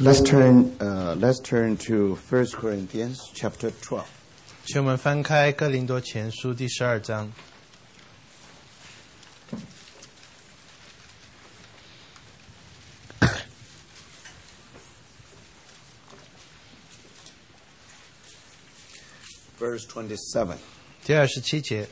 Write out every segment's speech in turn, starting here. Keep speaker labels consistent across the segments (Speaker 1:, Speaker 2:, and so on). Speaker 1: Let's turn, uh, let's turn to 1 Corinthians chapter 12.
Speaker 2: 请我们翻开《哥林多前书》第十二章。
Speaker 1: verse 27.
Speaker 2: 第二十七节，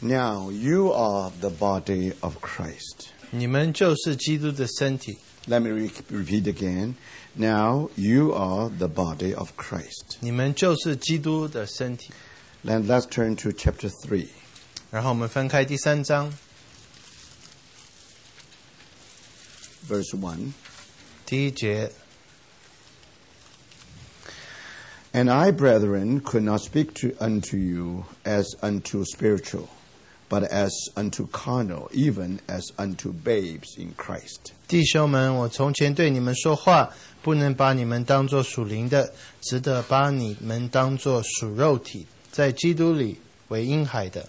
Speaker 1: Now you are the body of Christ.
Speaker 2: 你们就是基督的身体。
Speaker 1: Let me re- repeat again. Now you are the body of Christ.
Speaker 2: 你们就是基督的身体。
Speaker 1: Then let's turn to chapter 3.
Speaker 2: 然后我们翻开第三章
Speaker 1: verse 1.
Speaker 2: 第一节，
Speaker 1: And I, brethren, could not speak to, unto you as unto spiritual, but as unto carnal, even as unto babes in Christ.
Speaker 2: 弟兄们，我从前对你们说话，不能把你们当作属灵的，只得把你们当作属肉体，在基督里为婴孩的。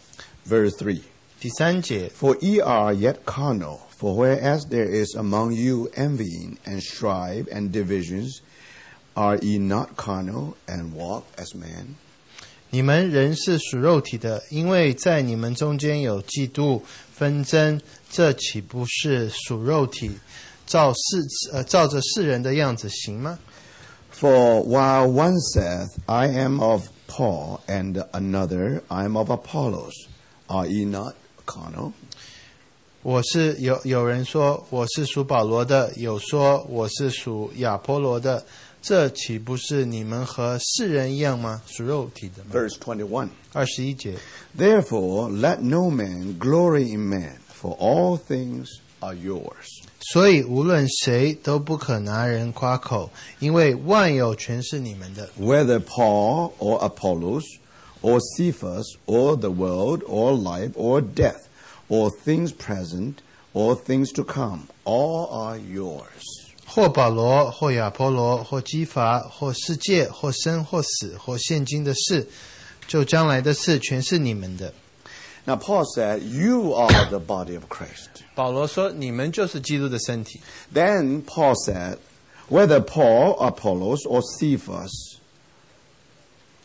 Speaker 1: Verse 3.
Speaker 2: 第三节，
Speaker 1: For ye are yet carnal, for whereas there is among you envying and strife and divisions, are ye not carnal and walk as men?
Speaker 2: 你们人是属肉体的，因为在你们中间有嫉妒、纷争，这岂不是属肉体照世呃照着世人的样子行吗？
Speaker 1: For while one saith, I am of Paul, and another, I am of Apollos, are ye not carnal?
Speaker 2: 我是有有人说我是属保罗的，有说我是属亚波罗的，这岂不是你们和世人一样吗？属肉体的吗？
Speaker 1: Verse 21.
Speaker 2: 二十一节，
Speaker 1: Therefore, let no man glory in man, for all things are yours.
Speaker 2: 所以无论谁都不可拿人夸口，因为万有全是你们的。
Speaker 1: Whether Paul or Apollos, or Cephas, or the world, or life, or death, or things present, or things to come, all are yours.
Speaker 2: 或保罗，或亚波罗，或基法，或世界，或生，或死，或现今的事，就将来的事，全是你们的。
Speaker 1: Now, Paul said, You are the body of Christ.
Speaker 2: 保罗说：“你们就是基督的身体。
Speaker 1: Then Paul said, Whether Paul, Apollos, or Cephas,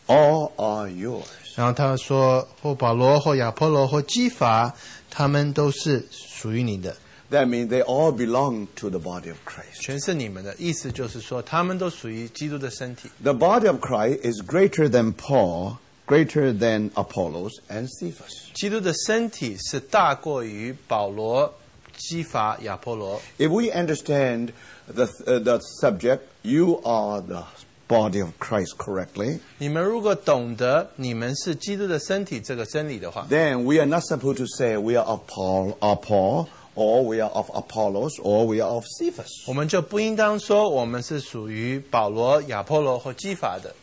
Speaker 1: all are yours. ”
Speaker 2: 然后他说：“或保罗，或亚波罗，或基法，他们都是属于你的，
Speaker 1: That means they all belong to the body of Christ.
Speaker 2: 全是你们的。”意思就是说，他们都属于基督的身体。
Speaker 1: The body of Christ is greater than Paul, greater than Apollos and Cephas.
Speaker 2: 基督的身体是大过于保罗、基法、亚波罗。
Speaker 1: If we understand the, uh, the subject, you are the body of Christ correctly,
Speaker 2: 你们如果懂得你们是基督的身体这个真理的话，
Speaker 1: then we are not supposed to say we are of Paul, or Paul, or we are of Apollos, or we are of Cephas.
Speaker 2: 我们就不应当说我们是属于保罗、亚波罗或基法的，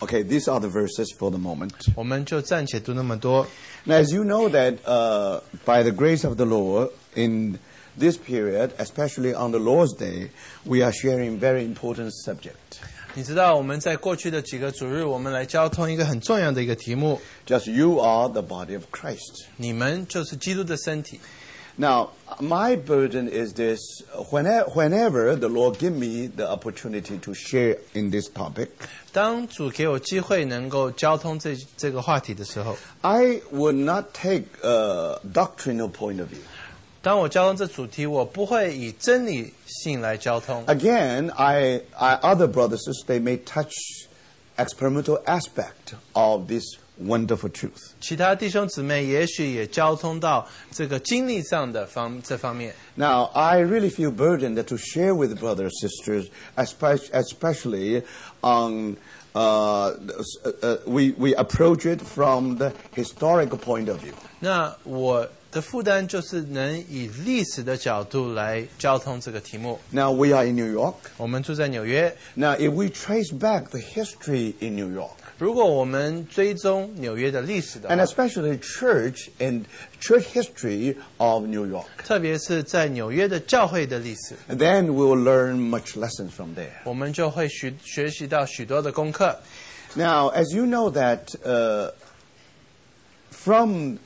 Speaker 1: Okay, these are the verses for the moment.
Speaker 2: 我们就暂且读那么多。
Speaker 1: Now, as you know that uh, by the grace of the Lord, in this period, especially on the Lord's Day, we are sharing very important subject.
Speaker 2: 你知道我们在过去的几个主日，我们来交通一个很重要的一个题目：
Speaker 1: Just you are the body of Christ.
Speaker 2: 你们就是基督的身体。
Speaker 1: Now, my burden is this: whenever, whenever the Lord give me the opportunity to share in this topic,
Speaker 2: 当主给我机会能够交通这这个话题的时候，
Speaker 1: I will not take a doctrinal point of view.
Speaker 2: 当我交通这主题，我不会以真理性来交通。
Speaker 1: Again, I, I other brothers they may touch experimental aspect of this wonderful truth.
Speaker 2: 其他弟兄姊妹也许也交通到这个经历上的方这方面。
Speaker 1: Now, I really feel burdened to share with brothers and sisters, espe- especially on uh, s- uh, uh, we, we approach it from the historical point of view.
Speaker 2: 那我的负担就是能以历史的角度来交通这个题目。
Speaker 1: Now, we are in New York.
Speaker 2: 我们住在纽约，
Speaker 1: Now, if we trace back the history in New York,
Speaker 2: 如果我们追踪纽约的历史的
Speaker 1: and
Speaker 2: 话，
Speaker 1: especially church and church history of New York,
Speaker 2: 特别是在纽约的教会的历史，
Speaker 1: then we will learn much lessons from there.
Speaker 2: 我们就会学学习到许多的功课。
Speaker 1: Now, as you know that uh, from,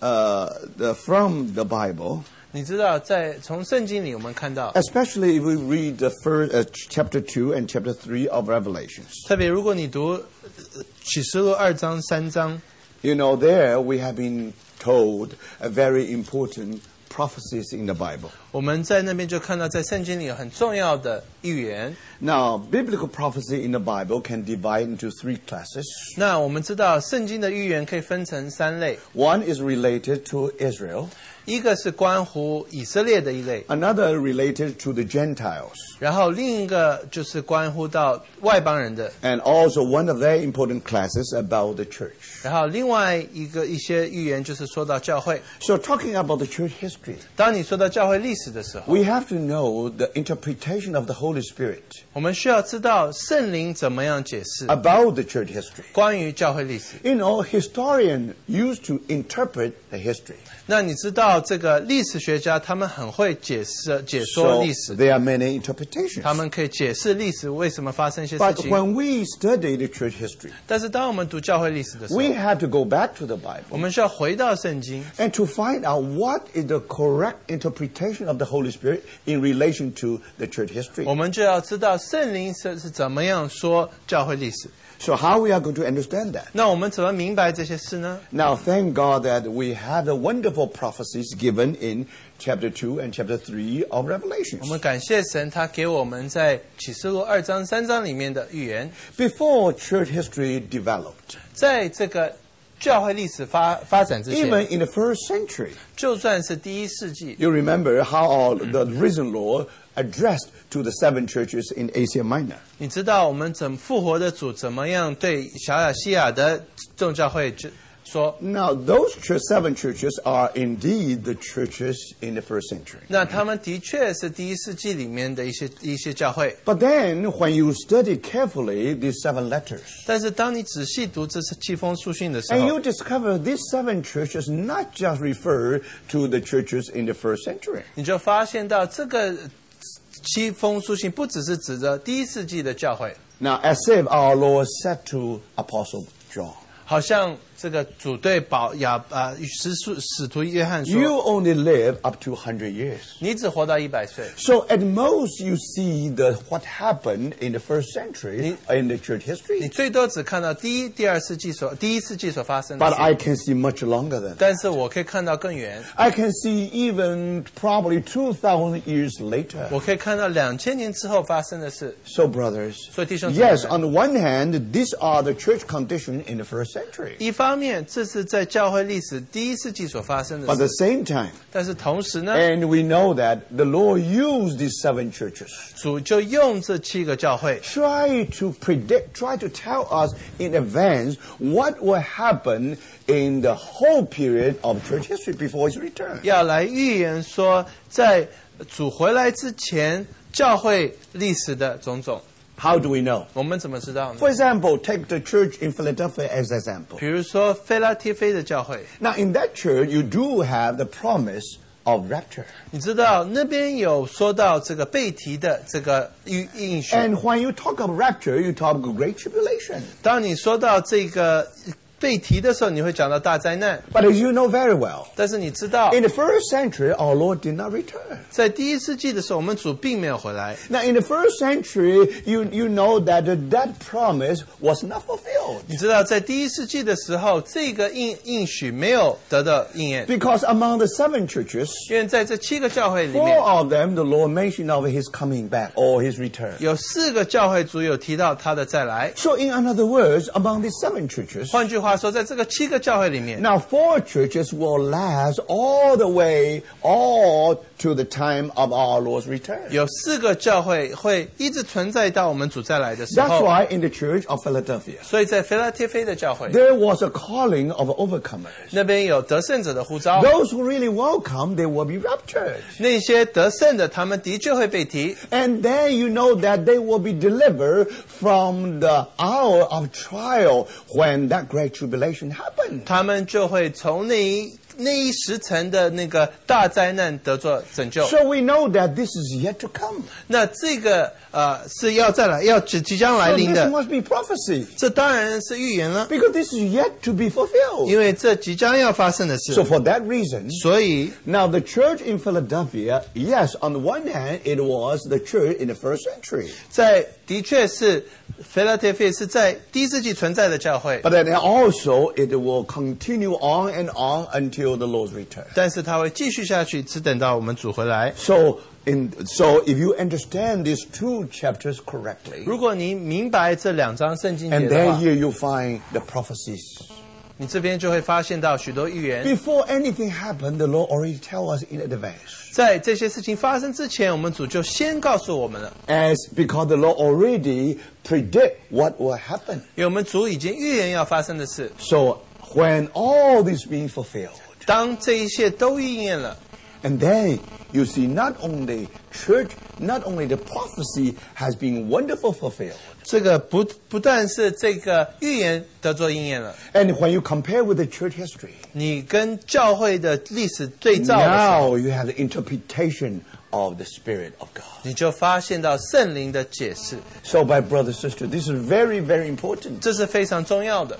Speaker 1: uh, the, from the Bible,
Speaker 2: 你知道，在从圣经里我们看到，
Speaker 1: Especially if we read the first uh, ch- chapter two and chapter three of Revelations.
Speaker 2: 特别如果你读呃启示录二章、三章，
Speaker 1: You know, there we have been told a very important prophecies in the Bible.
Speaker 2: 我们在那边就看到，在圣经里有很重要的预言。
Speaker 1: Now, biblical prophecy in the Bible can divide into three classes.
Speaker 2: 那我们知道，圣经的预言可以分成三类，
Speaker 1: One is related to Israel,
Speaker 2: 一个是关乎以色列的一类，
Speaker 1: another related to the Gentiles,
Speaker 2: 然后另一个就是关乎到外邦人的，
Speaker 1: and also one of their important classes about the church.
Speaker 2: 然后另外一个一些预言就是说到教会。
Speaker 1: So, talking about the church history,
Speaker 2: 当你说到教会历史的时候，
Speaker 1: we have to know the interpretation of the Holy Spirit
Speaker 2: 我们需要知道圣灵怎么样解释
Speaker 1: about the church history.
Speaker 2: 关于教会历史。
Speaker 1: You know, historian used to interpret the history.
Speaker 2: 那你知道这个历史学家他们很会解释解说
Speaker 1: So
Speaker 2: 历史，
Speaker 1: there are many interpretations.
Speaker 2: 他们可以解释历史为什么发生一些事
Speaker 1: But
Speaker 2: 情。
Speaker 1: when we study the church history,
Speaker 2: 但是当我们读教会历史的时候，
Speaker 1: we have to go back to the
Speaker 2: 我
Speaker 1: Bible
Speaker 2: 们需要回到圣经，
Speaker 1: and to find out what is the correct interpretation of the Holy Spirit in relation to the church history.
Speaker 2: 我们就要知道圣灵是是怎么样说教会历史。
Speaker 1: So how we are going to understand that?
Speaker 2: 那我们怎么明白这些事呢？
Speaker 1: Now, thank God that we have the wonderful prophecies given in chapter 2 and chapter 3 of
Speaker 2: 我们
Speaker 1: Revelation.
Speaker 2: 感谢神，他给我们在启示录二章、三章里面的预言，
Speaker 1: Before church history developed,
Speaker 2: 在这个教会历史发发展之
Speaker 1: even
Speaker 2: 前，
Speaker 1: in the first century,
Speaker 2: 就算是第一世纪，
Speaker 1: You remember how all the risen Lord addressed to the seven churches in Asia Minor.
Speaker 2: 你知道我们怎复活的主怎么样对小亚细亚的众教会就说？
Speaker 1: Now, those church, seven churches are indeed the churches in the first century.
Speaker 2: 那他们的确是第一世纪里面的一些一些教会，
Speaker 1: But then, when you study carefully these seven letters, uh-huh.
Speaker 2: 但是当你仔细读这是季风书信的时
Speaker 1: and you
Speaker 2: 候，
Speaker 1: discover these seven churches not just refer to the churches in the first century.
Speaker 2: 你就发现到这个七封书信不只是指着第一世纪的教会，
Speaker 1: Now, as if our Lord said to Apostle John,
Speaker 2: 好像这个主对保亚啊使徒使徒约翰说
Speaker 1: You only live up to 100 years.：“
Speaker 2: 你只活到一百岁。
Speaker 1: So at most you see the what happened in the first century in the church ”
Speaker 2: 你
Speaker 1: history.
Speaker 2: 最多只看到第一、第二世纪所第一世纪所发生的
Speaker 1: But
Speaker 2: 事，
Speaker 1: I can see much longer than that.
Speaker 2: 但是我可以看到更远。
Speaker 1: I can see even probably 2,000 years later.
Speaker 2: 我可以看到两千年之后发生的事，
Speaker 1: So brothers,
Speaker 2: 所以弟兄姊妹们。
Speaker 1: yes, on the one hand, these are the church condition in the first century.
Speaker 2: 一方面这是在教会历史第一世纪所发生
Speaker 1: But at the
Speaker 2: 的
Speaker 1: Eh-
Speaker 2: 事，
Speaker 1: same time,
Speaker 2: 但是同时呢，
Speaker 1: and we know that the Lord used these seven churches.
Speaker 2: 主就用这七个教会
Speaker 1: Try to predict, try to tell us in advance what will happen in the whole period of church history before his return.
Speaker 2: 要来预言说，在主回来之前，教会历史的种种，
Speaker 1: How do we know?
Speaker 2: 我们怎么知道呢？
Speaker 1: For example, take the church in Philadelphia as example.
Speaker 2: 比如说菲拉提菲的教会，
Speaker 1: Now, in that church, you do have the promise of rapture.
Speaker 2: 你知道那边有说到这个贝提的这个预应许。
Speaker 1: And when you talk of rapture, you talk of great tribulation.
Speaker 2: 当你说到这个贝提的时候，你会讲到大灾难，
Speaker 1: But as you know very well,
Speaker 2: 但是你知道
Speaker 1: in the first century, our Lord did not return.
Speaker 2: 在第一世纪的时候，我们主并没有回来。
Speaker 1: Now, in the first century, you, you know that that promise was not fulfilled.
Speaker 2: 你知道，在第一世纪的时候，这个应应许没有得到应验，
Speaker 1: Because among the seven churches,
Speaker 2: 因为在这七个教会里
Speaker 1: four
Speaker 2: 面，
Speaker 1: of them, the Lord mentioned of his coming back or his return.
Speaker 2: 有四个教会组有提到他的再来。
Speaker 1: So, in other words, among these seven churches,
Speaker 2: 换句话说，在这个七个教会里面，
Speaker 1: Now, four churches will last all the way, all to the time of our Lord's return.
Speaker 2: 有四个教会会一直存在到我们主再来的时
Speaker 1: That's
Speaker 2: 候。
Speaker 1: why in the church of Philadelphia,
Speaker 2: 所以在菲拉铁菲的教会
Speaker 1: there was a calling of overcomers.
Speaker 2: 那边有得胜者的呼召，
Speaker 1: Those who really welcome, they will be raptured.
Speaker 2: 那些得胜的，他们的确会被提。
Speaker 1: And then you know that they will be delivered from the hour of trial when that great tribulation happened.
Speaker 2: 他们就会从那一那一十层的那个大灾难得做拯救。
Speaker 1: So we know that this is yet to come.
Speaker 2: 那这个呃是要再来，要即即将来
Speaker 1: So
Speaker 2: 临
Speaker 1: this
Speaker 2: 的，
Speaker 1: must be prophecy
Speaker 2: 这当然是预言了，
Speaker 1: because this is yet to be fulfilled.
Speaker 2: 因为这即将要发生的事
Speaker 1: So。for that reason,
Speaker 2: 所以
Speaker 1: now the church in Philadelphia, yes, on the one hand, it was the church in the first century,
Speaker 2: 在的确是 Philadelphia 是在第一世纪存在的教会，
Speaker 1: but then also it will continue on and on until the Lord's return.
Speaker 2: 但是它会继续下去，只等到我们主回来。
Speaker 1: So, in, so if you understand these two chapters correctly,
Speaker 2: 如果你明白这两章圣经节
Speaker 1: and
Speaker 2: 的
Speaker 1: then
Speaker 2: 话，
Speaker 1: here you find the prophecies.
Speaker 2: 你这边就会发现到许多预言，
Speaker 1: Before anything happened, the Lord already tell us in advance.
Speaker 2: 在这些事情发生之前，我们主就先告诉我们了，
Speaker 1: As because the Lord already predict what will happen.
Speaker 2: 因为我们主已经预言要发生的事。
Speaker 1: So when all this being fulfilled,
Speaker 2: 当这一切都应验了，
Speaker 1: and then you see not only church, not only the prophecy has been wonderful fulfilled.
Speaker 2: 这个不不但是这个预言得做应验了，
Speaker 1: And when you compare with the church history,
Speaker 2: 你跟教会的历史对照的时
Speaker 1: now
Speaker 2: 候，
Speaker 1: you have the interpretation of the Spirit of God.
Speaker 2: 你就发现到圣灵的解释，
Speaker 1: So, my brother, sister, this is very, very important.
Speaker 2: 这是非常重要的。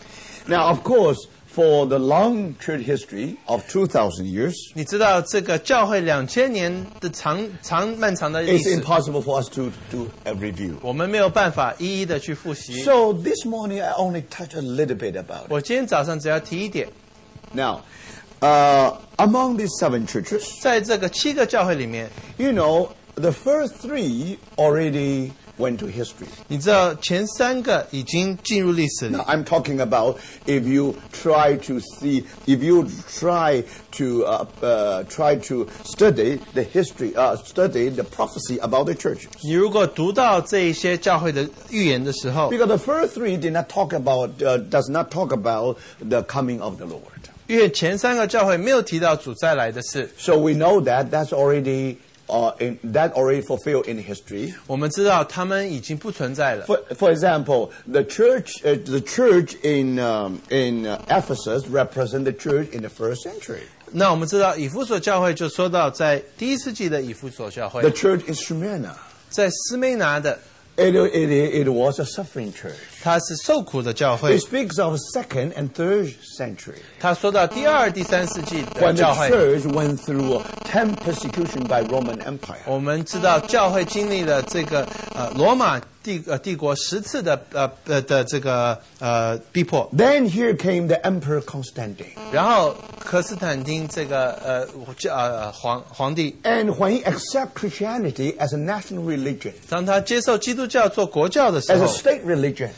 Speaker 1: Now, of course, for the long church history of 2,000 years,
Speaker 2: 你知道这个教会两千年的长长漫长的历
Speaker 1: it's
Speaker 2: 史，
Speaker 1: impossible for us to do a review.
Speaker 2: 我们没有办法一一的去复习。
Speaker 1: So, this morning I only touch a little bit about it.
Speaker 2: 我今天早上只要提一点，
Speaker 1: Now, uh, among these seven churches,
Speaker 2: 在这个七个教会里面，
Speaker 1: you know, the first three already went to history.
Speaker 2: 你知道前三个已经进入历史里
Speaker 1: Now,。I'm talking about if you try to see, if you try to uh, uh, try to study the history, uh, study the prophecy about the church.
Speaker 2: 你如果读到这一些教会的预言的时候，
Speaker 1: Because the first three did not talk about, uh, does not talk about the coming of the Lord.
Speaker 2: 因为前三个教会没有提到主再来的事，
Speaker 1: So we know that that's already, uh, in, that already fulfilled in history.
Speaker 2: 我们知道他们已经不存在了。
Speaker 1: For, for example, the church, uh, the church in, um, in uh, Ephesus represent the church in the first century.
Speaker 2: 那我们知道以弗所教会就说到在第一世纪的以弗所教会
Speaker 1: The，church in Smyrna.
Speaker 2: 在斯梅拿的，
Speaker 1: It, it, it was a suffering church.
Speaker 2: 他是受苦的教会
Speaker 1: It。speaks of second and third century.
Speaker 2: 他说到第二、第三世纪的
Speaker 1: When the
Speaker 2: 教会，
Speaker 1: church went through uh, ten persecution by Roman Empire.
Speaker 2: 我们知道教会经历了这个呃罗马帝呃帝国十次的呃呃的这个呃逼迫，
Speaker 1: Then here came the Emperor Constantine.
Speaker 2: 然后科斯坦丁这个呃教呃皇皇帝，
Speaker 1: And when he accepted Christianity as a national religion,
Speaker 2: 当他接受基督教做国教的时
Speaker 1: as a
Speaker 2: 候，
Speaker 1: state religion,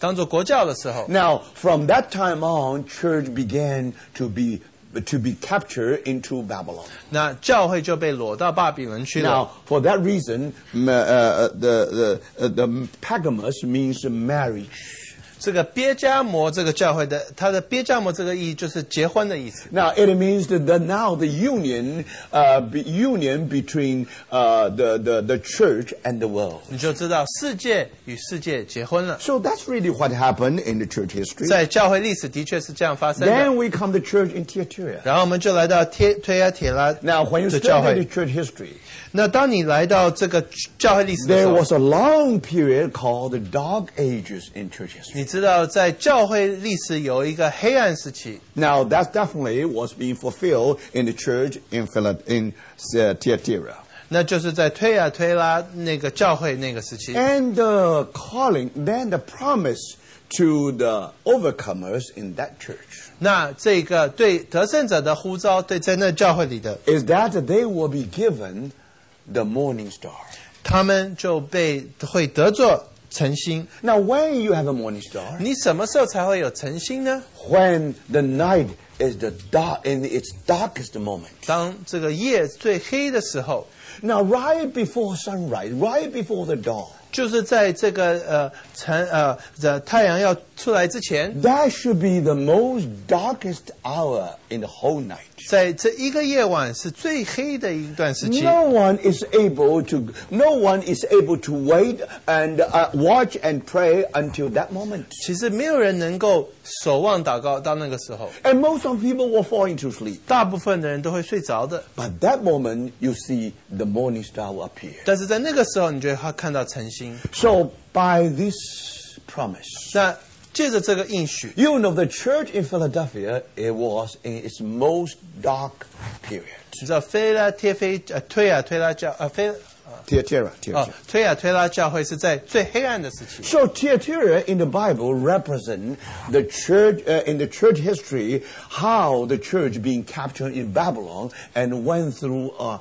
Speaker 2: 当做国教的时候，
Speaker 1: now from that time on, church began to be to be captured into Babylon.
Speaker 2: 那教会就被裸到巴比伦去了。
Speaker 1: Now, for that reason, m- uh, uh, the the uh, the Pagamus means marriage.
Speaker 2: 这个别加摩这个教会的，它的别加摩这个意义就是结婚的意思。
Speaker 1: Now it means that the, now the union uh, be, union between uh, the, the the church and the world.
Speaker 2: 你就知道世界与世界结婚了。
Speaker 1: So that's really what happened in the church history.
Speaker 2: 在教会历史的确是这样发生的。
Speaker 1: Then we come to church in Thyatira.
Speaker 2: 然后我们就来到贴推阿铁拉
Speaker 1: Now, when you
Speaker 2: 的教
Speaker 1: study the
Speaker 2: 会。
Speaker 1: church history,
Speaker 2: 那当你来到这个教会历史的时
Speaker 1: there
Speaker 2: 候，
Speaker 1: was a long period called the Dark Ages in church history.
Speaker 2: 你知道在教会历史有一个黑暗时期，
Speaker 1: Now, that definitely was being fulfilled in the church in, Phila- in uh, Thyatira.
Speaker 2: 那就是在推啊推拉那个教会那个时期。
Speaker 1: And the calling, then the promise to the overcomers in that church
Speaker 2: 那这个对得胜者的呼召，对在那教会里的，
Speaker 1: is that they will be given the morning star.
Speaker 2: 他们就被会得做诚心。
Speaker 1: Now, when you have a morning star,
Speaker 2: 你什么时候才会有诚心呢？
Speaker 1: when the night is the dark, in its darkest moment,
Speaker 2: 当这个夜最黑的时候，
Speaker 1: Now, right before sunrise, right before the dawn,
Speaker 2: 就是在这个呃晨呃这太阳要出来之前，
Speaker 1: That should be the most darkest hour in the whole night.
Speaker 2: 在这一个夜晚是最黑的一段时期。
Speaker 1: No one is able to. No one is able to wait and uh, watch and pray until that moment.
Speaker 2: 其实没有人能够守望祷告到那个时候，
Speaker 1: And most of people will fall into sleep.
Speaker 2: 大部分的人都会睡着的。
Speaker 1: But that moment, you see the morning star will appear.
Speaker 2: 但是在那个时候，你就会看到晨星。
Speaker 1: So by this promise,
Speaker 2: 那借着这个应许，
Speaker 1: you know the church in Philadelphia it was in its most dark period.
Speaker 2: 你知道菲拉贴菲呃推啊推拉教呃菲
Speaker 1: Theatera,
Speaker 2: 哦推啊推拉教会是在最黑暗的时期。
Speaker 1: Ah. So Theatera in the Bible represent the church uh, in the church history how the church being captured in Babylon and went through a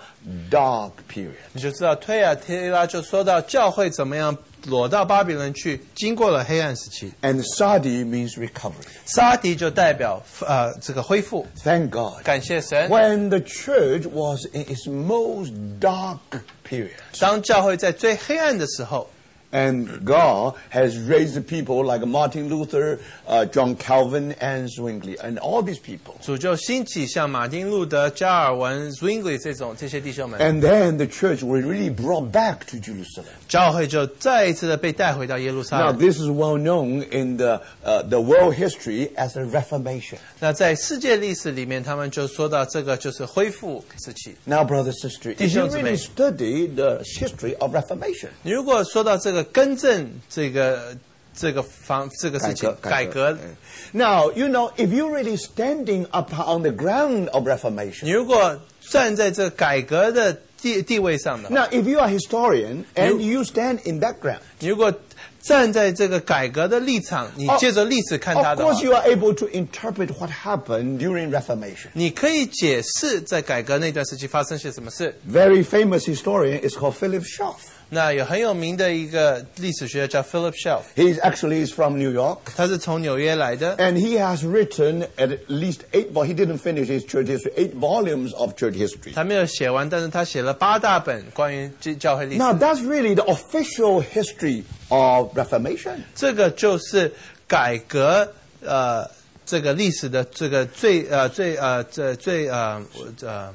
Speaker 1: dark period.
Speaker 2: 你就知道推啊推拉就说到教会怎么样裸到巴比伦去，经过了黑暗时期。
Speaker 1: And Sadi means recovery.
Speaker 2: 杀敌就代表呃这个恢复，
Speaker 1: Thank God.
Speaker 2: 感谢神。
Speaker 1: When the church was in its most dark period,
Speaker 2: 当教会在最黑暗的时候，
Speaker 1: and God has raised people like Martin Luther, uh, John Calvin, and Zwingli, and all these people.
Speaker 2: 主就兴起像马丁路德、加尔文、Zwingli 这种这些弟兄们，
Speaker 1: And then the church was really brought back to Jerusalem.
Speaker 2: 教会就再一次的被带回到耶路撒
Speaker 1: Now,
Speaker 2: 冷。
Speaker 1: this is well known in the, uh, the world history as the Reformation.
Speaker 2: 那在世界历史里面，他们就说到这个就是恢复时期。
Speaker 1: Now, brother, sister, if you really study the history of Reformation,
Speaker 2: 你如果说到这个更正这个这个方这个事情改革，哎
Speaker 1: Now, you know, if you're really standing up on the ground of
Speaker 2: 你
Speaker 1: Reformation,
Speaker 2: 如果站在这改革的地地位上的话，
Speaker 1: now, if you are a historian and you stand in that ground,
Speaker 2: 你如果站在这个改革的立场，你借着历史看它
Speaker 1: of
Speaker 2: 的话
Speaker 1: course you are able to interpret what happened during Reformation.
Speaker 2: 你可以解释在改革那段时期发生些什么事。
Speaker 1: Very famous historian is called Philip Schaff.
Speaker 2: 那有很有名的一个历史学家叫 Philip Shelf，
Speaker 1: He is actually is from New York.
Speaker 2: 他是从纽约来的。
Speaker 1: And he has written at least eight, vol- he didn't finish his church history, eight volumes of church history.
Speaker 2: 他没有写完，但是他写了八大本关于基教会历史。
Speaker 1: Now, that's really the official history of Reformation.
Speaker 2: 这个就是改革呃这个历史的这个最呃最呃这最呃我呃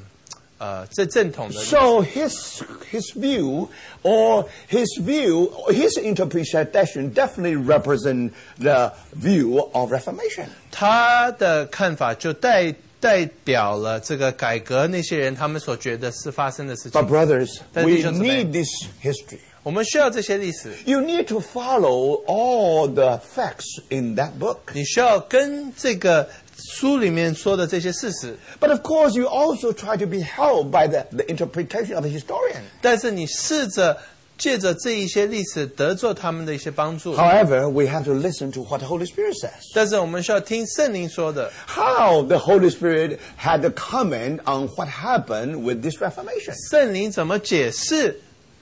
Speaker 2: 呃最正统的历史。
Speaker 1: So his, his view, or his view, his interpretation definitely represent the view of Reformation.
Speaker 2: 他的看法就代代表了这个改革那些人他们所觉得是发生的事
Speaker 1: But
Speaker 2: 情。
Speaker 1: brothers,
Speaker 2: That
Speaker 1: we
Speaker 2: is just
Speaker 1: need
Speaker 2: bad.
Speaker 1: this history.
Speaker 2: 我们需要这些历史，
Speaker 1: You need to follow all the facts in that book.
Speaker 2: 你需要跟这个书里面说的这些事实，
Speaker 1: But of course, you also try to be helped by the, the interpretation of the historian.
Speaker 2: 但是你试着借着这一些历史得做他们的一些帮助。
Speaker 1: However, we have to listen to what the Holy Spirit says.
Speaker 2: 但是我们需要听圣灵说的，
Speaker 1: How the Holy Spirit had a comment on what happened with this Reformation.
Speaker 2: 圣灵怎么解释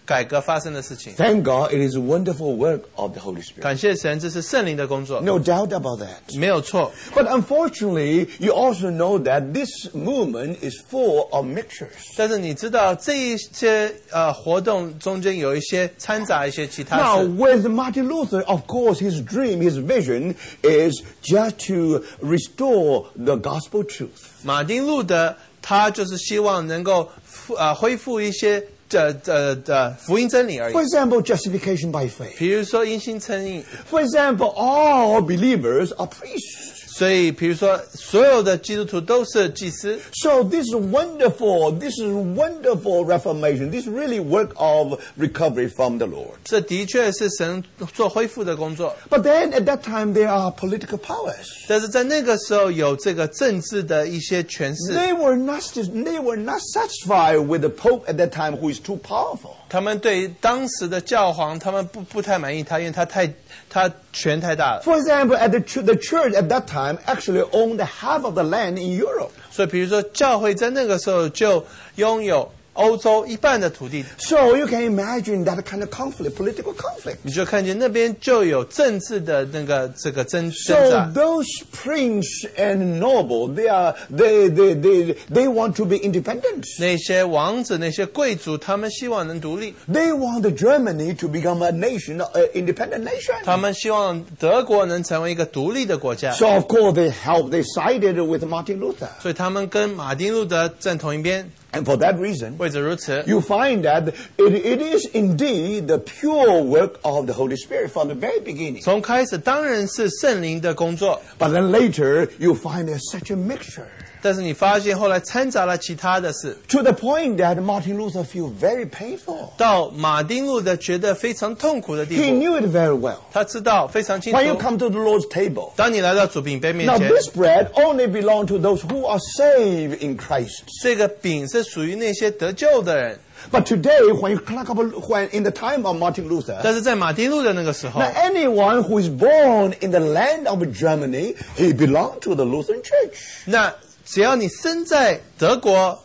Speaker 2: 改革发生的事情？
Speaker 1: Thank God it is a wonderful work of the Holy Spirit.
Speaker 2: 感谢神，这是圣灵的工作，
Speaker 1: No doubt about that.
Speaker 2: 没有错。
Speaker 1: But unfortunately, you also know that this movement is full of mixtures.
Speaker 2: 但是你知道这一些呃活动中间有一些掺杂一些其他
Speaker 1: Now,
Speaker 2: 事。
Speaker 1: with Martin Luther, of course, his dream, his vision is just to restore the gospel truth.
Speaker 2: 马丁路德他就是希望能够复呃恢复一些这这这福音真理而已
Speaker 1: For。example, justification by faith.
Speaker 2: 比如说因信称义，
Speaker 1: For example, all believers are priests.
Speaker 2: 所以比如说所有的基督徒都是祭司，
Speaker 1: So this is wonderful, this is wonderful reformation. This really work of recovery from the Lord.
Speaker 2: 这的确是神做恢复的工作。
Speaker 1: But then at that time there are political powers.
Speaker 2: 但是在那个时候有这个政治的一些权势，
Speaker 1: They were not they were not satisfied with the Pope at that time who is too powerful.
Speaker 2: 他们对于当时的教皇，他们不不太满意他，因为他太他权太大了。
Speaker 1: For example, at the, chu- the church at that time actually owned half of the land in Europe.
Speaker 2: 所以比如说教会在那个时候就拥有欧洲一半的土地，
Speaker 1: So you can imagine that kind of conflict, political conflict.
Speaker 2: 你就看见那边就有政治的那个这个争挣
Speaker 1: So
Speaker 2: 扎。
Speaker 1: those prince and noble, they are they they they, they want to be independent.
Speaker 2: 那些王子、那些贵族，他们希望能独立，
Speaker 1: They want the Germany to become a nation, an independent nation.
Speaker 2: 他们希望德国能成为一个独立的国家，
Speaker 1: So of course they helped. They sided with Martin Luther,
Speaker 2: 所以他们跟马丁路德站同一边。
Speaker 1: and for that reason,
Speaker 2: 为此如此，
Speaker 1: you find that it, it is indeed the pure work of the Holy Spirit from the very beginning.
Speaker 2: 从开始当然是圣灵的工作，
Speaker 1: But then later, you find there's such a mixture
Speaker 2: 但是你发现后来掺杂了其他的事，
Speaker 1: to the point that Martin Luther feel very painful.
Speaker 2: 到马丁路德觉得非常痛苦的地
Speaker 1: He
Speaker 2: 步，
Speaker 1: knew it very well.
Speaker 2: 他知道非常清
Speaker 1: When you
Speaker 2: 楚。
Speaker 1: come to the Lord's table,
Speaker 2: 当你来到主饼杯面
Speaker 1: now
Speaker 2: 前，
Speaker 1: this bread only belongs to those who are saved in Christ.
Speaker 2: 这个饼是属于那些得救的人，
Speaker 1: But today, when you clock up, when in the time of Martin Luther,
Speaker 2: 但是在马丁路德那个时候
Speaker 1: Now,，anyone who is born in the land of Germany, he belongs to the Lutheran Church.
Speaker 2: 那只要你生在德国，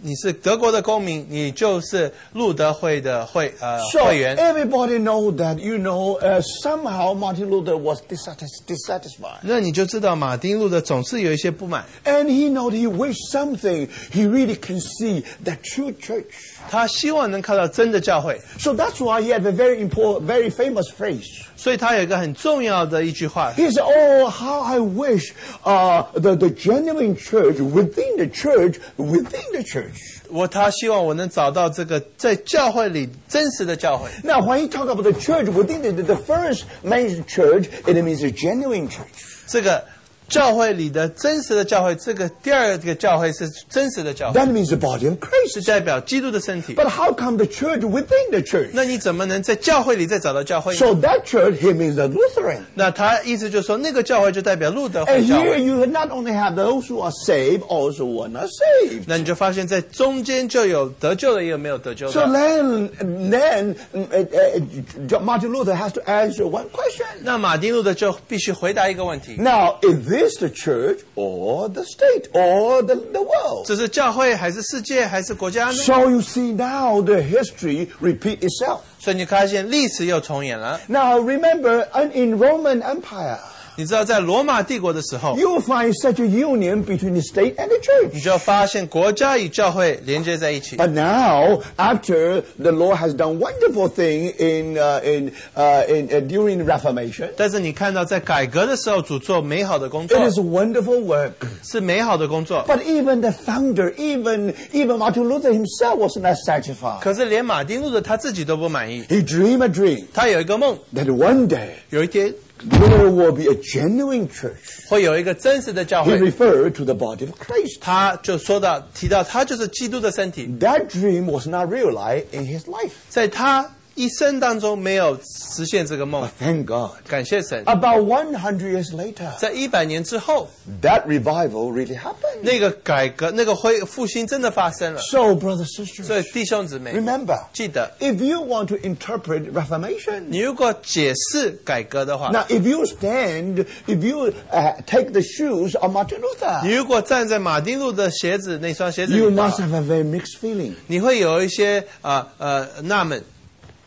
Speaker 2: 你是德国的公民，你就是路德会的会呃
Speaker 1: So
Speaker 2: 会员。
Speaker 1: everybody know that, you know, uh, somehow Martin Luther was dissatis- dissatisfied.
Speaker 2: 那你就知道马丁路德总是有一些不满，
Speaker 1: And he know that he wished something. He really can see the true church.
Speaker 2: 他希望能看到真的教会，
Speaker 1: So that's why he had a very important, very famous phrase.
Speaker 2: 所以他有一个很重要的一句话，
Speaker 1: He said, oh, how I wish uh, the, the genuine church within the church, within the church.
Speaker 2: 我他希望我能找到这个在教会里真实的教会。
Speaker 1: Now, when you talk about the church, within the, the first mentioned church, it means a genuine church.
Speaker 2: 这个教会里的真实的教会，这个第二个教会是真实的教会，
Speaker 1: That means the body of Christ.
Speaker 2: 是代表基督的身体。
Speaker 1: But how come the church within the church?
Speaker 2: 那你怎么能在教会里再找到教会呢？
Speaker 1: So that church, he means the Lutheran.
Speaker 2: 那他意思就是说，那个教会就代表路德
Speaker 1: And
Speaker 2: 会教
Speaker 1: here
Speaker 2: 会。
Speaker 1: you not only have those who are saved, also who are not saved.
Speaker 2: 那你就发现，在中间就有得救的，也有没有得救
Speaker 1: So
Speaker 2: 的。
Speaker 1: then, then uh, uh, Martin Luther has to answer one question.
Speaker 2: 那马丁路德就必须回答一个问题：
Speaker 1: Now, is this the church or the state or the, the world?
Speaker 2: 这是教会还是世界还是国家呢？
Speaker 1: So you see now the history repeat itself.
Speaker 2: 所以你发现历史又重演了。
Speaker 1: Now remember, un- in Roman Empire,
Speaker 2: 你知道，在罗马帝国的时候，
Speaker 1: you find such a union between the state and the
Speaker 2: 你
Speaker 1: church.
Speaker 2: 就发现国家与教会连接在一起。
Speaker 1: But now, after the Lord has done wonderful thing in uh, in, uh, in uh, during the Reformation,
Speaker 2: 但是你看到，在改革的时候，主做美好的工作
Speaker 1: it is wonderful work.
Speaker 2: 是美好的工作。
Speaker 1: But even the founder, even even Martin Luther himself was not satisfied.
Speaker 2: 可是连马丁路德他自己都不满意，
Speaker 1: He dreamed a dream
Speaker 2: 他有一个梦，
Speaker 1: that one day
Speaker 2: 有一天
Speaker 1: there will be a genuine church.
Speaker 2: 会有一个真实的教
Speaker 1: He
Speaker 2: 会。
Speaker 1: referred to the body of Christ.
Speaker 2: 他就说到提到他就是基督的身体，
Speaker 1: That dream was not realized in his life.
Speaker 2: 在他一生当中没有实现这个梦
Speaker 1: But，thank God.
Speaker 2: 感谢神。
Speaker 1: About 100 years later,
Speaker 2: 在一百年之后，
Speaker 1: that revival really happened.
Speaker 2: 那个改革、那个恢复兴真的发生了。
Speaker 1: So, brothers and
Speaker 2: 所
Speaker 1: sisters,
Speaker 2: 以弟兄姊妹，
Speaker 1: remember,
Speaker 2: 记得，
Speaker 1: if you want to interpret Reformation,
Speaker 2: 你如果解释改革的话，
Speaker 1: now if you stand, if you uh, take the shoes of Martin
Speaker 2: 你
Speaker 1: Luther,
Speaker 2: 如果站在马丁路的鞋子那双鞋子
Speaker 1: you
Speaker 2: 里的
Speaker 1: must
Speaker 2: 话，
Speaker 1: have a very mixed feeling.
Speaker 2: 你会有一些呃呃纳闷。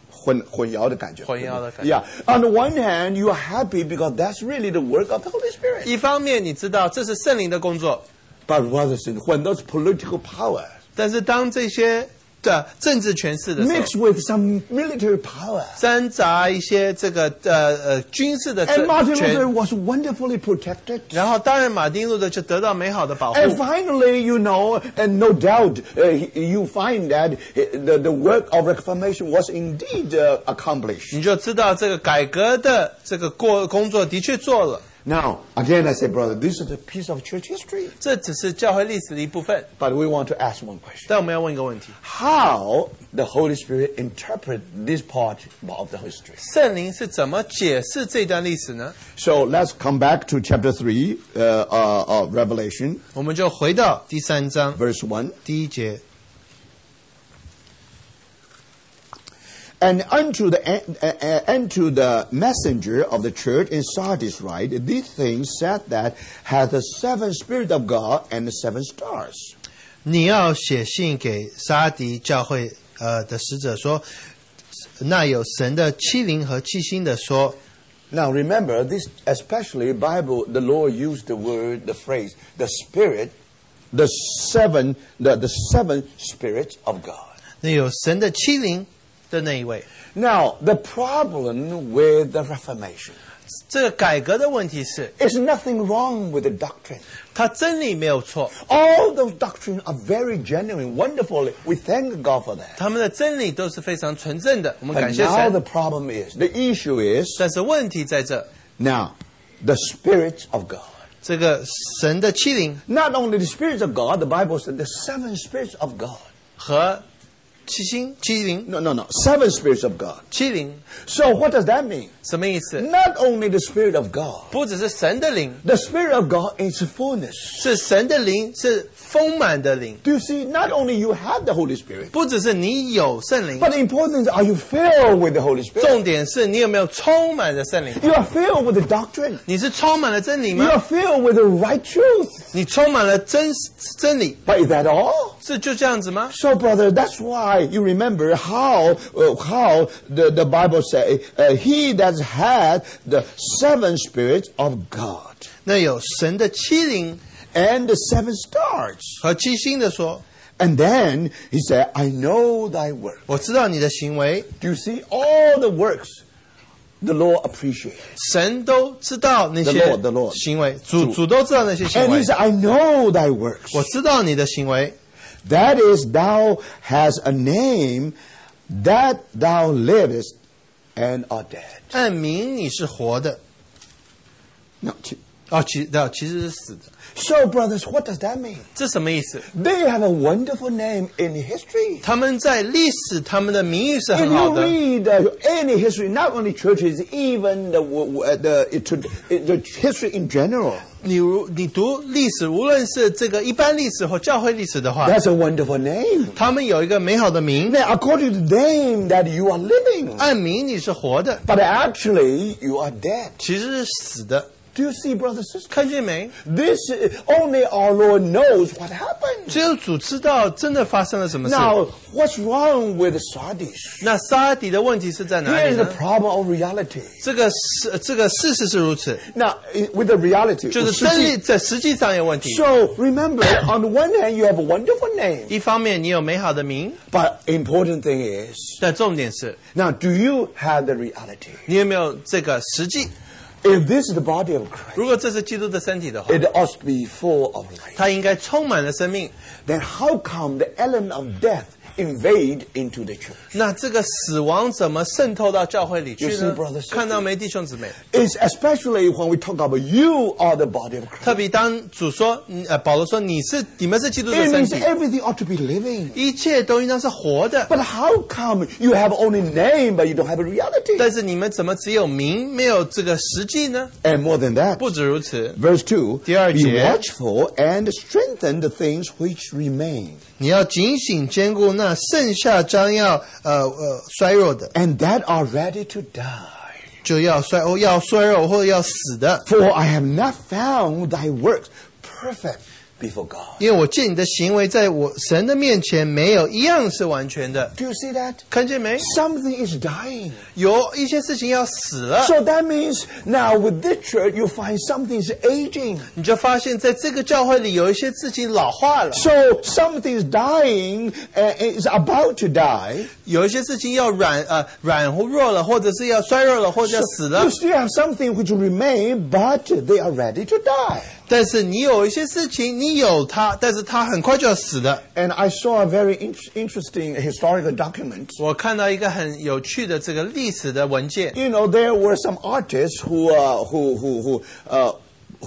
Speaker 1: 混混淆的感觉。
Speaker 2: 混淆的感觉。
Speaker 1: Yeah. On the one hand, you are happy because that's really the work of the Holy Spirit.
Speaker 2: 一方面你知道这是圣灵的工作，
Speaker 1: But brothers and when those political powers
Speaker 2: 但是当这些的政治权势的时候，
Speaker 1: mix with some military power,
Speaker 2: 掺杂一些这个呃呃军事的
Speaker 1: and Martin Luther
Speaker 2: 政权，
Speaker 1: was wonderfully protected.
Speaker 2: 然后当然马丁路德就得到美好的保护。
Speaker 1: And finally, you know, and no doubt, uh, you find that uh, the, the work of Reformation was indeed uh, accomplished.
Speaker 2: 你就知道这个改革的这个过工作的确做了，
Speaker 1: Now, again, I say, brother, this is a piece of church history.
Speaker 2: 这只是教会历史的一部分。
Speaker 1: But we want to ask one question.
Speaker 2: 但我们要问一个问题：
Speaker 1: How the Holy Spirit interpret this part of the history?
Speaker 2: 圣灵是怎么解释这段历史呢？
Speaker 1: So let's come back to chapter 3 uh, uh, of Revelation,
Speaker 2: 我们就回到第三章
Speaker 1: verse 1.
Speaker 2: 第一节，
Speaker 1: And unto the uh, unto the messenger of the church in Sardis write, These things said that hath the seven spirit of God and the seven stars.
Speaker 2: 你要写信给撒迪教会呃的使者说，那有神的欺凌和欺心的说，
Speaker 1: Now remember this especially Bible the Lord used the word the phrase the spirit the seven the, the seven spirits of God.
Speaker 2: 那有神的欺凌的那一位。
Speaker 1: Now the problem with the Reformation
Speaker 2: 这个改革的问题是，
Speaker 1: is nothing wrong with the doctrine.
Speaker 2: 它真理没有错，
Speaker 1: All those doctrines are very genuine, wonderful. We thank God for that.
Speaker 2: 他们的真理都是非常纯正的，我们感
Speaker 1: But
Speaker 2: 谢
Speaker 1: now the
Speaker 2: 神。
Speaker 1: problem is the issue is
Speaker 2: 但是问题在这，
Speaker 1: now the spirits of God.
Speaker 2: 这个神的欺凌
Speaker 1: Not only the spirits of God, the Bible said the seven spirits of God.
Speaker 2: 和欺心、欺凌、
Speaker 1: No, no, no. Seven spirits of God.
Speaker 2: 欺凌
Speaker 1: So what does that mean?
Speaker 2: 什么意思？
Speaker 1: Not only the Spirit of God,
Speaker 2: 不只是神的灵，
Speaker 1: the Spirit of God is fullness.
Speaker 2: 是神的灵，是丰满的灵，
Speaker 1: Do you see? Not only you have the Holy Spirit,
Speaker 2: 不只是你有圣灵，
Speaker 1: but the important is are you filled with the Holy
Speaker 2: 重
Speaker 1: Spirit?
Speaker 2: 点是你有没有充满着圣灵。
Speaker 1: You are filled with the doctrine.
Speaker 2: 你是充满了真理
Speaker 1: You
Speaker 2: 吗？
Speaker 1: are filled with the right truth.
Speaker 2: 你充满了真真理，
Speaker 1: But is that all?
Speaker 2: 是就这样子吗？
Speaker 1: So, brother, that's why you remember how uh, how the, the Bible say uh, he that had the seven spirits of God
Speaker 2: 那有神的欺凌
Speaker 1: and the seven stars,
Speaker 2: 和欺心的说，
Speaker 1: and then he said, "I know thy work."
Speaker 2: 我知道你的行为，
Speaker 1: Do you see all the works the Lord appreciated?
Speaker 2: 神都知道那
Speaker 1: The
Speaker 2: 些
Speaker 1: Lord, the Lord.
Speaker 2: 行为，主主都知道那些行
Speaker 1: And
Speaker 2: 为
Speaker 1: he。said, I know thy works.
Speaker 2: 我知道你的行为，
Speaker 1: That is, thou hast a name that thou livest and art dead.
Speaker 2: 按名你是活的，
Speaker 1: No, t-
Speaker 2: 哦，其那其实是死的，
Speaker 1: so, brothers, what does that mean?
Speaker 2: 这什么意思？
Speaker 1: They have a wonderful name in history.
Speaker 2: 他们在历史，他们的名誉是
Speaker 1: If
Speaker 2: 很好
Speaker 1: you
Speaker 2: 的。
Speaker 1: read uh, any history, not only churches, even the, w- w- uh, the, it- it- the history in general,
Speaker 2: 你如你读历史，无论是这个一般历史或教会历史的话，
Speaker 1: that's a wonderful name.
Speaker 2: 他们有一个美好的名，
Speaker 1: Now, according to the name that you are living,
Speaker 2: 按名你是活的，
Speaker 1: but actually you are dead.
Speaker 2: 其实是死的。
Speaker 1: Do you see, brother, sister?
Speaker 2: 看见没？
Speaker 1: This uh, only our Lord knows what happened.
Speaker 2: 只有主知道真的发生了什么事。
Speaker 1: Now, what's wrong with Sardis?
Speaker 2: 那杀敌的问题是在哪
Speaker 1: Here
Speaker 2: 里
Speaker 1: is the
Speaker 2: 呢？
Speaker 1: problem of reality.
Speaker 2: 这个事，这个事实是如此，
Speaker 1: Now, i- with the reality,
Speaker 2: 就是
Speaker 1: with
Speaker 2: 真理
Speaker 1: Sardis-
Speaker 2: 在实际上有问题。
Speaker 1: so remember, on the one hand, you have a wonderful name,
Speaker 2: 一方面你有美好的名，
Speaker 1: but important thing is,
Speaker 2: 但重点是
Speaker 1: now, do you have the reality?
Speaker 2: 你有没有这个实际？
Speaker 1: If this is the body of Christ,
Speaker 2: 如果这是基督的身体的话，
Speaker 1: it ought to be full of life.
Speaker 2: 它应该充满了生命。
Speaker 1: Then how come the element of death invade into the church?
Speaker 2: 那这个死亡怎么渗透到教会里去
Speaker 1: You
Speaker 2: 呢
Speaker 1: see, brother, sister.？
Speaker 2: 看到没，弟兄姊妹？
Speaker 1: It's especially when we talk about you are the body of Christ.
Speaker 2: 特别当主说，嗯呃，保罗说你是你们是基督的
Speaker 1: It
Speaker 2: 身
Speaker 1: means
Speaker 2: 体，
Speaker 1: everything ought to be living.
Speaker 2: 一切都应当是活的。
Speaker 1: But how come you have only name but you don't have a reality?
Speaker 2: 但是你们怎么只有名没有这个实际呢？
Speaker 1: And more than that,
Speaker 2: 不止如此，
Speaker 1: verse 2 Be
Speaker 2: 第二节。
Speaker 1: watchful and strengthen the things which remain,
Speaker 2: 你要警醒兼顾那剩下将要呃呃衰弱的，
Speaker 1: and that are ready to die.
Speaker 2: 就要衰哦要衰弱或者要死的，
Speaker 1: For I have not found thy works perfect before God.
Speaker 2: 因为我见你的行为在我神的面前没有一样是完全的，
Speaker 1: Do you see that?
Speaker 2: 看见没？
Speaker 1: Something is dying.
Speaker 2: 有一些事情要死了，
Speaker 1: So that means now with this church you find something is aging.
Speaker 2: 你就发现在这个教会里有一些事情老化了，
Speaker 1: So something is dying, uh, is about to die.
Speaker 2: 有一些事情要软呃软弱了，或者是要衰弱了，或者要死了
Speaker 1: You。still have something which remain, but they are ready to die.
Speaker 2: 但是你有一些事情，你有它，但是它很快就要死的。
Speaker 1: And I saw a very in- interesting historical document.
Speaker 2: 我看到一个很有趣的这个历史的文件，
Speaker 1: You know, there were some artists who uh, who who who uh,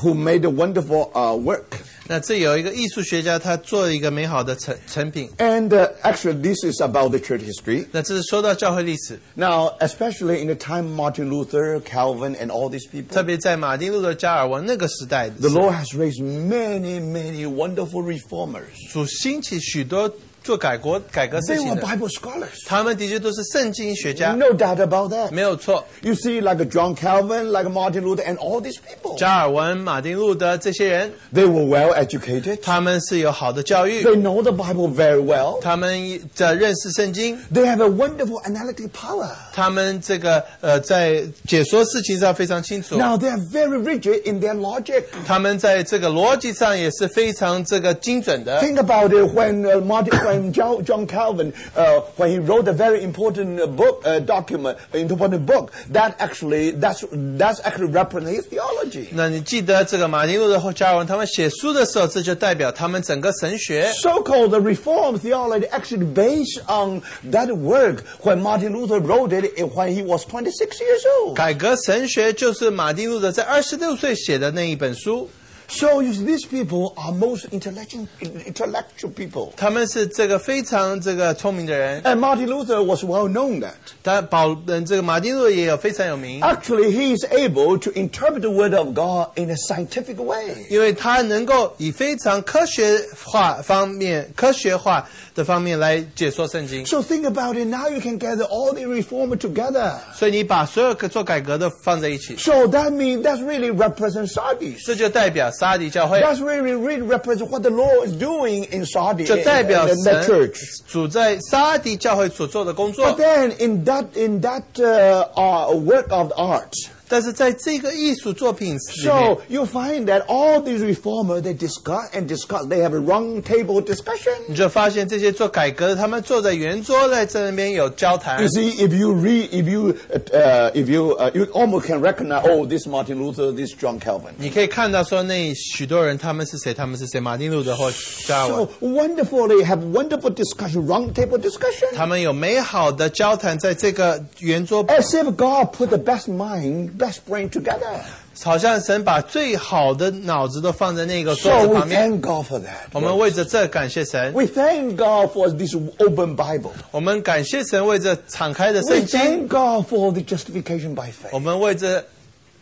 Speaker 1: who made a wonderful uh, work.
Speaker 2: 那这有一个艺术学家，他做了一个美好的成成品。
Speaker 1: And uh, actually, this is about the church history.
Speaker 2: 那这是说到教会历史，
Speaker 1: Now, especially in the time Martin Luther, Calvin, and all these people,
Speaker 2: 特别在马丁路德加尔文那个时代，
Speaker 1: the Lord has raised many, many wonderful reformers.
Speaker 2: 主兴起许多做改革改革事
Speaker 1: They
Speaker 2: 情
Speaker 1: were
Speaker 2: 的，
Speaker 1: Bible scholars.
Speaker 2: 他们的确都是圣经学家，
Speaker 1: No doubt about that.
Speaker 2: 没有错。
Speaker 1: You see, like John Calvin, like Martin Luther, and all these people,
Speaker 2: 加尔文、马丁路德这些人，
Speaker 1: they were well educated.
Speaker 2: 他们是有好的教育，
Speaker 1: They know the Bible very well.
Speaker 2: 他们在认识圣经，
Speaker 1: They have a wonderful analytic power.
Speaker 2: 他们这个呃在解说事情上非常清楚，
Speaker 1: Now they are very rigid in their logic.
Speaker 2: 他们在这个逻辑上也是非常这个精准的。
Speaker 1: Think about it when uh, Martin, when Jo- John Calvin, uh, when he wrote a very important uh, book, uh, document, important book, that actually that's that's actually represents his theology.
Speaker 2: 那你记得这个马丁路德和加尔文他们写书的时候，这就代表他们整个神学。
Speaker 1: So-called the Reformed theology actually based on that work when Martin Luther wrote it uh, when he was 26 years old.
Speaker 2: 改革神学就是马丁路德在二十六岁写的那一本书，
Speaker 1: So you see, these people are most intellectual intellectual people.
Speaker 2: 他们是这个非常这个聪明的人。
Speaker 1: And Martin Luther was well known that.
Speaker 2: 但保嗯，这个马丁路德也有非常有名，
Speaker 1: Actually, he is able to interpret the Word of God in a scientific way.
Speaker 2: 因为他能够以非常科学化方面、科学化的方面来解说圣经。
Speaker 1: So think about it. Now you can gather all the reformers together.
Speaker 2: 所以你把所有做改革的放在一起，
Speaker 1: So that means that really represents Sardis.
Speaker 2: 这就代表沙迪教会，
Speaker 1: That's really, really represents what the Lord is doing in Sardis
Speaker 2: 就
Speaker 1: and,
Speaker 2: 代表
Speaker 1: and the
Speaker 2: 神
Speaker 1: church.
Speaker 2: 主在沙迪教会所做的工
Speaker 1: But
Speaker 2: 作。
Speaker 1: then in that in that uh, uh, work of art,
Speaker 2: 但是在这个艺术作品里面
Speaker 1: so，you find that all these reformers they discuss and discuss. They have a round table discussion.
Speaker 2: 你就发现这些做改革的，他们坐在圆桌在这边有交谈
Speaker 1: You。see, if you read, if you, uh, uh, if you, uh, you almost can recognize, oh, this Martin Luther, this John Calvin.
Speaker 2: 你可以看到说那许多人他们是谁，他们是谁，马丁路德或加尔文
Speaker 1: So，wonderfully have wonderful discussion, round table discussion.
Speaker 2: 他们有美好的交谈，在这个圆桌，
Speaker 1: As if God put the best mind, best brain together.
Speaker 2: 好像神把最好的脑子都放在那个桌
Speaker 1: So
Speaker 2: 子
Speaker 1: we
Speaker 2: 旁边。
Speaker 1: thank God for that.
Speaker 2: 我们为着这感谢神，
Speaker 1: We thank God for this open Bible.
Speaker 2: 我们感谢神为着敞开的
Speaker 1: We
Speaker 2: 圣经，
Speaker 1: thank God for the justification by
Speaker 2: 我
Speaker 1: faith.
Speaker 2: 们为着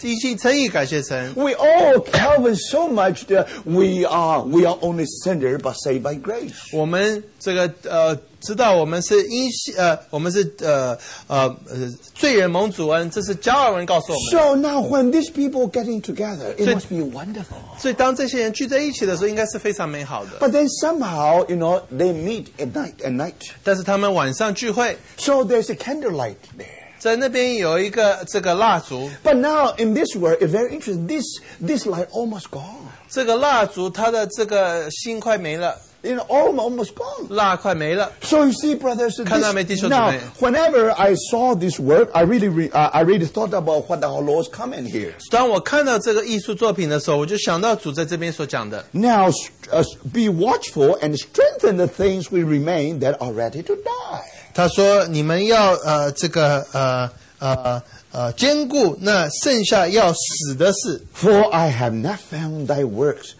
Speaker 2: 一心诚意感谢神。
Speaker 1: We all Calvin so much that we are we are only sinner but saved by grace.
Speaker 2: 我们这个呃，知道我们是因信呃，我们是呃呃呃罪人蒙主恩，这是加尔文告诉我们的。
Speaker 1: So now when these people getting together, it
Speaker 2: So-
Speaker 1: must be wonderful.
Speaker 2: 所以当这些人聚在一起的时候，应该是非常美好的。
Speaker 1: But then somehow, you know, they meet at night at night.
Speaker 2: 但是他们晚上聚会，
Speaker 1: So there's a candlelight there.
Speaker 2: 在那边有一个这个蜡烛，
Speaker 1: But now in this world, it's very interesting. This this light almost gone.
Speaker 2: 这个蜡烛它的这个芯快没了，
Speaker 1: You know, almost almost gone.
Speaker 2: 蜡快没了。
Speaker 1: So you see, brothers, this-
Speaker 2: 看到没，弟兄姊妹？
Speaker 1: now whenever I saw this work, I really re, uh, I really thought about what our Lord's comment here.
Speaker 2: 当我看到这个艺术作品的时候，我就想到主在这边所讲的，
Speaker 1: Now uh, be watchful and strengthen the things we remain that are ready to die.
Speaker 2: 他说：“你们要呃这个呃呃呃兼顾那剩下要死的事，
Speaker 1: For I have not found thy works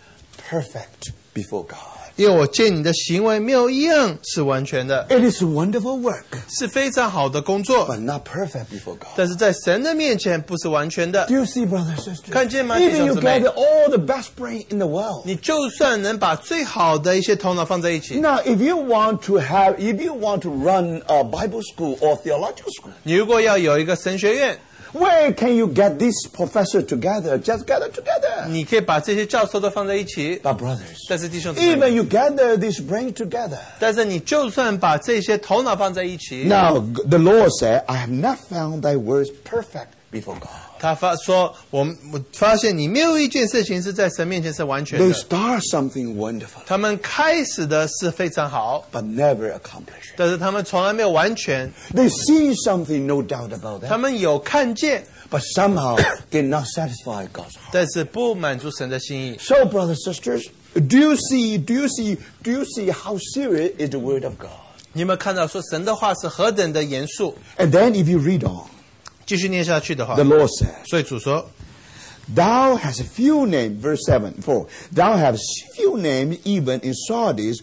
Speaker 1: perfect before God.
Speaker 2: 因为我见你的行为没有一样是完全的，
Speaker 1: It is a wonderful work,
Speaker 2: 是非常好的工作
Speaker 1: but，not perfect before God.
Speaker 2: 但是在神的面前不是完全的
Speaker 1: Do。you see, brothers and sisters?
Speaker 2: 看见吗，
Speaker 1: Even you
Speaker 2: 弟兄姊妹？
Speaker 1: gather all the best brain in the world.
Speaker 2: 你就算能把最好的一些头脑放在一起，
Speaker 1: Now, if you want to have, if you want to run a Bible school or theological school,
Speaker 2: 你如果要有一个神学院，
Speaker 1: where can you get this professor together? Just gather together.
Speaker 2: 你可以把这些教授都放在一起。
Speaker 1: But brothers,
Speaker 2: 但是弟兄姊妹
Speaker 1: even you gather this brain together.
Speaker 2: 但是你就算把这些头脑放在一起，
Speaker 1: Now, g- the Lord said, I have not found thy words perfect before God.
Speaker 2: 他发说，我们我发现你没有一件事情是在神面前是完全
Speaker 1: They
Speaker 2: 的。
Speaker 1: start something wonderful,
Speaker 2: 他们开始的是非常好，
Speaker 1: but never accomplish it.
Speaker 2: 但是他们从来没有完全，
Speaker 1: They see something, no doubt about
Speaker 2: 他
Speaker 1: that,
Speaker 2: 们有看见，
Speaker 1: but somehow did not satisfy God's heart.
Speaker 2: 但是不满足神的心意。
Speaker 1: So, brothers sisters, do you see? Do you see? Do you see how serious is the Word of God?
Speaker 2: 你有没有看到说神的话是何等的严肃？
Speaker 1: And then, if you read on,
Speaker 2: 继续念下去的话
Speaker 1: the，Lord says,
Speaker 2: 所以主说，
Speaker 1: "Thou hast a few names." Verse seven. For thou hast few names even in Sardis,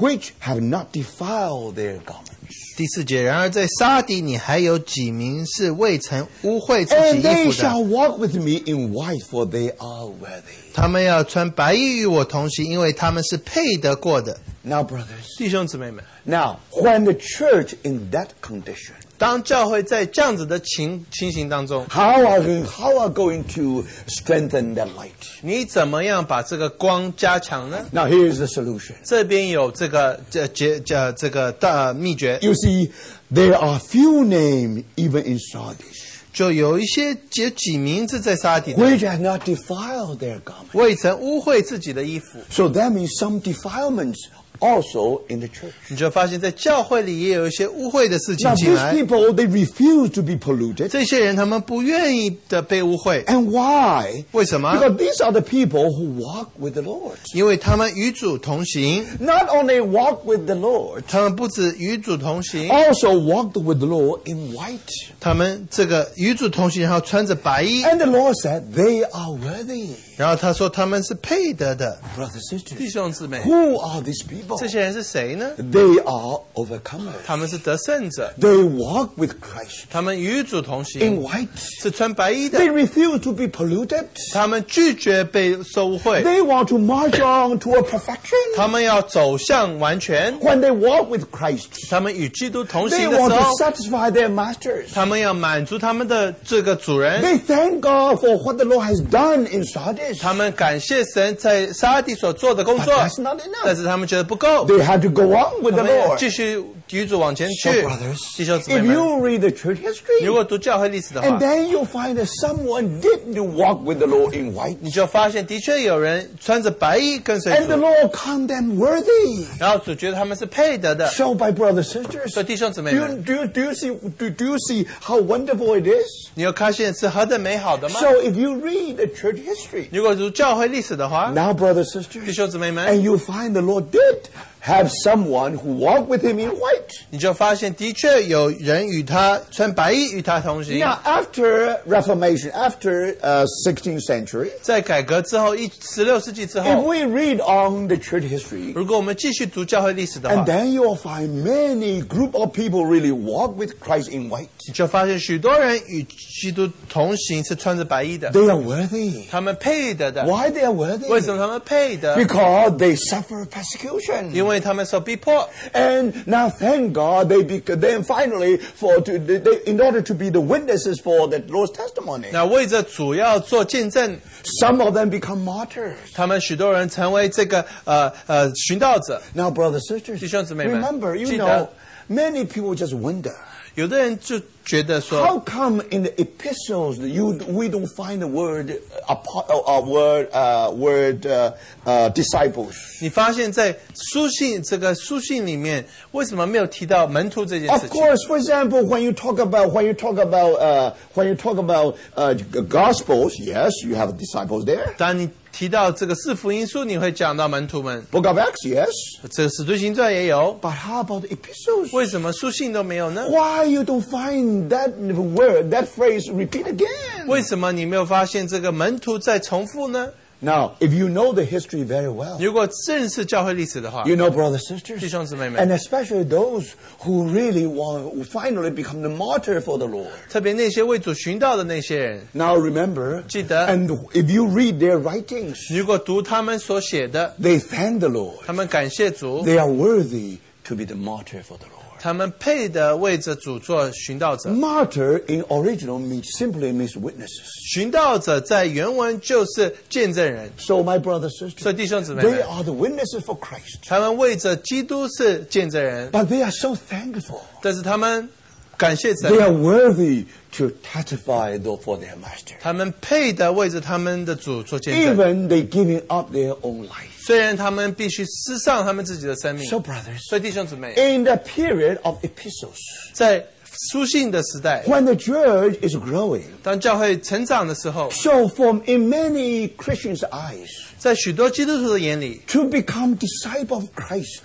Speaker 1: which have not defiled their garments,
Speaker 2: 第四节，然而在沙底你还有几名是未曾污秽自己
Speaker 1: and they
Speaker 2: 衣服
Speaker 1: shall
Speaker 2: 的，
Speaker 1: walk with me in white, for they are worthy.
Speaker 2: 他们要穿白衣与我同行，因为他们是配得过的。
Speaker 1: Now, brothers,
Speaker 2: 弟兄姊妹们，
Speaker 1: now, when the church in that condition,
Speaker 2: 当教会在这样子的情情形当中，
Speaker 1: how are we, how are going to strengthen that light?
Speaker 2: 你怎么样把这个光加强呢？
Speaker 1: Now, here is the solution.
Speaker 2: 这边有这个这结这这个大秘诀，
Speaker 1: You see, there are few names even in Sardis
Speaker 2: 就有一些有几名字在沙底的，
Speaker 1: which have not defiled their garment.
Speaker 2: 未曾污秽自己的衣服。
Speaker 1: So that means some defilements also in the church.
Speaker 2: 你就发现，在教会里也有一些污秽的事情
Speaker 1: Now,
Speaker 2: 进
Speaker 1: these
Speaker 2: 来。
Speaker 1: people, they refuse to be polluted.
Speaker 2: 这些人他们不愿意的被污秽，
Speaker 1: And why?
Speaker 2: 为什么？
Speaker 1: Because these are the people who walk with the Lord.
Speaker 2: 因为他们与主同行，
Speaker 1: Not only walk with the Lord,
Speaker 2: 他们不止与主同行，
Speaker 1: also walked with the Lord in white.
Speaker 2: 他们这个与主同行，然后穿着白衣，
Speaker 1: And the Lord said, they are worthy.
Speaker 2: 然后他说他们是配得的
Speaker 1: Brothers and
Speaker 2: 弟
Speaker 1: sisters,
Speaker 2: 兄姊妹。
Speaker 1: who are these people?
Speaker 2: 这些人是谁呢？
Speaker 1: They are overcomers.
Speaker 2: 他们是得胜者，
Speaker 1: They walk with Christ
Speaker 2: 他们与主同行
Speaker 1: in，white.
Speaker 2: 是穿白衣的
Speaker 1: They，refuse to be polluted.
Speaker 2: 他们拒绝被受污秽，
Speaker 1: They want to march on to a perfection.
Speaker 2: 他们要走向完全，
Speaker 1: When they walk with Christ,
Speaker 2: 他们与基督同
Speaker 1: they
Speaker 2: 行的时
Speaker 1: want
Speaker 2: 候
Speaker 1: to，satisfy their masters.
Speaker 2: 他们要满足他们的这个主人，
Speaker 1: They thank God for what the Lord has done in Sardis.
Speaker 2: 他们感谢神在沙地所做的工作
Speaker 1: But that's not enough.，
Speaker 2: 但是他们觉得不够，
Speaker 1: They had to go on with
Speaker 2: 他
Speaker 1: the
Speaker 2: 们要
Speaker 1: Lord.
Speaker 2: 继续与主往前
Speaker 1: So,
Speaker 2: 去。
Speaker 1: brothers,
Speaker 2: 弟兄姊妹
Speaker 1: if
Speaker 2: 们，
Speaker 1: you read the church history,
Speaker 2: 如果读教会历史的话
Speaker 1: and，then you'll find that someone did walk with the Lord in white.
Speaker 2: 你就发现的确有人穿着白衣跟随
Speaker 1: And the
Speaker 2: 主，
Speaker 1: Lord count them worthy.
Speaker 2: 然后主觉得他们是配得的。
Speaker 1: So, my brothers and sisters,
Speaker 2: 所以弟兄姊妹
Speaker 1: do you,
Speaker 2: 们，
Speaker 1: do, you, do, you see, do, do you see how wonderful it is?
Speaker 2: 你有发现是何等美好的吗？
Speaker 1: So if you read the church history,
Speaker 2: 如果读教会历史的话，
Speaker 1: now, brothers and
Speaker 2: 弟
Speaker 1: sisters,
Speaker 2: 兄姊妹们，
Speaker 1: and you find the Lord did have someone who walked with him in white.
Speaker 2: 你就发现的确有人与他穿白衣与他同行。
Speaker 1: Now, after Reformation, after uh, 16th century,
Speaker 2: 在改革之后，一十六世纪之
Speaker 1: if
Speaker 2: 后，
Speaker 1: we read on the church history,
Speaker 2: 如果我们继续读教会历史的话
Speaker 1: and，then you'll find many group of people really walk with Christ in white.
Speaker 2: 你就发现许多人与基督同行是穿着白衣的，
Speaker 1: They are worthy.
Speaker 2: 他们配得的。
Speaker 1: Why they are
Speaker 2: 为什
Speaker 1: worthy?
Speaker 2: 么他们配得？
Speaker 1: Because they suffer persecution.
Speaker 2: 因为他们受逼迫。
Speaker 1: And now, thank God, they bec- then finally for to they, they- in order to be the witnesses for the Lord's testimony.
Speaker 2: 那为着主要做见证，
Speaker 1: Some of them become martyrs.
Speaker 2: 他们许多人成为这个呃呃寻道者。
Speaker 1: Now, brothers and sisters,
Speaker 2: 弟兄姊妹们，
Speaker 1: remember, you
Speaker 2: 记得。
Speaker 1: know, many people just wonder
Speaker 2: 有的人就觉得说，
Speaker 1: how come in the epistles you we don't find the word uh, apo- uh, uh, word uh, word uh, uh, disciples.
Speaker 2: 你发现在书信这个书信里面，为什么没有提到门徒这件事
Speaker 1: Of
Speaker 2: 情？
Speaker 1: course, for example, when you talk about when you talk about uh, when you talk about uh, gospels, yes, you have disciples there.
Speaker 2: 当你提到这个四福音书，你会讲到门徒们，
Speaker 1: Book of Acts, yes.
Speaker 2: 这个使徒行传也有，
Speaker 1: But how about the epistles?
Speaker 2: 为什么书信都没有呢？
Speaker 1: Why you don't find that word, that phrase repeat again?
Speaker 2: 为什么你没有发现这个门徒在重复呢？
Speaker 1: Now, if you know the history very well,
Speaker 2: 如果认识教会历史的话，
Speaker 1: you know, brothers sisters,
Speaker 2: 弟兄姊妹们。
Speaker 1: and especially those who really want who finally become the martyr for the Lord.
Speaker 2: 特别那些为主寻道的那些人，
Speaker 1: Now remember,
Speaker 2: 记得。
Speaker 1: and if you read their writings,
Speaker 2: 如果读他们所写的，
Speaker 1: they thank the Lord.
Speaker 2: 他们感谢主，
Speaker 1: They are worthy to be the martyr for the Lord.
Speaker 2: 他们配得为着主做寻道
Speaker 1: 嗯
Speaker 2: 者。
Speaker 1: Martyr in original means simply means witnesses.
Speaker 2: 寻道者在原文就是见证人，
Speaker 1: So, my brothers sisters,
Speaker 2: 所以弟兄姊妹
Speaker 1: they
Speaker 2: 们，
Speaker 1: are the witnesses for Christ.
Speaker 2: 他们为着基督是见证人，
Speaker 1: But they are so thankful.
Speaker 2: 但是他们感谢神
Speaker 1: They，are worthy to testify though for their master.
Speaker 2: 他们配得为着他们的主做见证，
Speaker 1: Even they giving up their own life.
Speaker 2: 虽然他们必须失上他们自己的生命。
Speaker 1: So brothers,
Speaker 2: 所以弟兄姊妹，
Speaker 1: in the period of epistles,
Speaker 2: 在书信的时代，
Speaker 1: when the church is growing,
Speaker 2: 当教会成长的时候，
Speaker 1: so from in many Christians' eyes,
Speaker 2: 在许多基督徒的眼里，
Speaker 1: to become disciple of Christ.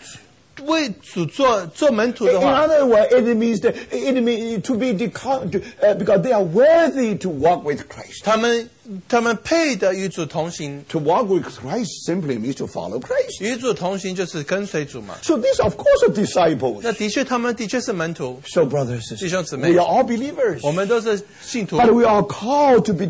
Speaker 2: 为主做做门徒
Speaker 1: In
Speaker 2: 的话，
Speaker 1: other words, it means that it means to be deco- to, uh, because they are worthy to walk with Christ.
Speaker 2: 他们他们配得与主同行，
Speaker 1: To walk with Christ simply means to follow Christ.
Speaker 2: 与主同行就是跟随主嘛。
Speaker 1: So these, of course, are disciples.
Speaker 2: 那的确，他们的确是门徒，
Speaker 1: So, brothers and sisters,
Speaker 2: 弟兄姊妹。
Speaker 1: we are all believers.
Speaker 2: 我们都是信徒，
Speaker 1: But we are called to be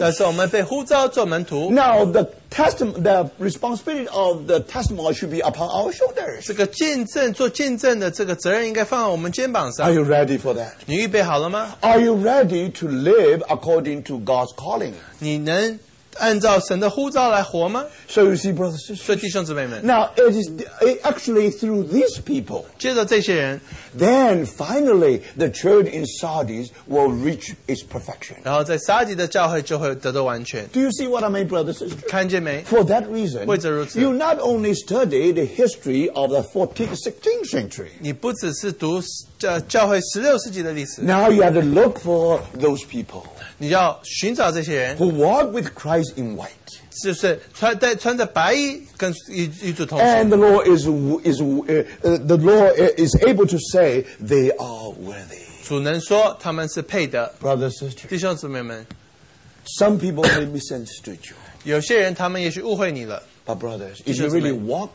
Speaker 2: 但
Speaker 1: disciples.
Speaker 2: 是我们被呼召做门徒。
Speaker 1: now, the testimony, the responsibility of the testimony should be upon our shoulders.
Speaker 2: 这个见证做见证的这个责任应该放在我们肩膀
Speaker 1: Are
Speaker 2: 上。
Speaker 1: you ready for that?
Speaker 2: 你预备好了吗？
Speaker 1: Are you ready to live according to God's calling?
Speaker 2: 你能按照神的呼召来活吗？
Speaker 1: So you see, brothers and
Speaker 2: 所
Speaker 1: sisters.
Speaker 2: 以弟兄姊妹们，
Speaker 1: Now it is it actually through these people.
Speaker 2: 接着这些人，
Speaker 1: Then finally, the church in Sardis will reach its perfection.
Speaker 2: 然后在沙吉的教会就会得到完全。
Speaker 1: Do you see what I mean, brothers and sisters?
Speaker 2: 看见没？
Speaker 1: For that reason,
Speaker 2: 为此如此。
Speaker 1: you not only study the history of the 14th, 16th century.
Speaker 2: 你不只是读教教会十六世纪的历史，
Speaker 1: Now you have to look for those people
Speaker 2: 你要寻找这些人，
Speaker 1: who walk with Christ in white.
Speaker 2: 就是穿戴穿着白衣跟与与主同行。
Speaker 1: And the law is, is uh, uh, the law is able to say they are worthy.
Speaker 2: 主能说他们是配的。
Speaker 1: Brothers and sisters,
Speaker 2: 弟兄姊妹们，
Speaker 1: some people may misunderstood you.
Speaker 2: 有些人他们也许误会你了，
Speaker 1: But brothers, if you really walk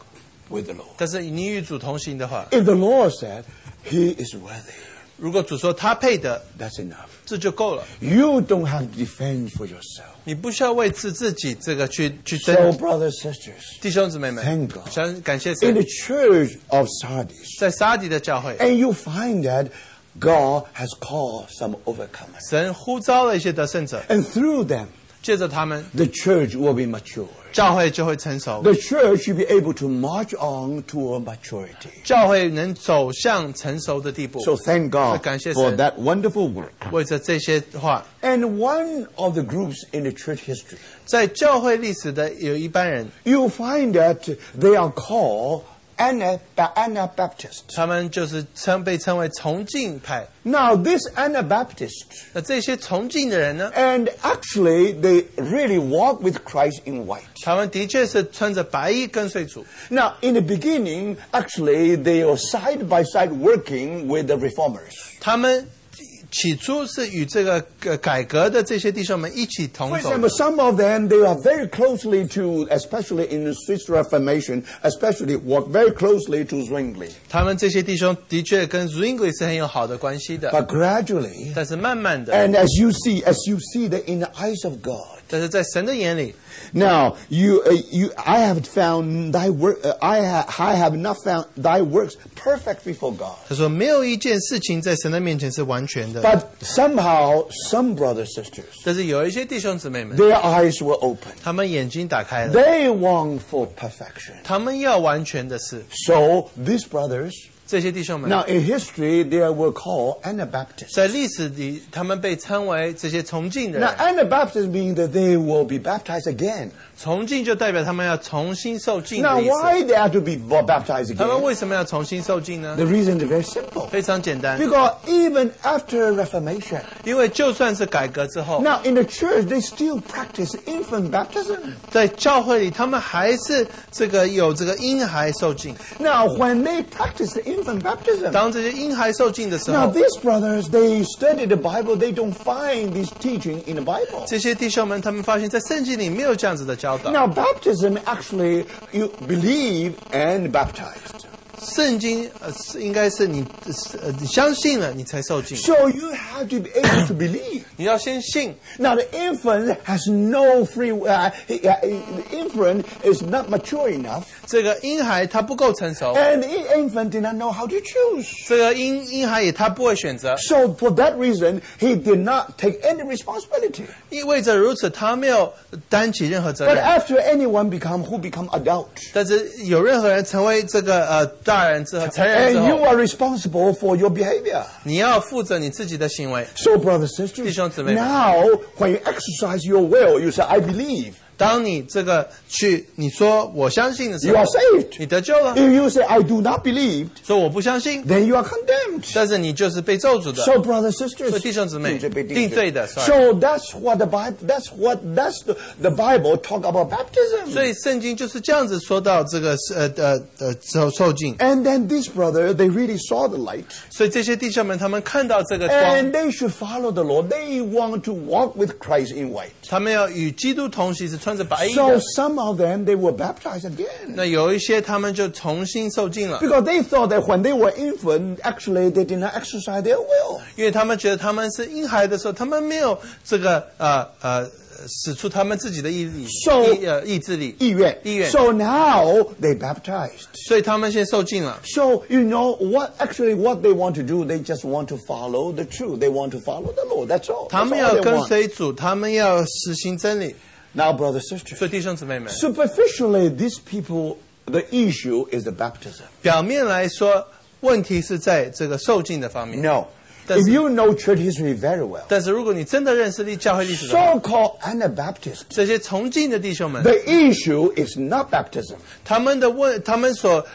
Speaker 1: with the Lord,
Speaker 2: 但是你与主同行的话，
Speaker 1: if the Lord said he is worthy,
Speaker 2: 如果主说他配的，
Speaker 1: that's enough.
Speaker 2: 这就够了，
Speaker 1: You don't have to defend for yourself.
Speaker 2: 你不需要为自自己这个去去
Speaker 1: So,
Speaker 2: 争。
Speaker 1: brothers and sisters,
Speaker 2: 弟兄姊妹们
Speaker 1: Thank，God
Speaker 2: 想感谢
Speaker 1: in
Speaker 2: 神
Speaker 1: the，church of Sardis,
Speaker 2: 在沙迪的教会，
Speaker 1: and you find that God has called some overcomers.
Speaker 2: 神呼召了一些得胜者，
Speaker 1: And through them,
Speaker 2: 借着他们，
Speaker 1: the church will be mature.
Speaker 2: 教会就会成熟，
Speaker 1: The church should be able to march on toward maturity.
Speaker 2: 教会能走向成熟的地步。
Speaker 1: So thank God
Speaker 2: 感谢神。
Speaker 1: for that wonderful work.
Speaker 2: 为着这些话，
Speaker 1: And one of the groups in the church history,
Speaker 2: 在教会历史的有一班人，
Speaker 1: you'll find that they are called Ana- Ba- Anabaptists.
Speaker 2: 他们就是称被称为崇敬派。
Speaker 1: Now, this Anabaptist,
Speaker 2: 那这些崇敬的人呢，
Speaker 1: and actually, they really walk with Christ in white.
Speaker 2: 他们的确是穿着白衣跟随主。
Speaker 1: Now, in the beginning, actually, they were side by side working with the reformers.
Speaker 2: 他们起初是与这个呃改革的这些弟兄们一起同
Speaker 1: For
Speaker 2: 走
Speaker 1: example,
Speaker 2: 的。
Speaker 1: some of them, they are very closely to, especially in the Swiss Reformation, especially work very closely to Zwingli.
Speaker 2: 他们这些弟兄的确跟 Zwingli 是很有好的关系的，
Speaker 1: But gradually,
Speaker 2: 但是慢慢的，
Speaker 1: and as you see, as you see that in the eyes of God,
Speaker 2: 但是在神的眼里，
Speaker 1: Now you, uh, you, I have found thy work. Uh, I, ha, I have not found thy works perfect before God.
Speaker 2: 他说没有一件事情在神的面前是完全的。
Speaker 1: But somehow, some brothers sisters,
Speaker 2: 但是有一些弟兄姊妹们，
Speaker 1: their eyes were open.
Speaker 2: 他们眼睛打开了，
Speaker 1: They longed for perfection.
Speaker 2: 他们要完全的是
Speaker 1: So these brothers,
Speaker 2: 这些弟兄们。
Speaker 1: now in history, they were called Anabaptists.
Speaker 2: 在历史里，他们被称为这些崇敬的
Speaker 1: Now
Speaker 2: 人。
Speaker 1: Anabaptists mean that they will be baptized again.
Speaker 2: 崇敬就代表他们要重新受浸
Speaker 1: Now
Speaker 2: 的意思。
Speaker 1: why they have to be baptized
Speaker 2: 他们
Speaker 1: again?
Speaker 2: 为什么要重新受浸呢？
Speaker 1: The reason is very simple.
Speaker 2: 非常简单，
Speaker 1: Because even after Reformation.
Speaker 2: 因为就算是改革之后，
Speaker 1: Now, in the church, they still practice infant baptism.
Speaker 2: 在教会里，他们还是这个有这个婴孩受浸。
Speaker 1: Now, when they practice the infant baptism,
Speaker 2: 当这些婴孩受浸的时
Speaker 1: now
Speaker 2: 候，
Speaker 1: these brothers, they study the Bible, they don't find this teaching in the Bible.
Speaker 2: 这些弟兄们他们发现，在圣经里没有这样子的教导。
Speaker 1: Now, baptism actually, you believe and baptized.
Speaker 2: 圣经呃是应该是你是呃你相信了，你才受浸。
Speaker 1: So you have to be able to believe.
Speaker 2: 你要先信，
Speaker 1: Now, the infant has no free will. Uh, he- uh, the infant is not mature enough,
Speaker 2: 这个婴孩他不够成熟，
Speaker 1: and the infant did not know how to choose.
Speaker 2: 这个婴婴孩也他不会选择。
Speaker 1: So, for that reason, he did not take any responsibility.
Speaker 2: 意味着如此，他没有担起任何责
Speaker 1: But
Speaker 2: 任。
Speaker 1: after anyone become who become adult,
Speaker 2: 但是有任何人成为这个呃大人之后，成人
Speaker 1: and
Speaker 2: 之
Speaker 1: you
Speaker 2: 后，
Speaker 1: are responsible for your behavior.
Speaker 2: 你要负责你自己的行为。
Speaker 1: So, brothers and sisters,
Speaker 2: 弟兄姊妹们。
Speaker 1: now when you exercise your will, you say, "I believe."
Speaker 2: 当你这个去你说我相信的时
Speaker 1: You
Speaker 2: 候
Speaker 1: are，saved.
Speaker 2: 你得救了；
Speaker 1: If you say, "I do not believe,"
Speaker 2: 说我不相信，
Speaker 1: then you are condemned.
Speaker 2: 但是你就是被咒诅的。
Speaker 1: So, brothers and sisters,
Speaker 2: 所以弟兄姊妹，
Speaker 1: 定罪被定罪。
Speaker 2: 定罪的，sorry。
Speaker 1: So that's what the Bible. That's what that's the, the Bible talk about
Speaker 2: 所
Speaker 1: baptism.
Speaker 2: 以圣经就是这样子说到这个是呃呃呃受受尽。
Speaker 1: And then these brothers, they really saw the light,
Speaker 2: 所以这些弟兄们他们看到这个光，
Speaker 1: and they should follow the Lord. They want to walk with Christ in white.
Speaker 2: 他们要与基督同行，是穿穿着白衣
Speaker 1: So
Speaker 2: 的。
Speaker 1: some of them, they were baptized again.
Speaker 2: 那有一些他们就重新受浸了，
Speaker 1: Because they thought that when they were infant, actually they did not exercise their will.
Speaker 2: 因为他们觉得他们是婴孩的时候，他们没有这个呃呃使出他们自己的毅力、
Speaker 1: So-
Speaker 2: 意呃意志力、意愿。
Speaker 1: 意愿. So now they baptized.
Speaker 2: 所以他们先受浸了。
Speaker 1: So you know what actually what they want to do, they just want to follow the truth. They want to follow the Lord. That's all.
Speaker 2: 他
Speaker 1: That's
Speaker 2: 们要
Speaker 1: all they
Speaker 2: 跟
Speaker 1: want.
Speaker 2: 随主，他们要实行真理。
Speaker 1: Now, brothers sisters.
Speaker 2: 所以弟兄姊妹们，
Speaker 1: Superficially, these people, the issue is the baptism.
Speaker 2: 表面来说，问题是在这个受浸的方面。
Speaker 1: No.
Speaker 2: Does-
Speaker 1: if you know church history very well,
Speaker 2: 但是如果你真的认识历教会历史的话，
Speaker 1: so-called Anabaptists,
Speaker 2: 这些从进的弟兄们，
Speaker 1: the issue is not baptism.
Speaker 2: 他们的问，他们所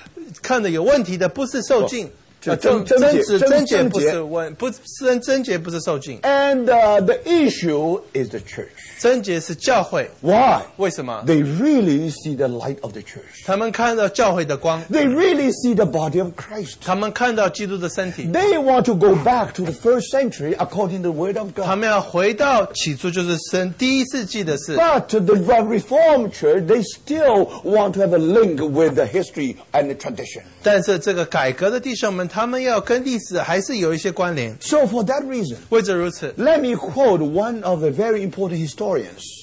Speaker 2: 看的有问题的不是受浸，
Speaker 1: 哦就
Speaker 2: 呃
Speaker 1: 贞
Speaker 2: 贞
Speaker 1: 贞洁
Speaker 2: 子
Speaker 1: 贞
Speaker 2: 贞洁
Speaker 1: 贞
Speaker 2: 不
Speaker 1: 洁
Speaker 2: 是问，不是贞贞洁不是受浸，
Speaker 1: And uh, the issue is the church.
Speaker 2: 贞洁是教会。
Speaker 1: Why?
Speaker 2: 为什么？
Speaker 1: They really see the light of the church.
Speaker 2: 他们看到教会的光，
Speaker 1: They really see the body of Christ.
Speaker 2: 他们看到基督的身体，
Speaker 1: They want to go back to the first century according to the Word of
Speaker 2: 他
Speaker 1: God.
Speaker 2: 们要回到起初就是生第一世纪的事。
Speaker 1: But the Reformed Church, they still want to have a link with the history and the tradition.
Speaker 2: 但是这个改革的弟兄们，他们要跟历史还是有一些关联。
Speaker 1: So for that reason,
Speaker 2: 为着如此，
Speaker 1: let me quote one of the very important historians,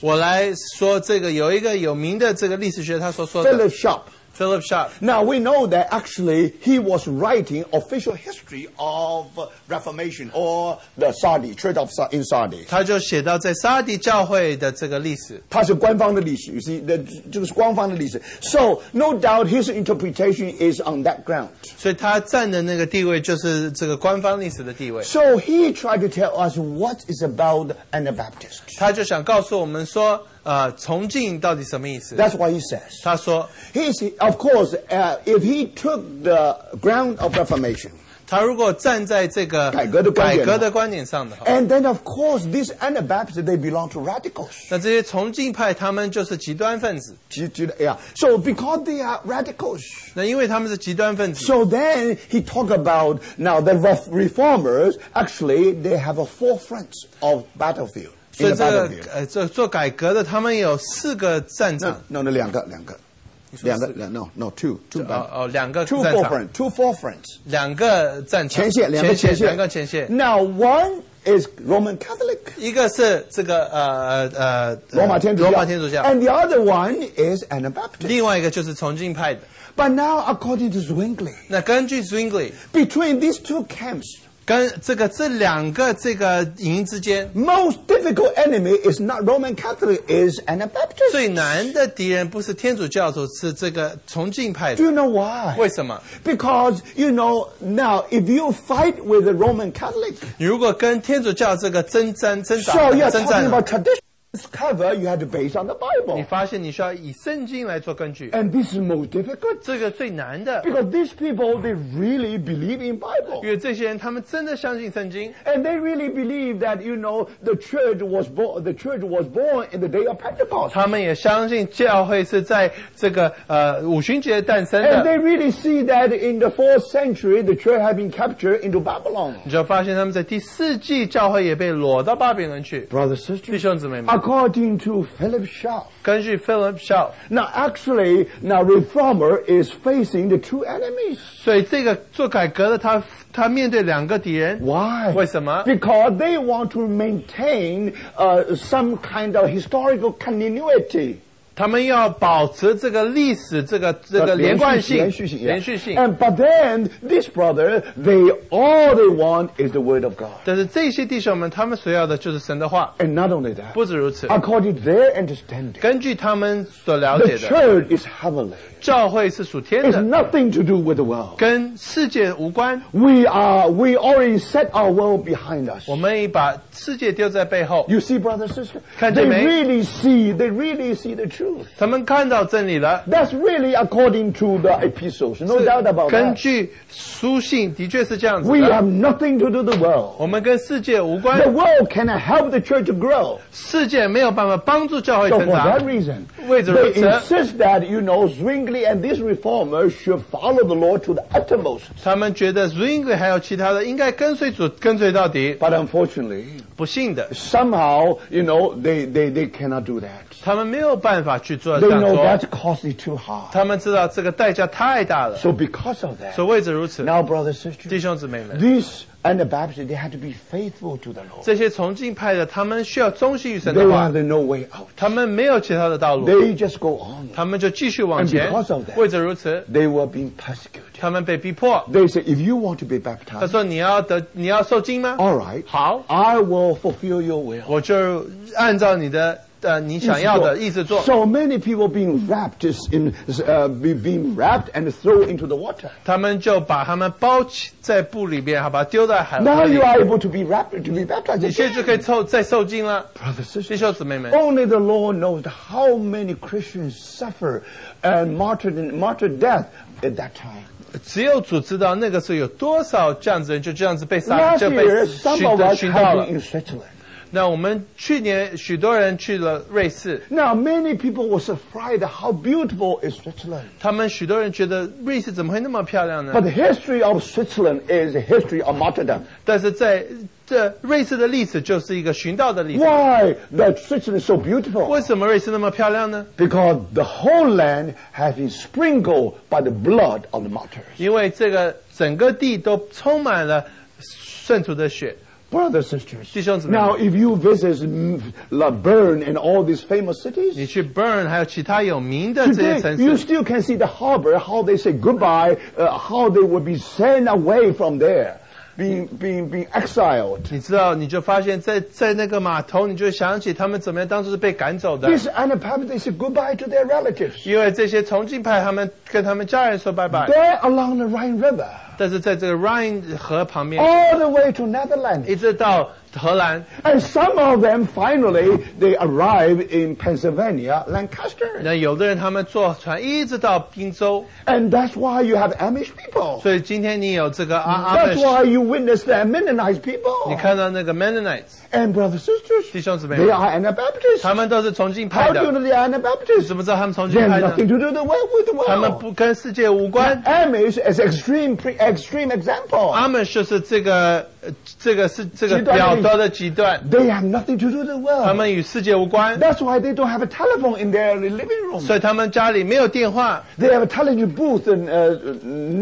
Speaker 2: 我来说这个有一个有名的这个历史学，他所说的
Speaker 1: Philip Sharp.
Speaker 2: Philip Sharp，
Speaker 1: Now we know that actually he was writing official history of Reformation or the Saudi Church of Sa- in Saudi.
Speaker 2: 他就写到在沙地教会的这个历史。
Speaker 1: 它是官方的历史, you see, the, 这个是官方的历史. So no doubt his interpretation is on that ground.
Speaker 2: 所以他占的那个地位就是这个官方历史的地位。
Speaker 1: So he tried to tell us what is about Anabaptist.
Speaker 2: 他就想告诉我们说，呃，崇敬到底什么意思？
Speaker 1: That's what he says.
Speaker 2: 他说，
Speaker 1: He's, of course, uh, if he took the ground of Reformation,
Speaker 2: 他如果站在这个
Speaker 1: 改革的观点哎
Speaker 2: 改革的观点上的话，
Speaker 1: And then, of course, these Anabaptists, they belong to radicals.
Speaker 2: 那这些崇敬派他们就是极端分子。
Speaker 1: Do you- do you- Yeah. So because they are radicals,
Speaker 2: 那因为他们是极端分子，
Speaker 1: so then he talked about now the ref- reformers, actually, they have a four fronts of battlefield.
Speaker 2: 所
Speaker 1: In the
Speaker 2: 以这个
Speaker 1: battlefield.
Speaker 2: 呃，这做改革的他们有四个战场
Speaker 1: No,。no, no, 两个,两个.两个,两- no, no, two, two
Speaker 2: 哦
Speaker 1: battle-
Speaker 2: 哦，两个
Speaker 1: 嗯 two
Speaker 2: 战
Speaker 1: four
Speaker 2: 场，
Speaker 1: front, two four fronts.
Speaker 2: 两个战场，
Speaker 1: 前线,两个前线.
Speaker 2: 两个前线，
Speaker 1: Now, one is Roman Catholic,
Speaker 2: 一个是这个呃呃呃
Speaker 1: 罗马天主教,哎
Speaker 2: 罗马天主教，
Speaker 1: and the other one is Anabaptist.
Speaker 2: 另外一个就是崇敬派的。
Speaker 1: But now, according to Zwingli,
Speaker 2: 那根据 Zwingli，
Speaker 1: between these two camps,
Speaker 2: 跟这个这两个这个营之间
Speaker 1: most difficult enemy is not Roman Catholic, is Anabaptist.
Speaker 2: 最难的敌人不是天主教徒，是这个崇敬派
Speaker 1: Do you
Speaker 2: 的。
Speaker 1: know why?
Speaker 2: 为什么？
Speaker 1: Because you know now, if you fight with the Roman Catholic,
Speaker 2: 你如果跟天主教这个征战、征
Speaker 1: so
Speaker 2: 战、
Speaker 1: you're
Speaker 2: 征
Speaker 1: talking
Speaker 2: 战了
Speaker 1: about traditions cover. You have to base on the
Speaker 2: 你
Speaker 1: Bible,
Speaker 2: 发现你需要以圣经来做根据，
Speaker 1: and this is most difficult
Speaker 2: 这个最难的，
Speaker 1: because these people they really believe in Bible,
Speaker 2: 因为这些人他们真的相信圣经，
Speaker 1: and they really believe that you know the church was born. The church was born in the day of Pentecost.
Speaker 2: 他们也相信教会是在这个呃五旬节诞生
Speaker 1: And
Speaker 2: 的。
Speaker 1: they really see that in the fourth century, the church had been captured into Babylon.
Speaker 2: 你就发现他们在第四季教会也被掳到巴比伦去。
Speaker 1: Brothers,
Speaker 2: 弟
Speaker 1: sisters,
Speaker 2: 兄姊妹们，
Speaker 1: according to Philip Schaff,
Speaker 2: 根据 Philip Shaw，
Speaker 1: now actually, now reformer is facing the two enemies.
Speaker 2: 所以这个做改革的他，他面对两个敌人。
Speaker 1: Why?
Speaker 2: 为什么？
Speaker 1: Because they want to maintain uh, some kind of historical continuity.
Speaker 2: 他们要保持这个历史这个这个连贯性、
Speaker 1: 呃连续性，yeah. 哎
Speaker 2: 连续性。
Speaker 1: And but then this brother, they all they want is the word of God.
Speaker 2: 但是这些弟兄们，他们所要的就是神的话。
Speaker 1: And not only that,
Speaker 2: 不止如此，
Speaker 1: according to their understanding,
Speaker 2: 根据他们所了解
Speaker 1: the
Speaker 2: 的，
Speaker 1: church is heavenly.
Speaker 2: 教会是属天
Speaker 1: It's
Speaker 2: 的，
Speaker 1: nothing to do with the world.
Speaker 2: 跟世界无关。
Speaker 1: We are we already set our world behind us.
Speaker 2: 我们已把世界丢在背后。
Speaker 1: You see, brother, sister,
Speaker 2: Can't
Speaker 1: they
Speaker 2: you make-
Speaker 1: really see, they really see the truth.
Speaker 2: 他们看到真理了，
Speaker 1: That's really according to the epistles, no doubt about
Speaker 2: 根
Speaker 1: that.
Speaker 2: 据书信的确是这样子
Speaker 1: We
Speaker 2: 的
Speaker 1: have。nothing to do with the world.
Speaker 2: 我们跟世界无关
Speaker 1: The，world cannot help the church to grow.
Speaker 2: 世界没有办法帮助教会
Speaker 1: So
Speaker 2: 成
Speaker 1: for
Speaker 2: 长
Speaker 1: that。reason,
Speaker 2: Wait,
Speaker 1: they
Speaker 2: sir.
Speaker 1: insist that you know Zwingli Zwingli and these reformers should follow the Lord to the uttermost.
Speaker 2: 他们觉得 Zwingli 还有其他的应该跟随主，跟随到底。
Speaker 1: But unfortunately,
Speaker 2: 不幸的，
Speaker 1: somehow, you know, they, they, they cannot do that.
Speaker 2: 他们没有办法去做
Speaker 1: They
Speaker 2: 这样
Speaker 1: know
Speaker 2: 做。
Speaker 1: that's costly too hard.
Speaker 2: 他们知道这个代价太大了，
Speaker 1: So because of that,
Speaker 2: 所谓者如此。
Speaker 1: now, brothers
Speaker 2: 弟
Speaker 1: sisters,
Speaker 2: 兄姊妹们，
Speaker 1: these Anabaptists, they had to be faithful to the Lord.
Speaker 2: 这些崇敬派的，他们需要忠心于神
Speaker 1: They
Speaker 2: 的话
Speaker 1: are，the no way out.
Speaker 2: 他们没有其他的道路，
Speaker 1: They just go on.
Speaker 2: 他们就继续往
Speaker 1: And
Speaker 2: 前
Speaker 1: because of。that-
Speaker 2: 为着如此，
Speaker 1: They were being persecuted.
Speaker 2: 他们被逼迫。
Speaker 1: They say, if you want to be
Speaker 2: 他
Speaker 1: baptized,
Speaker 2: 说：“你要得，你要受惊吗
Speaker 1: all right,
Speaker 2: 好，
Speaker 1: I will fulfill your will.
Speaker 2: 我就按照你的呃你想要的意思做。
Speaker 1: So many people being wrapped is in uh, be- being wrapped and thrown into the water.
Speaker 2: 他们就把他们包起在布里边，好吧，丢在海
Speaker 1: Now
Speaker 2: 里
Speaker 1: you。are able to be wrapped to be baptized.
Speaker 2: 你现在就
Speaker 1: again.
Speaker 2: 可以受再受惊了，
Speaker 1: Brothers,
Speaker 2: 弟
Speaker 1: sisters,
Speaker 2: 兄姊妹们，
Speaker 1: only the Lord knows how many Christians suffer and martyred and martyred death at that time.
Speaker 2: 只有主知道那个时候有多少这样子人就这样子被杀，
Speaker 1: Last
Speaker 2: 就被
Speaker 1: year,
Speaker 2: 寻
Speaker 1: some of us
Speaker 2: 寻到
Speaker 1: have
Speaker 2: 了
Speaker 1: been。in Switzerland.
Speaker 2: 那我们去年许多人去了瑞士，
Speaker 1: Now many people were surprised at how beautiful is Switzerland.
Speaker 2: 他们许多人觉得瑞士怎么会那么漂亮呢
Speaker 1: But？the history of Switzerland is a history of martyrdom.
Speaker 2: 但是在这瑞士的历史就是一个寻道的历史。
Speaker 1: Why that Switzerland is so beautiful?
Speaker 2: 为什么瑞士那么漂亮呢？
Speaker 1: Because the whole land has been sprinkled by the blood of the martyrs.
Speaker 2: 因为这个整个地都充满了圣徒的血。
Speaker 1: Brothers, sisters.
Speaker 2: 弟兄姊妹。
Speaker 1: Now, if you visit mm, La Bern and all these famous
Speaker 2: 你
Speaker 1: cities,
Speaker 2: 去 Bern 还有其他有名的这些
Speaker 1: today
Speaker 2: 城
Speaker 1: you
Speaker 2: 市，
Speaker 1: still can see the harbor, how they say goodbye, uh, how they will be sent away from there, being, being, being exiled.
Speaker 2: 你知道，你就发现在，在那个码头，你就想起他们怎么样当初是被赶走的，
Speaker 1: These Anabaptists they say goodbye to their relatives.
Speaker 2: 因为这些重庆派他们跟他们家人说拜拜，
Speaker 1: They're along the Rhine River,
Speaker 2: 但是在这个 Rhine 河旁边，
Speaker 1: all the way to Netherlands.
Speaker 2: 一直到荷兰，
Speaker 1: And some of them finally, they arrive in Pennsylvania, Lancaster.
Speaker 2: 那有的人他们坐船一直到滨州，
Speaker 1: And that's why you have Amish people.
Speaker 2: 所以今天你有这个阿阿门
Speaker 1: That's，why you witness the Mennonite people.
Speaker 2: 你看到那个 Mennonites
Speaker 1: And brothers sisters,
Speaker 2: 弟兄姊妹
Speaker 1: they
Speaker 2: 们，
Speaker 1: are Anabaptists.
Speaker 2: 他们都是重庆
Speaker 1: How
Speaker 2: 派
Speaker 1: do you
Speaker 2: 的，
Speaker 1: know they are
Speaker 2: 你
Speaker 1: Anabaptists?
Speaker 2: 怎么知道他们重
Speaker 1: They
Speaker 2: 庆
Speaker 1: have
Speaker 2: 派呢？
Speaker 1: nothing to do the world with the
Speaker 2: 他们
Speaker 1: world.
Speaker 2: 不跟世界无关。
Speaker 1: Amish is extreme, pre- extreme example.
Speaker 2: 他们就是这个，呃这个是这个
Speaker 1: 极端的
Speaker 2: 表
Speaker 1: 意思
Speaker 2: 达的极端，
Speaker 1: They have nothing to do with the
Speaker 2: 他
Speaker 1: world.
Speaker 2: 们与世界无关，
Speaker 1: That's why they don't have a telephone in their living room.
Speaker 2: 所以他们家里没有电话，
Speaker 1: They have a television booth in, uh,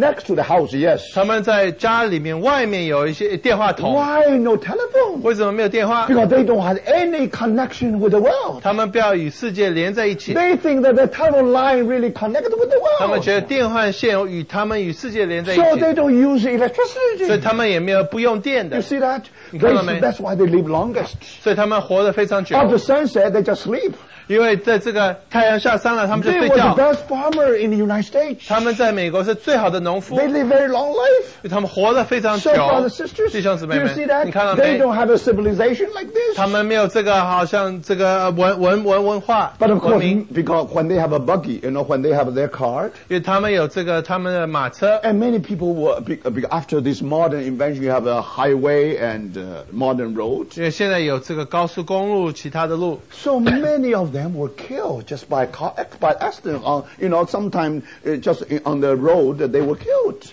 Speaker 1: next to the house, yes.
Speaker 2: 他们在家里面外面有一些电话筒。
Speaker 1: Why no telephone?
Speaker 2: 为什么没有电话？
Speaker 1: Because they don't have any connection with the world.
Speaker 2: 他们不要与世界连在一起，
Speaker 1: They think that the telephone line really connected with the
Speaker 2: 他们
Speaker 1: world.
Speaker 2: 觉得电话线与他们与世界连在一
Speaker 1: So
Speaker 2: 起，
Speaker 1: they don't use
Speaker 2: 所以
Speaker 1: electricity.
Speaker 2: 他们也没有不用电
Speaker 1: You
Speaker 2: 的，
Speaker 1: see that? They,
Speaker 2: 你看到没？
Speaker 1: that's why they live longest.
Speaker 2: 所以他们活得非常久。
Speaker 1: After sunset, they just sleep.
Speaker 2: 因为在这个太阳下山了，他们就
Speaker 1: They
Speaker 2: 睡
Speaker 1: were the
Speaker 2: 觉。
Speaker 1: best farmer in the United States.
Speaker 2: 他们在美国是最好的农夫，
Speaker 1: They live very long life.
Speaker 2: 他们活得非常久
Speaker 1: So。brothers sisters, do
Speaker 2: 弟
Speaker 1: you
Speaker 2: 兄姊妹
Speaker 1: see
Speaker 2: 们，你看到
Speaker 1: that? They
Speaker 2: 没？
Speaker 1: don't have a civilization like this.
Speaker 2: 他们没有这个，好像这个呃文文文文化
Speaker 1: But of
Speaker 2: 文
Speaker 1: course, 嗯
Speaker 2: 明，因
Speaker 1: because when they have a buggy, you know, when they have their cart,
Speaker 2: 为他们有这个他们的马车，
Speaker 1: and many people were be- be- after this modern invention, you have a highway and uh, modern road.
Speaker 2: 因为现在有这个高速公路，其他的路，
Speaker 1: So many of them were killed just by car ac- by accident. On you know, sometimes uh, just i- on the road that they were killed.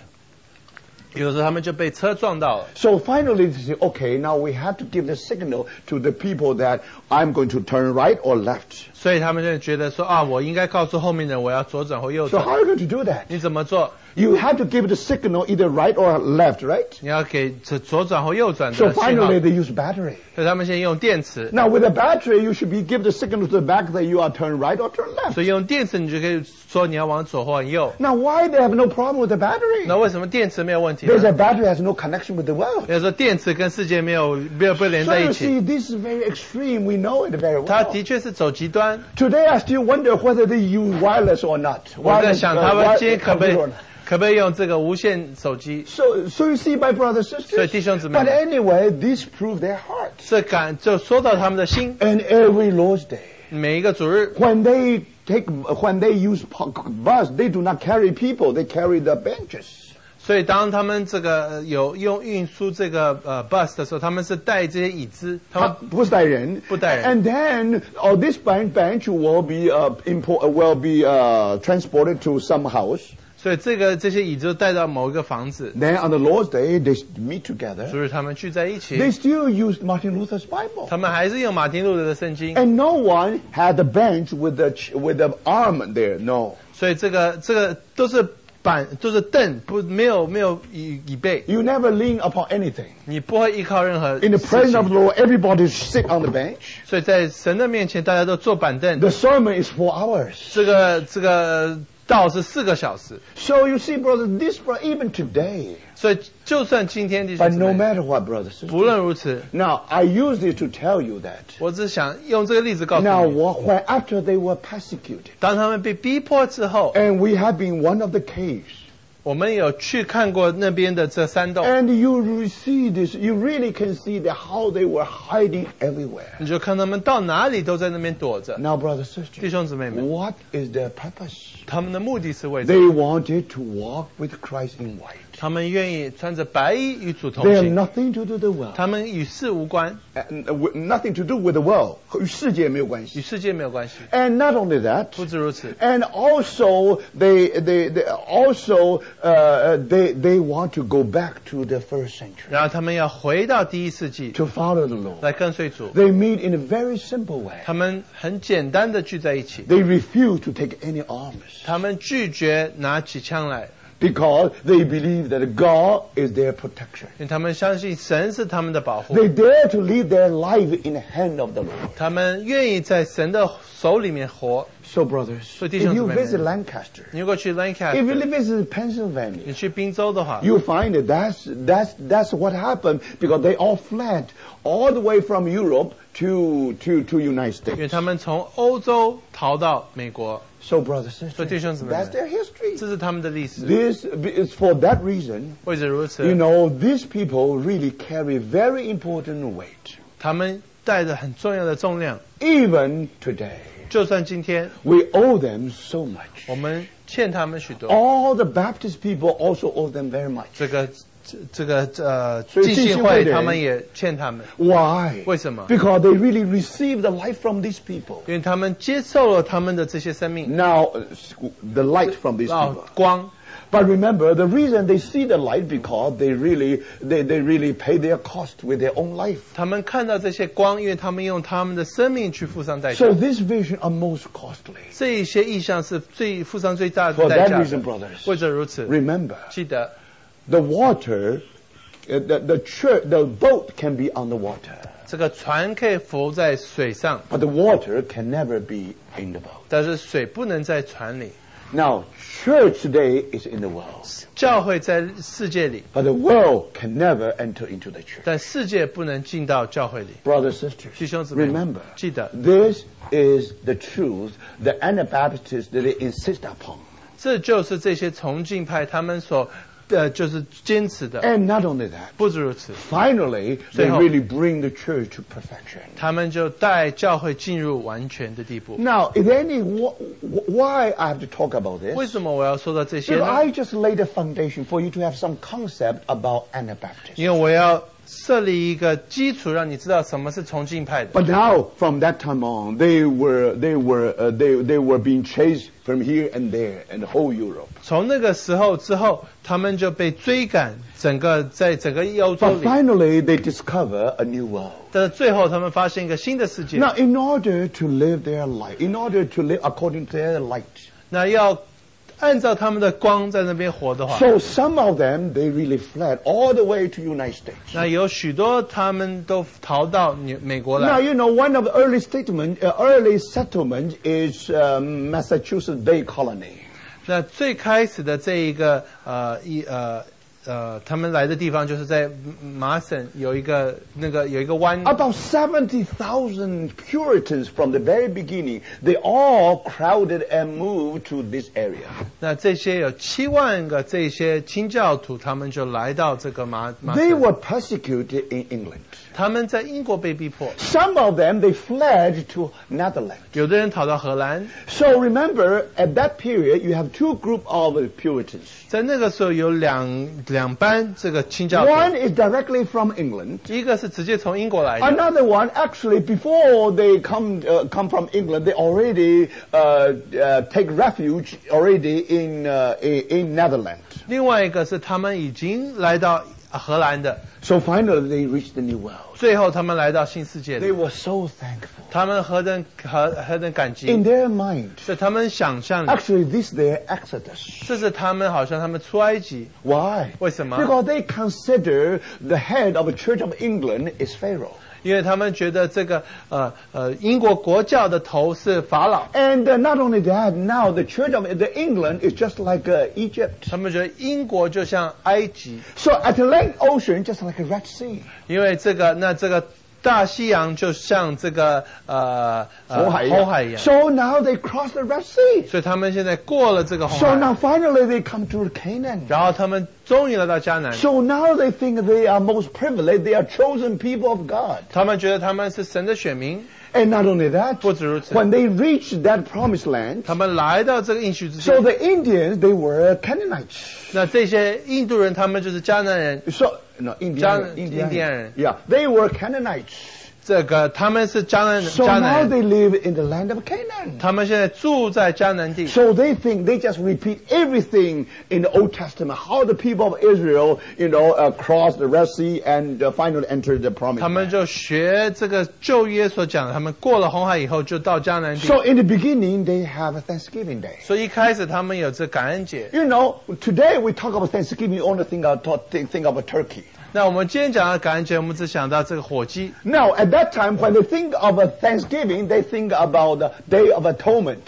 Speaker 2: 有时候他们就被车撞到了。
Speaker 1: So finally, they say, okay, now we have to give the signal to the people that I'm going to turn right or left.
Speaker 2: 所以他们就觉得说啊，我应该告诉后面的人我要左转或右
Speaker 1: So
Speaker 2: 转。
Speaker 1: how are you going to do that?
Speaker 2: 你怎么做？
Speaker 1: You have to give the signal either right or left, right?
Speaker 2: 你要给左左转或右转的
Speaker 1: So
Speaker 2: 信号。
Speaker 1: finally, they use battery.
Speaker 2: 所以他们先用电池，
Speaker 1: Now with a battery, you should be give the signal to the back that you are turn right or turn left.
Speaker 2: 所以用电池你就可以说你要往左或往右。
Speaker 1: Now why they have no problem with the battery?
Speaker 2: 那为什么电池没有问题呢
Speaker 1: Because？the battery has no connection with the world.
Speaker 2: 也就是说电池跟世界没有没有被连
Speaker 1: So
Speaker 2: 在一
Speaker 1: you
Speaker 2: 起
Speaker 1: see,。this is very extreme. We know it very
Speaker 2: 它
Speaker 1: well.
Speaker 2: 的确是走极端。
Speaker 1: Today, I still wonder whether they use wireless or not.
Speaker 2: 我
Speaker 1: Wireless,
Speaker 2: 在想
Speaker 1: uh,
Speaker 2: 他们
Speaker 1: wi-
Speaker 2: 今天可不可以
Speaker 1: computer or not.
Speaker 2: 可不可以用这个无线手机？
Speaker 1: So, so you see, my brothers sisters.
Speaker 2: 所以弟兄姊妹们。
Speaker 1: But anyway, this proved their heart.
Speaker 2: 这感就说到他们的心。
Speaker 1: And every Lord's Day,
Speaker 2: 每一个主日，
Speaker 1: when they take, when they use pu- bus, they do not carry people; they carry the benches.
Speaker 2: 所以当他们这个呃有用运输这个呃 bus 的时候，他们是带这些椅子，他们不带人。
Speaker 1: And then oh, this bench, bench will be uh, import, will be uh, transported to some house.
Speaker 2: 所以这个这些椅子就带到某一个房子，
Speaker 1: Then on the Lord's Day they meet together.
Speaker 2: 所以他们聚在一起，
Speaker 1: They still used Martin Luther's Bible.
Speaker 2: 他们还是用马丁路德的圣经，
Speaker 1: And no one had a bench with the ch- with the arm there. No,
Speaker 2: 所以这个这个都是板，都是凳，不没有没有椅椅背，
Speaker 1: you never lean upon anything.
Speaker 2: 你不会依靠任何
Speaker 1: In the
Speaker 2: 事
Speaker 1: presence
Speaker 2: 情
Speaker 1: of the Lord, everybody sit on the bench.
Speaker 2: 所以在神的面前，大家都坐板凳。
Speaker 1: The sermon is four hours.
Speaker 2: 这个这个道是四个小时，
Speaker 1: So you see, brother, this brother, even today.
Speaker 2: 所以就算今天弟
Speaker 1: But
Speaker 2: 兄姊
Speaker 1: no
Speaker 2: 妹，
Speaker 1: matter what, brother, sister.
Speaker 2: 不论如此，
Speaker 1: Now I use this to tell you that.
Speaker 2: 我只想用这个例子告
Speaker 1: Now,
Speaker 2: 诉你，
Speaker 1: wh- when after they were persecuted,
Speaker 2: 当他们被逼迫之后，
Speaker 1: and we have been one of the caves,
Speaker 2: 我们有去看过那边的这山洞，
Speaker 1: and you re- see this, you really can see that how they were hiding everywhere.
Speaker 2: 你就看他们到哪里都在那边躲着。
Speaker 1: Now, brother,
Speaker 2: 弟
Speaker 1: sister,
Speaker 2: 兄姊妹们，
Speaker 1: what is their purpose?
Speaker 2: 他们的目的是为什么？
Speaker 1: They wanted to walk with Christ in white.
Speaker 2: 他们愿意穿着白衣与主同
Speaker 1: They have
Speaker 2: 行，
Speaker 1: nothing to do with the world,
Speaker 2: 他们与世无关，
Speaker 1: and, uh, with- nothing to do with the world.
Speaker 2: 与
Speaker 1: 与世界没有关系。
Speaker 2: 世界没有关系。
Speaker 1: And not only that,
Speaker 2: 不止如此，
Speaker 1: and also they they, they also uh, they they want to go back to the first century
Speaker 2: 然后他们要回到第一世纪
Speaker 1: to follow the Lord.
Speaker 2: 来跟随主，
Speaker 1: They meet in a very simple way.
Speaker 2: 他们很简单的聚在一起，
Speaker 1: They refuse to take any arms
Speaker 2: 他们拒绝拿起枪来，
Speaker 1: because they believe that God is their protection.
Speaker 2: 因为他们相信神是他们的保护，
Speaker 1: They dare to live their life in the hand of the Lord.
Speaker 2: 他们愿意在神的手里面活。
Speaker 1: So, brothers, if you
Speaker 2: 弟兄姊妹们。
Speaker 1: visit Lancaster,
Speaker 2: 你如果
Speaker 1: If
Speaker 2: 去
Speaker 1: you
Speaker 2: Lancaster，
Speaker 1: live in Pennsylvania,
Speaker 2: 你去宾州的话，
Speaker 1: you find that that's, that's, that's what happened because they all fled all the way from Europe to, to, to United
Speaker 2: 因
Speaker 1: States.
Speaker 2: 为他们从欧洲逃到美国，
Speaker 1: So, brothers and sisters,
Speaker 2: 所以弟兄姊妹们。
Speaker 1: that's their history.
Speaker 2: 这是他们的历史。
Speaker 1: This is for that reason,
Speaker 2: 为此如此
Speaker 1: you，know, these people really carry very important weight.
Speaker 2: 他们带着很重要的重量，
Speaker 1: Even today,
Speaker 2: 就算今天
Speaker 1: we owe them so much.
Speaker 2: 我们欠他们许多。
Speaker 1: All the Baptist people also owe them very much.
Speaker 2: 这个这这个呃，
Speaker 1: 所以
Speaker 2: 浸信
Speaker 1: 浸信会
Speaker 2: 会
Speaker 1: 的人
Speaker 2: 他们也欠他们，
Speaker 1: Why?
Speaker 2: 为什么？
Speaker 1: Because they really received the light from these people.
Speaker 2: 因为他们接受了他们的这些生命，
Speaker 1: now uh, squ- the light from these
Speaker 2: 啊
Speaker 1: people.，
Speaker 2: 光
Speaker 1: But remember, the reason they see the light because they really they, they really pay their cost with their own life.
Speaker 2: 他们看到这些光，因为他们用他们的生命去付上代价。
Speaker 1: So these visions are most costly.
Speaker 2: 这一些意象是最付上最大
Speaker 1: For
Speaker 2: 的代
Speaker 1: that
Speaker 2: 价
Speaker 1: reason,
Speaker 2: 的。
Speaker 1: brothers,
Speaker 2: 或者如此，
Speaker 1: remember
Speaker 2: 记得
Speaker 1: the water, uh, the, the church, the boat can be on the water,
Speaker 2: 这个船可以浮在水上，
Speaker 1: but the water can never be in the boat.
Speaker 2: 但是水不能在船里。
Speaker 1: Now, church today is in the world,
Speaker 2: 教会在世界里，
Speaker 1: but the world can never enter into the church.
Speaker 2: 但世界不能进到教会里。
Speaker 1: Brothers and sisters,
Speaker 2: 弟兄姊妹，
Speaker 1: remember,
Speaker 2: 记得。
Speaker 1: this is the truth the Anabaptists they insist upon.
Speaker 2: 这就是这些崇敬派他们所，呃，就是坚持的。
Speaker 1: And not only that,
Speaker 2: 不止如此，
Speaker 1: finally, they
Speaker 2: 最后。
Speaker 1: really bring the church to perfection.
Speaker 2: 他们就带教会进入完全的地步。
Speaker 1: Now, is there any wh- wh- why I have to talk about
Speaker 2: 为
Speaker 1: this?
Speaker 2: 什么我要说到这些
Speaker 1: Because
Speaker 2: 呢？
Speaker 1: I just laid a foundation for you to have some concept about Anabaptists.
Speaker 2: 因为我要设立一个基础，让你知道什么是崇敬派的。
Speaker 1: But now, from that time on, they were they were uh, they they were being chased from here and there and whole Europe.
Speaker 2: 从那个时候之后，他们就被追赶，整个在整个欧洲
Speaker 1: But
Speaker 2: 里。
Speaker 1: finally, they discover a new world.
Speaker 2: 但是最后，他们发现一个新的世界。
Speaker 1: Now, in order to live their life, in order to live according to their light,
Speaker 2: 那要按照他们的光在那边活的话，
Speaker 1: so some of them they really fled all the way to United States.
Speaker 2: 那有许多他们都逃到美美国
Speaker 1: Now
Speaker 2: 来。
Speaker 1: you know one of the early statement, uh, early settlement is um, Massachusetts Bay Colony.
Speaker 2: 那最开始的这一个呃一呃呃，他们来的地方就是在马森有一个那个有一个湾，
Speaker 1: About 70,000 Puritans from the very beginning, they all crowded and moved to this area.
Speaker 2: 那这些有七万个这些清教徒，他们就来到这个马马
Speaker 1: They
Speaker 2: 森，
Speaker 1: were persecuted in England.
Speaker 2: 他们在英国被逼迫，
Speaker 1: Some of them, they fled to Netherlands.
Speaker 2: 有的人逃到荷兰，
Speaker 1: So remember, at that period, you have two group of Puritans.
Speaker 2: 在那个时候有两两班这个清教
Speaker 1: One
Speaker 2: 徒，
Speaker 1: is directly from England.
Speaker 2: 一个是直接从英国来的，
Speaker 1: Another one, actually, before they come uh, come from England, they already uh, uh, take refuge already in uh, i- in Netherlands.
Speaker 2: 另外一个是他们已经来到荷兰的，
Speaker 1: So finally, they reached the New World.
Speaker 2: 最后他们来到新世界的
Speaker 1: They，were so thankful
Speaker 2: 他们何等何何等感激
Speaker 1: in，their mind.
Speaker 2: 在他们想象里，
Speaker 1: Actually, this their Exodus.
Speaker 2: 这是他们好像他们出埃及，
Speaker 1: Why?
Speaker 2: 为什么？
Speaker 1: Because they consider the head of the Church of England is Pharaoh.
Speaker 2: 因为他们觉得这个呃呃英国国教的头是法老。
Speaker 1: And uh, not only that, now the Church of the England is just like uh, Egypt.
Speaker 2: 他们觉得英国就像埃及，
Speaker 1: So Atlantic Ocean just like a Red Sea.
Speaker 2: 因为这个那这个大西洋就像这个呃呃红海一样，
Speaker 1: So now they cross the Red Sea.
Speaker 2: 所以他们现在过了这个红
Speaker 1: So now
Speaker 2: 海，
Speaker 1: finally they come to Canaan.
Speaker 2: 然后他们终于来到迦南，
Speaker 1: So now they think they are most privileged. They are chosen people of God.
Speaker 2: 他们觉得他们是神的选民，
Speaker 1: And not only that,
Speaker 2: 不止如此。
Speaker 1: when they reached that promised land,
Speaker 2: 他们来到这个应许之
Speaker 1: so
Speaker 2: 地。
Speaker 1: the Indians, they were Canaanites.
Speaker 2: 那这些印度人，他们就是迦南人，
Speaker 1: So, no, Indian,
Speaker 2: Jan-
Speaker 1: Indian.
Speaker 2: Indian.
Speaker 1: Yeah, they were Canaanites.
Speaker 2: 这个他们是迦南人，
Speaker 1: So
Speaker 2: 迦
Speaker 1: now
Speaker 2: 南人，
Speaker 1: they live in the land of Canaan.
Speaker 2: 他们现在住在迦南地，
Speaker 1: So they think they just repeat everything in the Old Testament, how the people of Israel, you know, uh, crossed the Red Sea and uh, finally entered the promised
Speaker 2: 他
Speaker 1: land.
Speaker 2: 们就学这个旧约所讲的，他们过了红海以后就到迦南地。
Speaker 1: So in the beginning, they have a Thanksgiving Day.
Speaker 2: 所以一开始他们有这感恩节。
Speaker 1: You know, today we talk about Thanksgiving, you only think of, talk- think think of a turkey.
Speaker 2: 那我们今天讲到感恩节，我们只想到这个火鸡。
Speaker 1: Now, at that time, when they think of a Thanksgiving, they think about the Day of Atonement.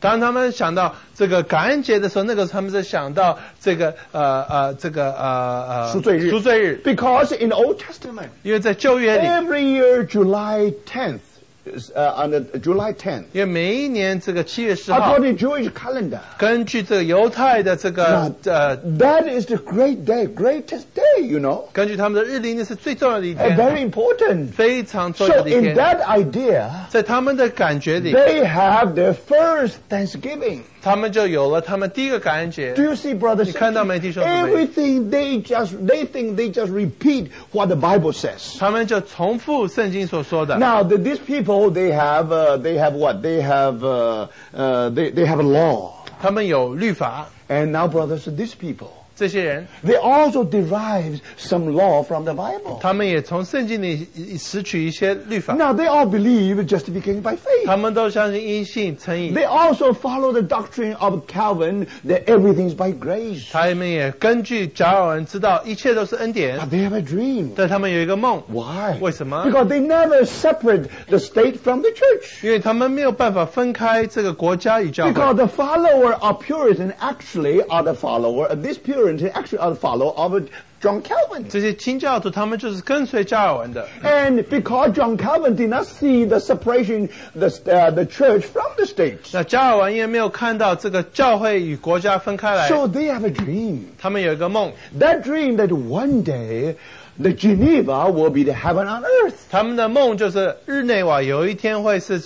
Speaker 2: 当他们想到这个感恩节的时候，那个时候他们是想到这个呃呃这个呃呃
Speaker 1: 赎罪日
Speaker 2: 赎罪日，
Speaker 1: Because in the Old Testament,
Speaker 2: 因为在旧约里，
Speaker 1: every year, July 10th, is, uh, on the, July 10th,
Speaker 2: 因为每一年这个七月十号，
Speaker 1: according to Jewish calendar,
Speaker 2: 根据这个犹太的这个
Speaker 1: Now,
Speaker 2: 呃，
Speaker 1: that is the great day, greatest day, you know,
Speaker 2: 根据他们的日历，那是最重要的一
Speaker 1: and
Speaker 2: 天，
Speaker 1: very important.
Speaker 2: 非常重要
Speaker 1: So
Speaker 2: 的一
Speaker 1: in
Speaker 2: 天。
Speaker 1: that idea,
Speaker 2: 在他们的感觉里，
Speaker 1: they have their first Thanksgiving.
Speaker 2: 他们就有了他们第一个感恩节
Speaker 1: Do。you see, brothers?
Speaker 2: 你看到没，弟兄姊妹？
Speaker 1: Everything they just they think they just repeat what the Bible says.
Speaker 2: 他们就重复圣经所说的。
Speaker 1: Now the, these people they have uh, they have what they have uh, uh, they they have a law.
Speaker 2: 他们有律法，
Speaker 1: And now, brothers, these people
Speaker 2: 这些人
Speaker 1: they also derive some law from the Bible.
Speaker 2: 他们也从圣经里拾取一些律法，
Speaker 1: Now they all believe justification by faith.
Speaker 2: 他们都相信因信称义，
Speaker 1: They also follow the doctrine of Calvin that everything is by grace.
Speaker 2: 他们也根据加尔文知道一切都是恩典
Speaker 1: But，they have a dream.
Speaker 2: 但他们有一个梦，
Speaker 1: Why?
Speaker 2: 为什么？
Speaker 1: Because they never separate the state from the church.
Speaker 2: 因为他们没有办法分开这个国家与教会
Speaker 1: Because，the follower of Puritan actually are the follower, this Puritan actually are the follower of John Calvin.
Speaker 2: 这些清教徒他们就是跟随加尔文的，
Speaker 1: And because John Calvin did not see the separation, the, uh, the church from the state.
Speaker 2: 那加尔文也没有看到这个教会与国家分开来，
Speaker 1: So they have a dream.
Speaker 2: 他们有一个梦，
Speaker 1: That dream that one day the Geneva will be the heaven on earth.
Speaker 2: 他们的梦就是日内瓦有一天会是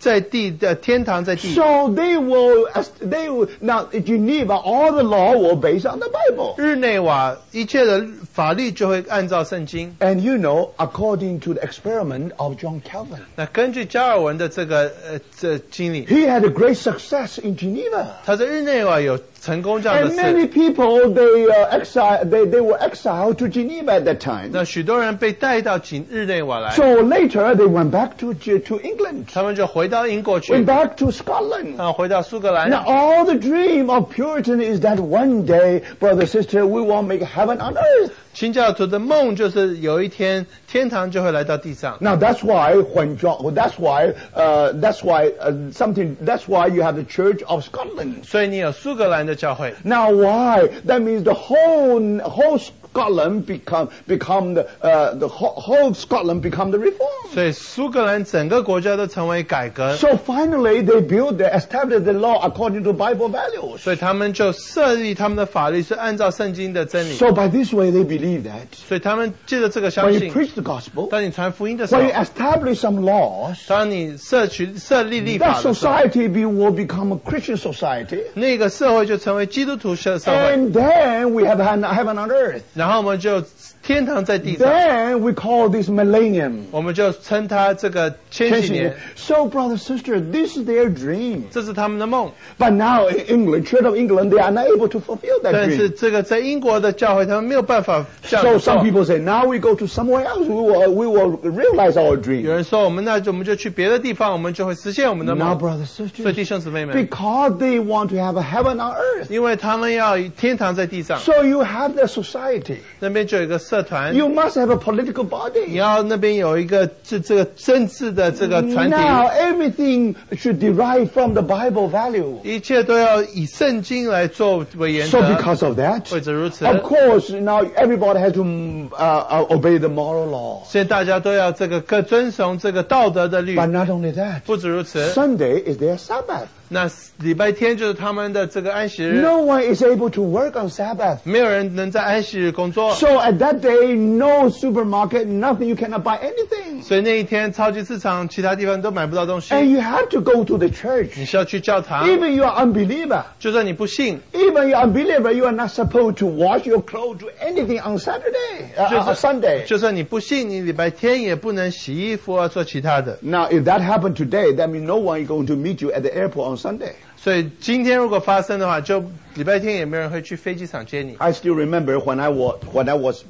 Speaker 2: 在地的天堂在地。
Speaker 1: So they will, they will, now Geneva, all the law were based on the Bible.
Speaker 2: 日内瓦一切的法律就会按照圣经，
Speaker 1: And you know, according to the experiment of John Calvin,
Speaker 2: 那根据加尔文的这个呃这经历，
Speaker 1: he had a great success in Geneva.
Speaker 2: 他在日内瓦有成功这样的
Speaker 1: And many
Speaker 2: 事。
Speaker 1: people, they, uh, exile, they, they were exiled to Geneva at that time.
Speaker 2: 那许多人被带到几日内瓦来，
Speaker 1: So later, they went back to, Ge- to England,
Speaker 2: 他们就回到英国去
Speaker 1: went，back to Scotland.
Speaker 2: 啊，回到苏格兰。
Speaker 1: Now, all the dream of Puritan is that one day, brother, sister, we will make heaven on earth.
Speaker 2: 清教徒的梦就是有一天天堂就会来到地上，
Speaker 1: Now, that's why when John, well, that's why, uh, that's why uh, something, that's why you have the Church of Scotland.
Speaker 2: 所以你有苏格兰的教会。
Speaker 1: Now, why? That means the whole whole Scotland become become the uh, the whole, whole Scotland become the reform.
Speaker 2: 所以苏格兰整个国家都成为改革，
Speaker 1: So finally, they build the established the law according to Bible values.
Speaker 2: 所以他们就设立他们的法律是按照圣经的真理，
Speaker 1: So by this way, they believe that
Speaker 2: 所以他们借着这个相
Speaker 1: when you
Speaker 2: 信。
Speaker 1: preach the gospel,
Speaker 2: 当你传福音的时候
Speaker 1: when，you establish some laws,
Speaker 2: 当你社区设立立
Speaker 1: that
Speaker 2: 法的时候，
Speaker 1: society be, will become a Christian society.
Speaker 2: 那个社会就成为基督徒社社会，
Speaker 1: And then we have han- heaven on earth.
Speaker 2: 然后我们就天堂在地上，
Speaker 1: Then we call this millennium.
Speaker 2: 我们就称它这个千禧年，
Speaker 1: So, brother, sister, this is their dream.
Speaker 2: 这是他们的梦。
Speaker 1: But now in England, Church of England, they are not able to fulfill that
Speaker 2: 但是
Speaker 1: dream.
Speaker 2: 这个在英国的教会，他们没有办法这样
Speaker 1: So
Speaker 2: 做
Speaker 1: some people say, now we go to somewhere else, we will, we will realize our
Speaker 2: 有
Speaker 1: dream.
Speaker 2: 人说，我们那就我们就去别的地方，我们就会实现我们的
Speaker 1: Now,
Speaker 2: 梦。
Speaker 1: brothers,
Speaker 2: 所以
Speaker 1: sisters,
Speaker 2: 弟兄姊妹们，
Speaker 1: because they want to have a heaven on earth.
Speaker 2: 因为他们要天堂在地上，
Speaker 1: So you have the society.
Speaker 2: 那边就有一个社团，
Speaker 1: You must have a political
Speaker 2: 你
Speaker 1: body.
Speaker 2: 要那边有一个这这个政治的这个团体，
Speaker 1: Now everything should derive from the Bible value.
Speaker 2: 一切都要以圣经来作为原
Speaker 1: So
Speaker 2: 则。
Speaker 1: because of that,
Speaker 2: 为此如此，
Speaker 1: of course, now everybody has to mm, uh, uh, obey the moral law.
Speaker 2: 所以大家都要这个各遵从这个道德的律。
Speaker 1: But not only that,
Speaker 2: 不止如此，
Speaker 1: Sunday is their Sabbath.
Speaker 2: 那礼拜天就是他们的这个安息日，
Speaker 1: No one is able to work on Sabbath.
Speaker 2: 没有人能在安息日工作。
Speaker 1: So at that day, no supermarket, nothing, you cannot buy anything.
Speaker 2: 所以那一天，超级市场其他地方都买不到东西，
Speaker 1: And you have to go to the
Speaker 2: 你
Speaker 1: church.
Speaker 2: 需要去教堂。
Speaker 1: Even you are unbeliever,
Speaker 2: 就算你不信，
Speaker 1: even you are unbeliever, you are not supposed to wash your clothes, do anything on Saturday, uh, uh,
Speaker 2: 就
Speaker 1: on
Speaker 2: 算
Speaker 1: Sunday.
Speaker 2: 就算你不信，你礼拜天也不能洗衣服啊，做其他的。
Speaker 1: Now, if that happened today, that means no one is going to meet you at the airport on Sunday.
Speaker 2: 所以今天如果发生的话，就礼拜天也没有人会去飞机场接你。
Speaker 1: I still remember when I was when I was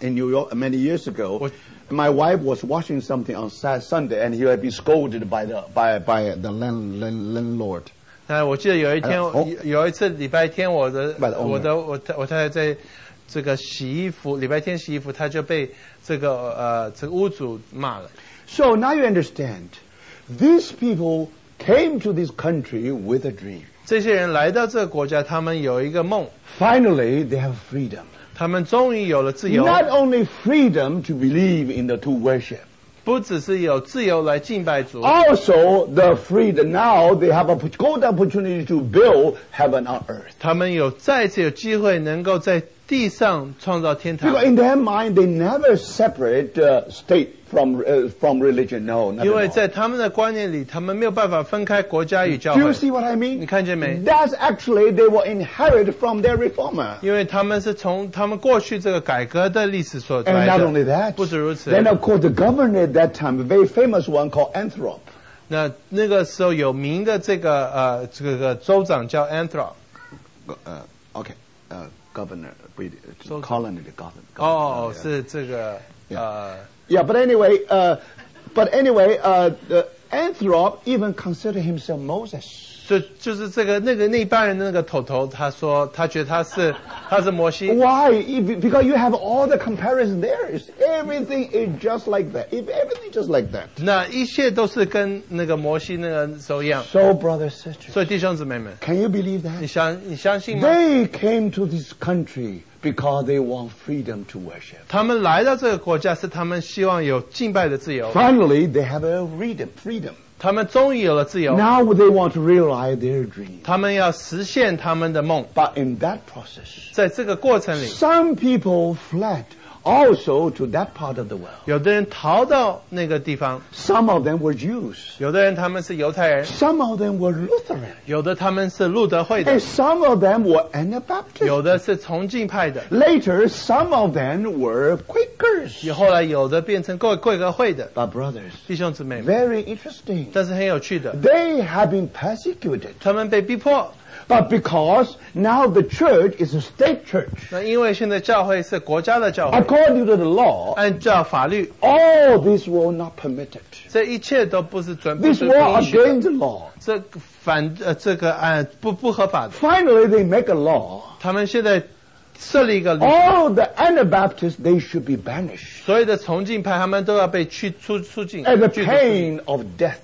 Speaker 1: in New York many years ago.
Speaker 2: What-
Speaker 1: My wife was washing something on Sa- Sunday, and he had been scolded by the by by the land, land, landlord.
Speaker 2: 那我记得有一天，
Speaker 1: 哎呀哦
Speaker 2: 有有一次礼拜天，我的
Speaker 1: 买了哦
Speaker 2: 我的我太我太太在这个洗衣服，礼拜天洗衣服，她就被这个呃这个屋主骂了。
Speaker 1: So now you understand, these people came to this country with a dream.
Speaker 2: 这些人来到这个国家，他们有一个梦，
Speaker 1: Finally, they have freedom.
Speaker 2: 他们终于有了自由，
Speaker 1: Not only freedom to believe in the to worship,
Speaker 2: 不只是有自由来敬拜主，
Speaker 1: also the freedom. Now they have a good opportunity to build heaven on earth.
Speaker 2: 他们有再次有机会能够在地上创造天堂
Speaker 1: Because。in their mind, they never separate uh, state from uh, from religion. No, not
Speaker 2: 因
Speaker 1: at
Speaker 2: 为
Speaker 1: all.
Speaker 2: 在他们的观念里，他们没有办法分开国家与教
Speaker 1: Do
Speaker 2: 会
Speaker 1: you，see what I mean?
Speaker 2: 你看见没？
Speaker 1: That's actually they were inherited from their reformer.
Speaker 2: 因为他们是从他们过去这个改革的历史所
Speaker 1: And
Speaker 2: 来
Speaker 1: not only
Speaker 2: 的。
Speaker 1: that,
Speaker 2: 不止如此，
Speaker 1: then of course the governor at that time, a very famous one called Anthrop.
Speaker 2: 那那个时候有名的这个呃这个个州长叫 Anthrop，
Speaker 1: Uh, okay, uh, governor, British,
Speaker 2: So- Oh,
Speaker 1: colony governor.
Speaker 2: 哦
Speaker 1: governor, yeah.
Speaker 2: 是这个呃
Speaker 1: yeah, but anyway, uh, but anyway, uh, the Anthrop even considered himself Moses.
Speaker 2: 就就是这个那个那一帮人的那个头头，他说他觉得他是 他是摩西，
Speaker 1: Why? If, because you have all the comparison there. It's, everything is just like that. If everything just like that.
Speaker 2: 那一切都是跟那个摩西那个时候一样。
Speaker 1: So, brothers, sisters,
Speaker 2: 所以弟兄姊妹们，
Speaker 1: can you believe that?
Speaker 2: 你相你相信吗？
Speaker 1: They came to this country because they want freedom to worship.
Speaker 2: 他们来到这个国家是他们希望有敬拜的自由，
Speaker 1: Finally, they have a freedom. Freedom.
Speaker 2: 他们终于有了自由，
Speaker 1: Now they want to realize their dream.
Speaker 2: 他们要实现他们的梦。
Speaker 1: But in that process,
Speaker 2: 在这个过程里，
Speaker 1: some people fled also to that part of the world.
Speaker 2: 有的人逃到那个地方，
Speaker 1: Some of them were Jews.
Speaker 2: 有的人他们是犹太人，
Speaker 1: Some of them were Lutheran.
Speaker 2: 有的他们是路德会的
Speaker 1: And，some of them were Anabaptists.
Speaker 2: 有的是崇敬派的，
Speaker 1: Later, some of them were Quakers.
Speaker 2: 也后来有的变成贵贵格会的
Speaker 1: But brothers,
Speaker 2: 弟兄姊妹们。
Speaker 1: very interesting.
Speaker 2: 但是很有趣的，
Speaker 1: They have been persecuted.
Speaker 2: 他们被逼迫。
Speaker 1: But because now the church is a state church,
Speaker 2: 那因为现在教会是国家的教
Speaker 1: 哎
Speaker 2: 会，
Speaker 1: according to the law,
Speaker 2: 按照法律，
Speaker 1: all this were not permitted.
Speaker 2: 这一切都不是准不
Speaker 1: This
Speaker 2: 是
Speaker 1: war
Speaker 2: 不允许的
Speaker 1: against the law.
Speaker 2: 这个反呃这个按、不不合法的。
Speaker 1: Finally, they make a law.
Speaker 2: 他们现在设立一个律，
Speaker 1: All the Anabaptists, they should be banished
Speaker 2: 所有的崇敬派，他们都要被驱出出境，
Speaker 1: at the
Speaker 2: 驱逐出境
Speaker 1: pain of death.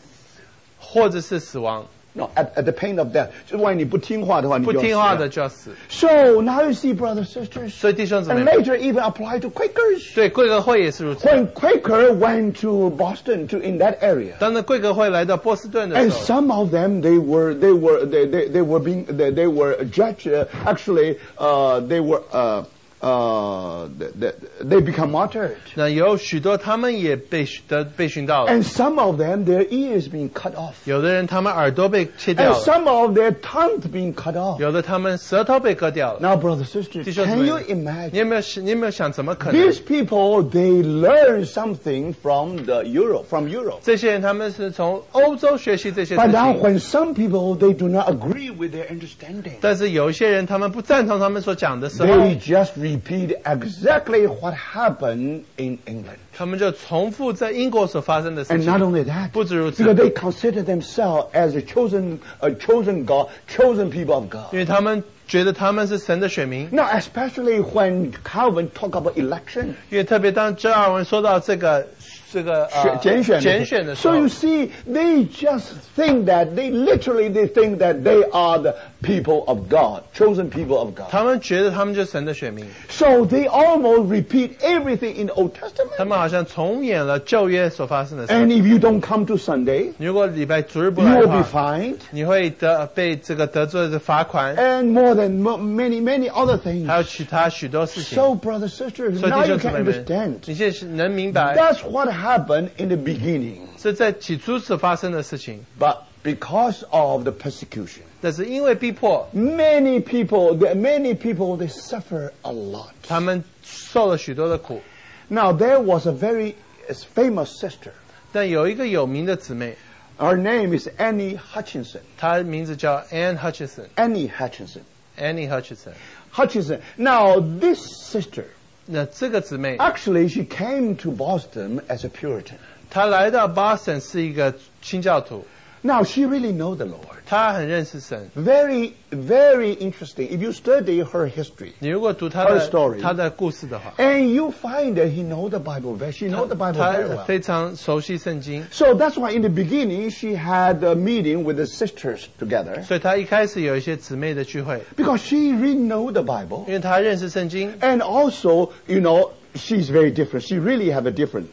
Speaker 2: 或者是死亡。
Speaker 1: No, at, at the pain of death. 就是万一你不听话的话，你
Speaker 2: 不
Speaker 1: 就要
Speaker 2: 听话
Speaker 1: 死
Speaker 2: 的
Speaker 1: 了。
Speaker 2: 就要死。
Speaker 1: So now you see, brothers sisters,
Speaker 2: 所以弟兄姊妹
Speaker 1: and，later even apply to Quakers.
Speaker 2: 对贵格会也是如此。
Speaker 1: When Quaker went to Boston to in that area,
Speaker 2: 当那贵格会来到波士顿的
Speaker 1: And
Speaker 2: 时候，
Speaker 1: some of them, they were, they were, they, they, they were being, they, they were judged. Uh, actually, uh, they were, uh, uh, they, they become martyred.
Speaker 2: 那有许多他们也被寻得被寻到了，
Speaker 1: And some of them, their ears being cut off.
Speaker 2: 有的人他们耳朵被切掉
Speaker 1: And
Speaker 2: 了，
Speaker 1: some of their tongues being cut off.
Speaker 2: 有的他们舌头被割掉了。
Speaker 1: Now, brothers sisters,
Speaker 2: 弟兄姊
Speaker 1: can
Speaker 2: 妹
Speaker 1: you，
Speaker 2: 你
Speaker 1: imagine?
Speaker 2: 有没有你有没有想怎么可能？
Speaker 1: These people, they learn something from the Europe, from Europe.
Speaker 2: 这些人他们是从欧洲学习这些事
Speaker 1: But now,
Speaker 2: 情，
Speaker 1: when some people, they do not agree with their understanding.
Speaker 2: 但是有一些人他们不赞同他们所讲的时候，
Speaker 1: They just repeat exactly what happened in England.
Speaker 2: 他们就重复在英国所发生的事
Speaker 1: And not
Speaker 2: 情。
Speaker 1: only that,
Speaker 2: 不止如此。
Speaker 1: because they consider themselves as a chosen, a chosen God, chosen people of
Speaker 2: 因
Speaker 1: God.
Speaker 2: 为他们觉得他们是神的选民，
Speaker 1: Now, especially when Calvin talk about election,
Speaker 2: 因为特别当周尔文说到这个这个呃
Speaker 1: 选-
Speaker 2: 拣选的时
Speaker 1: Uh, So
Speaker 2: 候
Speaker 1: you，see, they just think that they literally they think that they are the people of God, chosen people of God.
Speaker 2: 他们觉得他们就是神的选民，
Speaker 1: So they almost repeat everything in the Old
Speaker 2: 他
Speaker 1: Testament.
Speaker 2: 们好像重演了旧约所发生的事。
Speaker 1: And if you don't come to Sunday,
Speaker 2: 如果礼拜主日不
Speaker 1: you
Speaker 2: 来
Speaker 1: will
Speaker 2: 的
Speaker 1: be
Speaker 2: 话，
Speaker 1: fined.
Speaker 2: 你会得被这个得罪的罚款，
Speaker 1: and more than mo- many, many other things.
Speaker 2: 还有其他许多事情。
Speaker 1: So, brothers, sisters,
Speaker 2: 所以
Speaker 1: now
Speaker 2: 弟
Speaker 1: you
Speaker 2: 兄姊
Speaker 1: can
Speaker 2: 妹们
Speaker 1: understand.，
Speaker 2: 你现在是能明白
Speaker 1: That's what happened in the beginning.
Speaker 2: 是在起初所发生的事情，
Speaker 1: But because of the persecution,
Speaker 2: 但是因为逼迫，
Speaker 1: many people, the- many people, they suffer a lot.
Speaker 2: 他们受了许多的苦。
Speaker 1: Now, there was a very famous sister.
Speaker 2: 但有一个有名的姊妹，
Speaker 1: Her name is Annie Hutchinson.
Speaker 2: 她名字叫 Anne Hutchinson，Annie
Speaker 1: Annie Hutchinson.
Speaker 2: Hutchinson。
Speaker 1: Hutchinson. Now, this sister,
Speaker 2: 那这个姊妹，
Speaker 1: actually, she came to Boston as a Puritan.
Speaker 2: 她来到 Boston 是一个清教徒，
Speaker 1: Now, she really know the Lord.
Speaker 2: 她很认识神。
Speaker 1: Very, very interesting. If you study her history,
Speaker 2: 你如果读她
Speaker 1: Her story
Speaker 2: 的她的故事的话，
Speaker 1: and you find that he know the Bible very, she know the Bible very
Speaker 2: 她
Speaker 1: well.
Speaker 2: 非常熟悉圣经，
Speaker 1: So that's why in the beginning she had a meeting with the sisters together
Speaker 2: 所以她一开始有一些姊妹的聚会，
Speaker 1: because she really know the Bible,
Speaker 2: 因为她认识圣经，
Speaker 1: and also you know she's very different. She really have a different.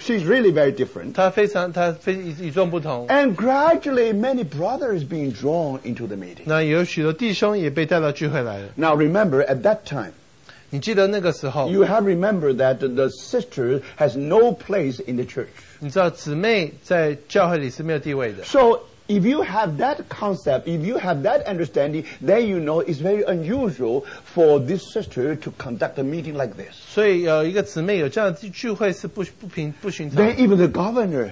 Speaker 1: She's really very different.
Speaker 2: 她非常她非与与众不同。
Speaker 1: And gradually, many brothers being drawn into the meeting.
Speaker 2: 那有许多弟兄也被带到聚会来了。
Speaker 1: Now remember, at that time,
Speaker 2: 你记得那个时候，
Speaker 1: you have remembered that the sister has no place in the church.
Speaker 2: 你知道姊妹在教会里是没有地位的。
Speaker 1: So if you have that concept, if you have that understanding, then you know it's very unusual for this sister to conduct a meeting like this.
Speaker 2: 所以有一个姊妹有这样的聚会是不不平不寻常。
Speaker 1: Then even the governor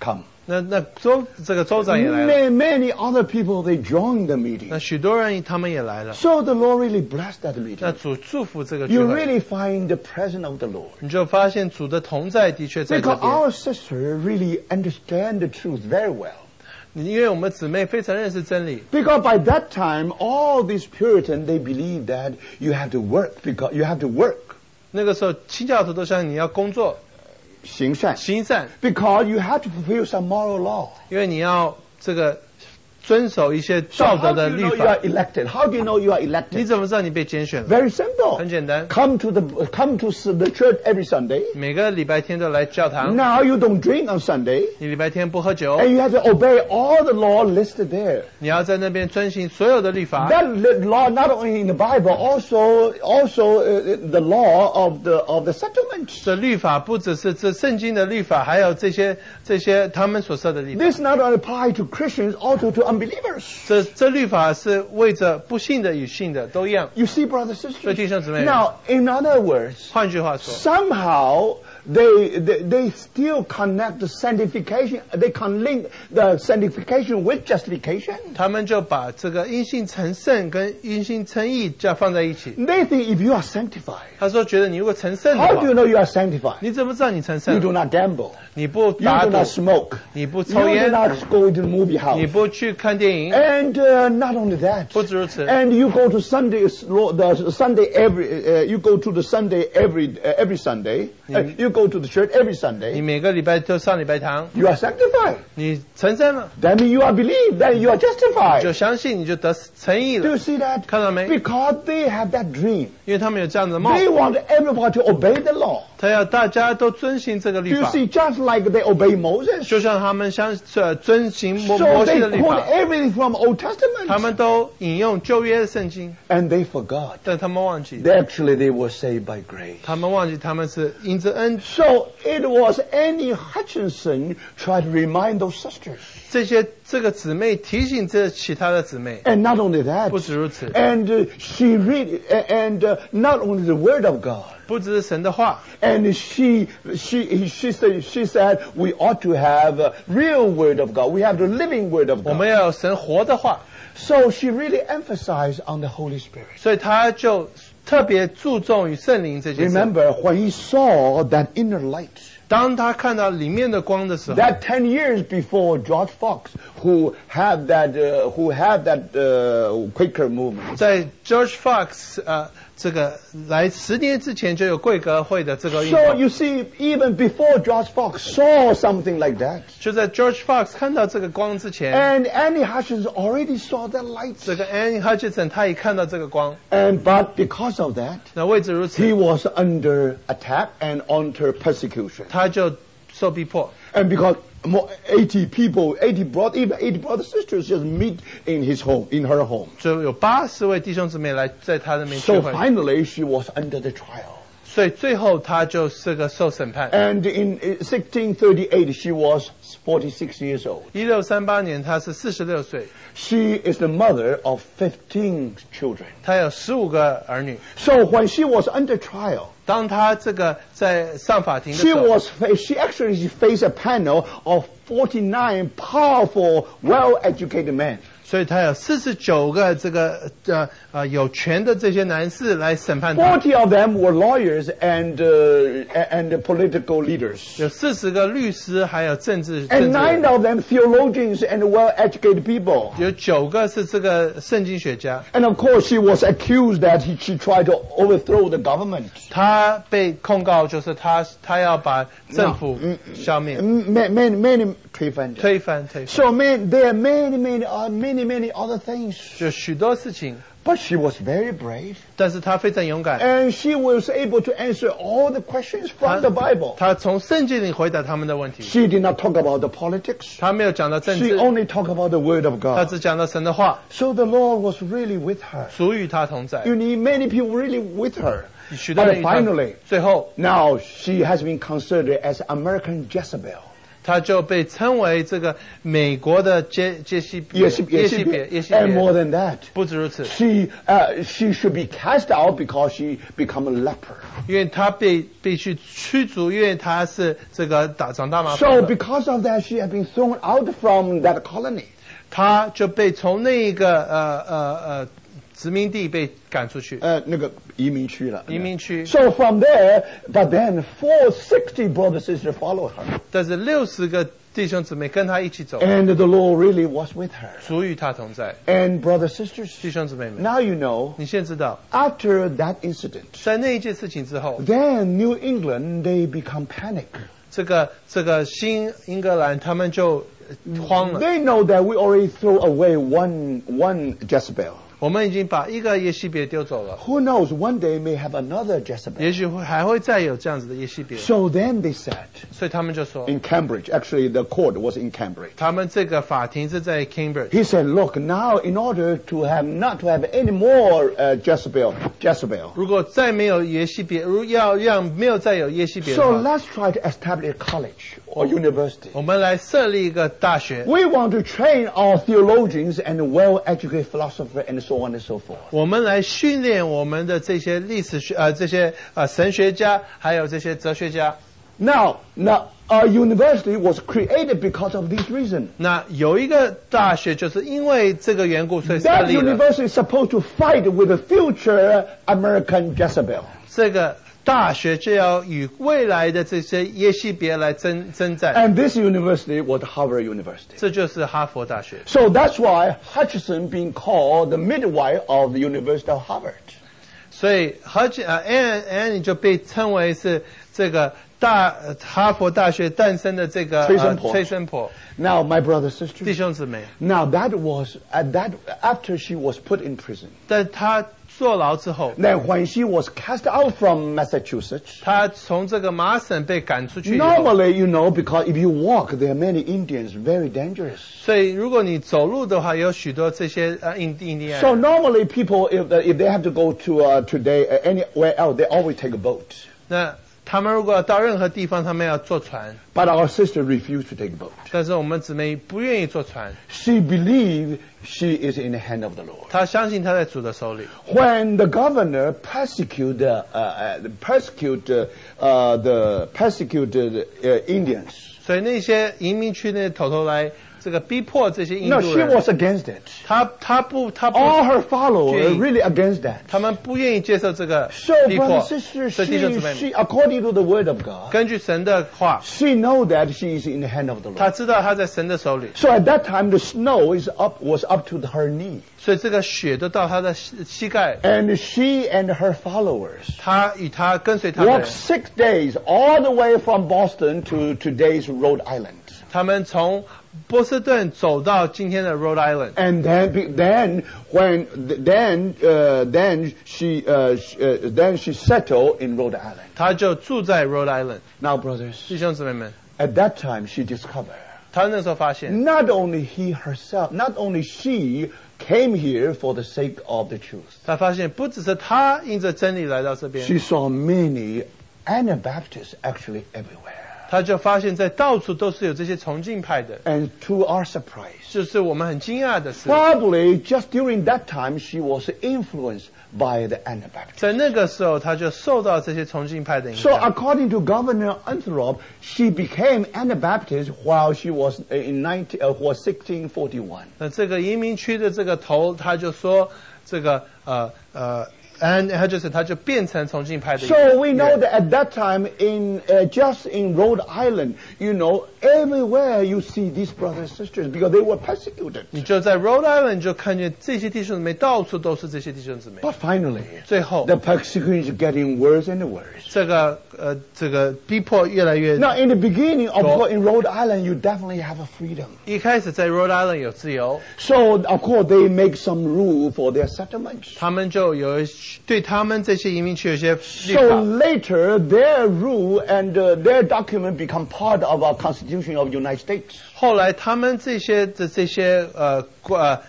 Speaker 1: come.
Speaker 2: 那那州这个州长也来
Speaker 1: Many,
Speaker 2: 了，
Speaker 1: many other people they join the
Speaker 2: 那
Speaker 1: meeting.
Speaker 2: 许多人他们也来了。
Speaker 1: So the Lord really blessed that
Speaker 2: 那
Speaker 1: meeting.
Speaker 2: 主祝福这个聚
Speaker 1: You
Speaker 2: 会，
Speaker 1: really find the presence of the Lord.
Speaker 2: 你就发现主的同在的确在这
Speaker 1: Because
Speaker 2: 边。
Speaker 1: our sister really understand the truth very well.
Speaker 2: 因为我们姊妹非常认识真理，
Speaker 1: Because by that time, all these Puritans, they believe that you have to work because you have to work.
Speaker 2: 那个时候清教徒都相信你要工作
Speaker 1: 行善。
Speaker 2: 行善，
Speaker 1: Because you have to fulfill some moral law.
Speaker 2: 因为你要这个遵守一些
Speaker 1: So
Speaker 2: 道德
Speaker 1: how
Speaker 2: 的
Speaker 1: do you
Speaker 2: 立
Speaker 1: know you
Speaker 2: 法
Speaker 1: are。elected? How do you know you are
Speaker 2: 你
Speaker 1: elected?
Speaker 2: 怎么知道你被拣选了？
Speaker 1: Very simple.
Speaker 2: 很简单。
Speaker 1: Come to the come to s- the church every Sunday.
Speaker 2: 每个礼拜天都来教堂，
Speaker 1: Now you don't drink on Sunday,
Speaker 2: 你礼拜天不喝酒，
Speaker 1: and you have to obey all the law listed there.
Speaker 2: 你要在那边遵行所有的律法。
Speaker 1: That li- law not only in the Bible, also also uh, the law of the of the settlement.
Speaker 2: 这律法不只是这圣经的律法，还有这些这些他们所设的律法。
Speaker 1: This not only apply to Christians, also to unbelievers.
Speaker 2: 这这律法是为着不信的与信的都一样。
Speaker 1: You see, brothers and sisters.
Speaker 2: 所以弟兄姊妹们。
Speaker 1: Now, in other words,
Speaker 2: 换句话说，
Speaker 1: somehow they, they they still connect the sanctification they can link the sanctification with justification
Speaker 2: 他们就把这个因信成圣跟因信称义这样放在一起。
Speaker 1: they think if you are sanctified
Speaker 2: 他说，觉得你如果成圣的
Speaker 1: how do you
Speaker 2: 话，
Speaker 1: know you are sanctified
Speaker 2: 你怎么知道你成
Speaker 1: you
Speaker 2: 圣
Speaker 1: do？not gamble
Speaker 2: 你不
Speaker 1: you
Speaker 2: 打
Speaker 1: do
Speaker 2: 赌
Speaker 1: not，smoke you
Speaker 2: 你不
Speaker 1: do
Speaker 2: 抽烟，
Speaker 1: not go to the movie
Speaker 2: 你
Speaker 1: house
Speaker 2: 不去看电影，
Speaker 1: and uh, not only that
Speaker 2: 不止如此。
Speaker 1: and you go to sunday the sunday every uh, you go to the sunday every uh, every sunday Uh, you go to the church every
Speaker 2: 你
Speaker 1: Sunday,
Speaker 2: 每个礼拜都上礼拜堂，
Speaker 1: you are sanctified.
Speaker 2: 你成圣了，
Speaker 1: That means you are believed. Then you are
Speaker 2: 就
Speaker 1: justified.
Speaker 2: 相信，你就得诚意
Speaker 1: Do
Speaker 2: 了
Speaker 1: you。see that?
Speaker 2: 看到没？
Speaker 1: Because they have that dream.
Speaker 2: 因为他们有这样的梦，
Speaker 1: They want everybody to obey the law.
Speaker 2: 他要大家都遵行这个
Speaker 1: Do
Speaker 2: 律
Speaker 1: you
Speaker 2: 法，
Speaker 1: see? Just like they obey Moses.
Speaker 2: 就像他们相呃遵行摩
Speaker 1: So
Speaker 2: 摩西
Speaker 1: they
Speaker 2: 的律
Speaker 1: quote
Speaker 2: 法，
Speaker 1: everything from Old
Speaker 2: 他
Speaker 1: Testament.
Speaker 2: 们都引用旧约的圣经，
Speaker 1: And they forgot.
Speaker 2: 但他们忘记了，
Speaker 1: They actually, they were saved by grace.
Speaker 2: 他们忘记他们是因着恩。
Speaker 1: So it was Annie Hutchinson tried to remind those sisters.
Speaker 2: 这些这个姊妹提醒这其他的姊妹，
Speaker 1: And not only that,
Speaker 2: 不止如此。
Speaker 1: and uh, she read, uh, and uh, not only the Word of God,
Speaker 2: 不只是神的话，
Speaker 1: and she, she, she said, she said, we ought to have a real Word of God. We have the living Word of
Speaker 2: 我们
Speaker 1: God.
Speaker 2: 要有神活的话，
Speaker 1: So she really emphasized on the Holy Spirit.
Speaker 2: 所以他就特别注重于圣灵这件事。
Speaker 1: Remember, when he saw that inner light,
Speaker 2: 当他看到里面的光的时候，
Speaker 1: that 10 years before George Fox, who had that, uh, who had that uh, Quaker movement,
Speaker 2: 在 George Fox 呃这个来十年之前就有贵格会的这个运
Speaker 1: So
Speaker 2: 动，
Speaker 1: you see, even before George Fox saw something like that,
Speaker 2: 就在 George Fox 看到这个光之前，
Speaker 1: and Annie Hutchins already saw that light.
Speaker 2: 这个 Anne Hutchinson 他一看到这个光，
Speaker 1: And but because of that,
Speaker 2: 那位置如 此
Speaker 1: he，was under attack and under persecution.
Speaker 2: 他就受逼迫。
Speaker 1: And because more, 80 people, 80 brothers, even 80 brothers sisters just meet in his home, in her home.
Speaker 2: 就有八十位弟兄姊妹来在他的面聚
Speaker 1: So
Speaker 2: 会，
Speaker 1: finally, she was under the trial.
Speaker 2: 所以最后他就是个受审判。
Speaker 1: And in uh, 1638, she was 46 years old.
Speaker 2: 一六三八年，他是四十六岁，
Speaker 1: She is the mother of 15 children.
Speaker 2: 他有十五个儿女。
Speaker 1: So when she was under trial,
Speaker 2: 当他这个在上法庭的
Speaker 1: She
Speaker 2: 时候，
Speaker 1: was fa- she actually faced a panel of 49 powerful, well-educated men.
Speaker 2: 所以他有四十九个这个呃呃有权的这些男士来审判他，
Speaker 1: 40 of them were lawyers and uh, a- and political leaders.
Speaker 2: 有四十个律师，还有政治政
Speaker 1: And
Speaker 2: 治
Speaker 1: nine
Speaker 2: 人，
Speaker 1: of them theologians and well-educated people.
Speaker 2: 有九个是这个圣经学家。
Speaker 1: And of course, she was accused that he, she tried to overthrow the government.
Speaker 2: 他被控告就是他他要把政府消灭、
Speaker 1: M- ma- Many, many, many
Speaker 2: 推翻推翻，
Speaker 1: So man, there are many, many, uh, many, many other things.
Speaker 2: 就许多事情。
Speaker 1: But she was very brave,
Speaker 2: 但是他非常勇敢，
Speaker 1: and she was able to answer all the questions from the Bible.
Speaker 2: 他从圣经里回答他们的问题，
Speaker 1: She did not talk about the politics.
Speaker 2: 他没有讲到政
Speaker 1: She
Speaker 2: 治，
Speaker 1: only talked about the word of
Speaker 2: 他
Speaker 1: God.
Speaker 2: 只讲到神的话，嗯
Speaker 1: So the Lord was really with her.
Speaker 2: 主与他同在
Speaker 1: You。need many people really with her.
Speaker 2: 许多人
Speaker 1: But
Speaker 2: 与他
Speaker 1: finally,
Speaker 2: 最后
Speaker 1: now she has been considered as American Jezebel.
Speaker 2: 他就被称为这个美国的杰杰西别
Speaker 1: Yes, yes,
Speaker 2: 耶西别耶西
Speaker 1: and
Speaker 2: 别
Speaker 1: more。than that.
Speaker 2: 不止如此，
Speaker 1: She, uh, she should be cast out because she become a leper.
Speaker 2: 因为他被必须驱逐，因为他是这个打长大麻风
Speaker 1: So
Speaker 2: 的，
Speaker 1: because of that, she has been thrown out from that colony.
Speaker 2: 他就被从那一个呃呃呃殖民地被赶出去，
Speaker 1: 呃，Uh, 那个移民区了。
Speaker 2: 移民区
Speaker 1: So from there, but then 460 brothers and sisters follow her.
Speaker 2: 但是六十个弟兄姊妹跟他一起走，
Speaker 1: And the Lord really was with her.
Speaker 2: 主与他同在。
Speaker 1: And brothers, sisters,
Speaker 2: 弟兄姊妹们，
Speaker 1: now you know,
Speaker 2: 你现在知道，
Speaker 1: after that incident,
Speaker 2: 在那一件事情之后，
Speaker 1: then New England, they become panic.
Speaker 2: 这个这个新英格兰他们就呃慌了。
Speaker 1: They know that we already throw away one, one Jezebel.
Speaker 2: 我们已经把一个耶西别丢走了，
Speaker 1: Who knows, one day may have another Jezebel.
Speaker 2: 也许会还会再有这样子的耶西别，
Speaker 1: So then they said,
Speaker 2: 所以他们就说，
Speaker 1: in Cambridge, actually the court was in Cambridge.
Speaker 2: 他们这个法庭是在 Cambridge，
Speaker 1: He said, look, now in order to have, not to have any more uh, Jezebel, Jezebel.
Speaker 2: 如果再没有耶西别，如要让没有再有耶西别的
Speaker 1: So
Speaker 2: 话，
Speaker 1: let's try to establish a college or university.
Speaker 2: 我们来设立一个大学，
Speaker 1: We want to train our theologians and well-educated philosophers and so on and so forth.
Speaker 2: 我们来训练我们的这些历史学呃这些呃神学家，还有这些哲学家。
Speaker 1: Now, now our university was created because of this reason.
Speaker 2: 那有一个大学就是因为这个缘故，所以设
Speaker 1: That
Speaker 2: 立了。
Speaker 1: university is supposed to fight with the future American Jezebel.
Speaker 2: 这个大学就要与未来的这些耶西别来征征战，
Speaker 1: And this university was Harvard University.
Speaker 2: 这就是哈佛大学。
Speaker 1: So that's why Hutchinson being called the midwife of the University of Harvard.
Speaker 2: 所以 Hutch 呃 Ann Ann 就被称为是这个大呃哈佛大学诞生的这个
Speaker 1: 崔森婆
Speaker 2: 呃崔森婆
Speaker 1: Now, my brother, sister.
Speaker 2: 弟兄姊妹，
Speaker 1: Now that was at that after she was put in prison.
Speaker 2: 但她坐牢之后，
Speaker 1: Then when she was cast out from Massachusetts,
Speaker 2: 她从这个麻省被赶出去以后，
Speaker 1: normally you know because if you walk, there are many Indians, very dangerous.
Speaker 2: 所以如果你走路的话，有许多这些呃印印第安
Speaker 1: So
Speaker 2: 人，
Speaker 1: normally people, if they, if they have to go to uh, today uh, anywhere else, they always take a boat.
Speaker 2: 那他们如果要到任何地方，他们要坐船，
Speaker 1: But our sister refused to take a boat.
Speaker 2: 但是我们姊妹不愿意坐船，
Speaker 1: She believed she is in the hand of the Lord.
Speaker 2: 她相信她在主的手里。
Speaker 1: When the governor persecuted uh, uh, persecute uh, uh, the persecuted uh, Indians,
Speaker 2: 所以那些移民区那头头来这个逼迫这些印
Speaker 1: no,
Speaker 2: 度
Speaker 1: she
Speaker 2: 人，
Speaker 1: was against it.
Speaker 2: 他他不他不
Speaker 1: All her followers
Speaker 2: Jane.
Speaker 1: really against that.
Speaker 2: 他们不愿意接受这个
Speaker 1: So,
Speaker 2: 逼
Speaker 1: brother
Speaker 2: 迫，
Speaker 1: sister,
Speaker 2: 所以弟兄姊
Speaker 1: she,
Speaker 2: 妹
Speaker 1: she
Speaker 2: 们，
Speaker 1: according to the word of God,
Speaker 2: 根据神的话，
Speaker 1: she know that she is in the hand of the
Speaker 2: 他
Speaker 1: Lord.
Speaker 2: 知道他在神的手里，
Speaker 1: So at that time, the snow is up was up to her knee,
Speaker 2: 所以这个血都到他的膝膝盖。
Speaker 1: and she and her followers
Speaker 2: 他与他跟随他的
Speaker 1: walked
Speaker 2: 人，
Speaker 1: six days all the way from Boston to today's Rhode Island.
Speaker 2: 他们从波士顿走到今天的 Rhode Island。
Speaker 1: And then, be- then when then uh, then she uh, sh- uh, then she settled in Rhode Island.
Speaker 2: 他就住在 Rhode Island，
Speaker 1: Now, brothers,
Speaker 2: 弟兄姊妹们，
Speaker 1: at that time she discovered
Speaker 2: 他那时候发现，
Speaker 1: not only he herself, not only she came here for the sake of the truth.
Speaker 2: 他发现不只是他因着真理来到这边，
Speaker 1: She saw many Anabaptists actually everywhere.
Speaker 2: 他就发现，在到处都是有这些崇敬派的，
Speaker 1: And to our surprise,
Speaker 2: 就是我们很惊讶的是，
Speaker 1: probably just during that time she was influenced by the Anabaptists.
Speaker 2: 在那个时候他就受到这些崇敬派的影
Speaker 1: So uh，
Speaker 2: 响。
Speaker 1: according to Governor Anthrop, she became Anabaptist while she was uh, in 19, uh, was 1641.
Speaker 2: 那这个移民区的这个头，他就说这个呃呃，安他就是他就变成崇敬派的一员。
Speaker 1: So we know that at that time in uh, just in Rhode Island, you know, everywhere you see these brothers and sisters because they were persecuted.
Speaker 2: 你就在 Rhode Island 就看见这些弟兄姊妹到处都是这些弟兄姊妹。
Speaker 1: But finally,
Speaker 2: 最后
Speaker 1: the persecution is getting worse and worse.
Speaker 2: 这个呃这个逼迫越来越。
Speaker 1: Now in the beginning, of
Speaker 2: So-
Speaker 1: course, in Rhode Island, you definitely have a freedom.
Speaker 2: 一开始在 Rhode Island 有自由，
Speaker 1: So of course, they make some rule for their settlements.
Speaker 2: 他们就有一些对他们这些移民区有一些立
Speaker 1: So
Speaker 2: 法。
Speaker 1: later, their rule and uh, their document become part of our Constitution of United States.
Speaker 2: 后来他们这些的这些呃过呃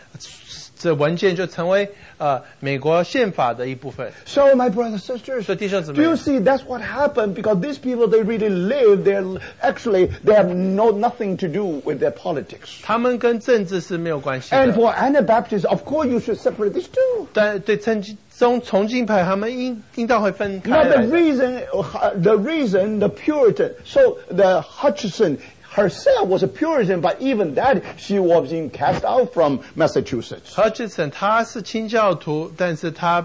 Speaker 2: 这文件就成为呃美国宪法的一部分。
Speaker 1: So, my brothers and sisters,
Speaker 2: 所以弟兄姊
Speaker 1: do
Speaker 2: 妹，
Speaker 1: you see that's what happened? Because these people, they really live. They are actually they have no nothing to do with their politics.
Speaker 2: 他们跟政治是没有关系
Speaker 1: And
Speaker 2: 的。
Speaker 1: for Anabaptists, of course, you should separate these two.
Speaker 2: 但对曾经中崇敬派，他们应应当会分开
Speaker 1: Now,
Speaker 2: 来
Speaker 1: the
Speaker 2: 的。
Speaker 1: reason, uh, the reason, the Puritan. So, the Hutchison herself was a Puritan, but even that, she was being cast out from Massachusetts.
Speaker 2: Hutchinson 他是清教徒，但是他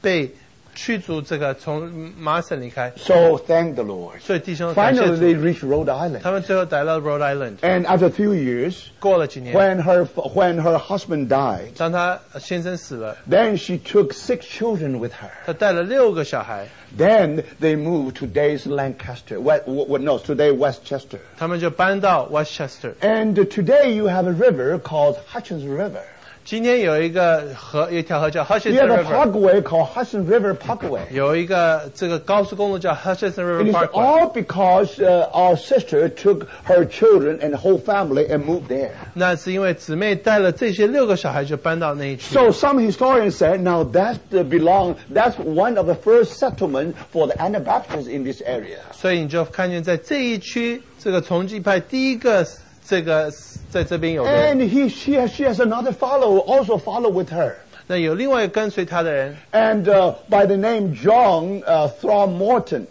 Speaker 2: 被驱逐这个从麻省离开，
Speaker 1: So, thank the Lord.
Speaker 2: 所以弟兄感谢
Speaker 1: Finally,
Speaker 2: 主
Speaker 1: they reached Rhode Island.
Speaker 2: 他们最后来到 Rhode Island。
Speaker 1: And after a few years,
Speaker 2: 过了几年，
Speaker 1: when her when her husband died,
Speaker 2: 当他先生死了，
Speaker 1: then she took six children with her.
Speaker 2: 他带了六个小孩，
Speaker 1: Then they moved to today's Lancaster. What, what, no, today Westchester.
Speaker 2: 他们就搬到 Westchester。
Speaker 1: And today you have a river called Hutchins River.
Speaker 2: 今天有一个河，有一条河叫
Speaker 1: You
Speaker 2: Hutchinson
Speaker 1: have a
Speaker 2: River，
Speaker 1: parkway called Hudson River Parkway.
Speaker 2: 有一个这个高速公路叫
Speaker 1: It
Speaker 2: Hutchinson River
Speaker 1: is
Speaker 2: Parkway。
Speaker 1: all because uh, our sister took her children and whole family and moved there.
Speaker 2: 那是因为姊妹带了这些六个小孩就搬到那一区。
Speaker 1: So some historians said, now that's the belong, that's one of the first settlement for the Anabaptists in this area.
Speaker 2: 所以你就看见在这一区，这个崇基派第一个这个在这边有的人，
Speaker 1: And he, she, has, she has another follower, also follow with her.
Speaker 2: 那有另外一个跟随他的人，
Speaker 1: And uh, by the name John uh, Throckmorton.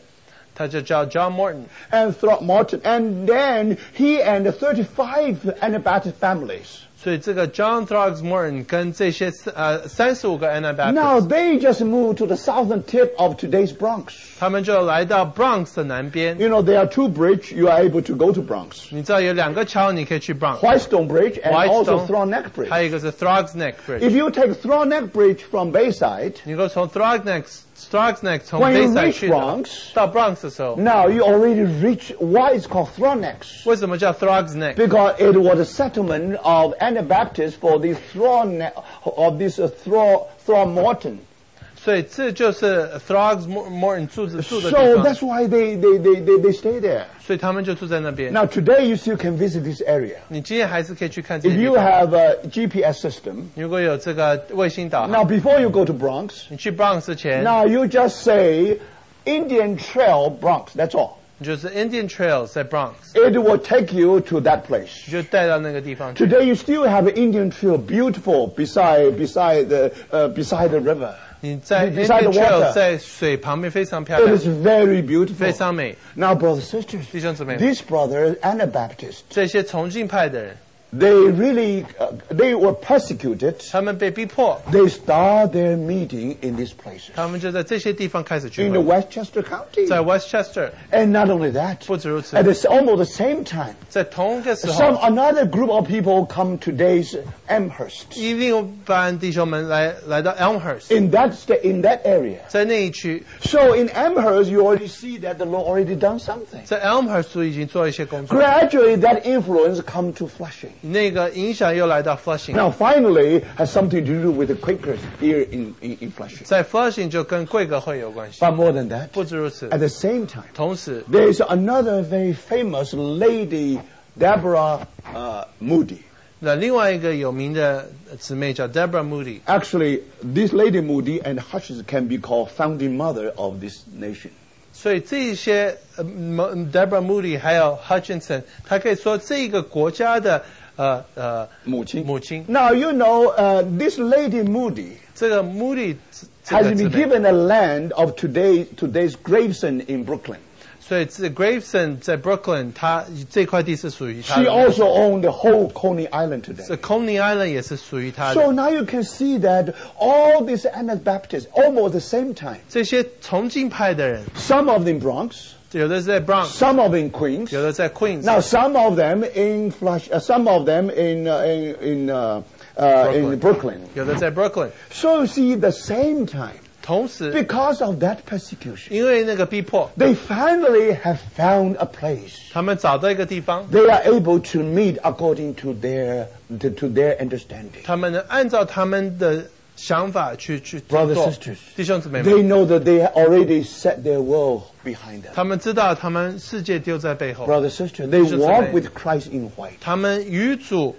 Speaker 2: 他就叫 John Morton。
Speaker 1: And Throckmorton. And then he and 35 Anabaptist families.
Speaker 2: 所以这个 John Throckmorton 跟这些呃三十五个 Anabaptist，
Speaker 1: Now they just moved to the southern tip of today's Bronx.
Speaker 2: 他们就来到 Bronx 的南边。
Speaker 1: You know, there are two bridges you are able to go to Bronx.
Speaker 2: 你知道有两个桥，你可以去 Bronx，
Speaker 1: Whitestone Bridge and
Speaker 2: Whitestone
Speaker 1: also Thorneck Bridge.
Speaker 2: 还有一个是 Throgsneck Bridge。
Speaker 1: If you take Thorneck Bridge from Bayside,
Speaker 2: 你如果从 Throgsneck Throgsneck 从
Speaker 1: When you reach
Speaker 2: 北山去的
Speaker 1: Bronx- 嗯
Speaker 2: 到 Bronx 的时候，
Speaker 1: now you already reach why it's called Thorneck.
Speaker 2: 为什么叫 Throgsneck？
Speaker 1: Because it was a settlement of Anabaptists for the Thorne, of this uh, Thor, Thormorton.
Speaker 2: 所以这就是 Throgsmorton 住住的
Speaker 1: So
Speaker 2: 地方，
Speaker 1: that's why they, they, they, they, they stay there.
Speaker 2: 所以他们就住在那边。
Speaker 1: Now today you still can visit this area.
Speaker 2: 你今天还是可以去看这
Speaker 1: If
Speaker 2: 些地
Speaker 1: you
Speaker 2: 方。
Speaker 1: have a GPS system,
Speaker 2: 如果有这个卫星导航，
Speaker 1: now before you go to Bronx,
Speaker 2: 你去 Bronx 之前，
Speaker 1: now you just say Indian Trail Bronx, that's all.
Speaker 2: 你就是 Indian Trails 在 Bronx，
Speaker 1: It will take you to that place.
Speaker 2: 你就带到那个地方去。
Speaker 1: Today you still have an Indian trail, beautiful beside beside the uh, beside the river.
Speaker 2: 你在
Speaker 1: You decide
Speaker 2: Indian
Speaker 1: the water.
Speaker 2: Trail 在水旁边非常漂
Speaker 1: It
Speaker 2: 亮
Speaker 1: is，very beautiful.
Speaker 2: 非常美。
Speaker 1: Now, brothers and sisters,
Speaker 2: 弟兄姊妹们，
Speaker 1: these brothers Anabaptists,
Speaker 2: 这些崇敬派的人，
Speaker 1: they really uh, they were persecuted.
Speaker 2: 他们被逼迫，
Speaker 1: They start their meeting in these places
Speaker 2: 他们就在这些地方开始聚
Speaker 1: in the
Speaker 2: 会。
Speaker 1: Westchester County,
Speaker 2: 在 Westchester，
Speaker 1: and not only that,
Speaker 2: 不止如此
Speaker 1: at，the, s- almost the same time,
Speaker 2: 在同一个时
Speaker 1: some
Speaker 2: 候，
Speaker 1: another group of people come today's Amherst
Speaker 2: 一定班弟兄们来来到 Elmhurst，
Speaker 1: in that sta- in that area.
Speaker 2: 在那一区，
Speaker 1: So in Amherst, you already see that the Lord already done something.
Speaker 2: 在 Elmhurst 已经做一些工作，
Speaker 1: Gradually, that influence come to Flushing.
Speaker 2: 那个影响又来到 Flushing，
Speaker 1: Now, finally, has something to do with the Quakers here in, in, in Flushing.
Speaker 2: 在 Flushing 就跟贵格会有关系。
Speaker 1: But more than that,
Speaker 2: 不止如此，
Speaker 1: at the same time,
Speaker 2: 同时
Speaker 1: there is another very famous lady, Deborah uh, Moody.
Speaker 2: 那另外一个有名的姊妹叫 Deborah Moody，
Speaker 1: Actually, this lady Moody and Hutchins can be called founding mother of this nation.
Speaker 2: 所以这一些呃，Mo- Deborah Moody 还有 Hutchinson，他可以说这个国家的呃呃
Speaker 1: 母亲.
Speaker 2: 母亲。
Speaker 1: Now, you know, uh, this lady Moody
Speaker 2: 这个 Moody 这这
Speaker 1: has
Speaker 2: 个姊
Speaker 1: been
Speaker 2: 妹，
Speaker 1: given a land of today, today's Gravesend in Brooklyn.
Speaker 2: 所以这 Graveson 在 Brooklyn，他这块地是属于他
Speaker 1: She
Speaker 2: 的。
Speaker 1: also owned the whole Coney Island today.
Speaker 2: 这 Coney Island 也是属于他
Speaker 1: So
Speaker 2: 的。
Speaker 1: now you can see that all these Anabaptists, almost the same time,
Speaker 2: 这些崇敬派的人，
Speaker 1: some of them Bronx,
Speaker 2: 有的是在 Bronx，
Speaker 1: some of in Queens.
Speaker 2: 有的在 Queens，
Speaker 1: Now some of them in Flush, uh, some of them in uh, in in, uh, uh, in Brooklyn.
Speaker 2: 有的在 Brooklyn。
Speaker 1: So you see the same time
Speaker 2: 同时，
Speaker 1: because of that persecution,
Speaker 2: 因为那个逼迫，
Speaker 1: they finally have found a place.
Speaker 2: 他们找到一个地方，
Speaker 1: They are able to meet according to their to, to their understanding.
Speaker 2: 他们能按照他们的想法去去
Speaker 1: Brothers
Speaker 2: 做
Speaker 1: sisters，
Speaker 2: 弟兄姊妹们，
Speaker 1: They know that they already set their world behind them.
Speaker 2: 他们知道他们世界丢在背后，
Speaker 1: Brother, sister, they
Speaker 2: Sister,
Speaker 1: walk
Speaker 2: man.
Speaker 1: with Christ in white.
Speaker 2: 他们与主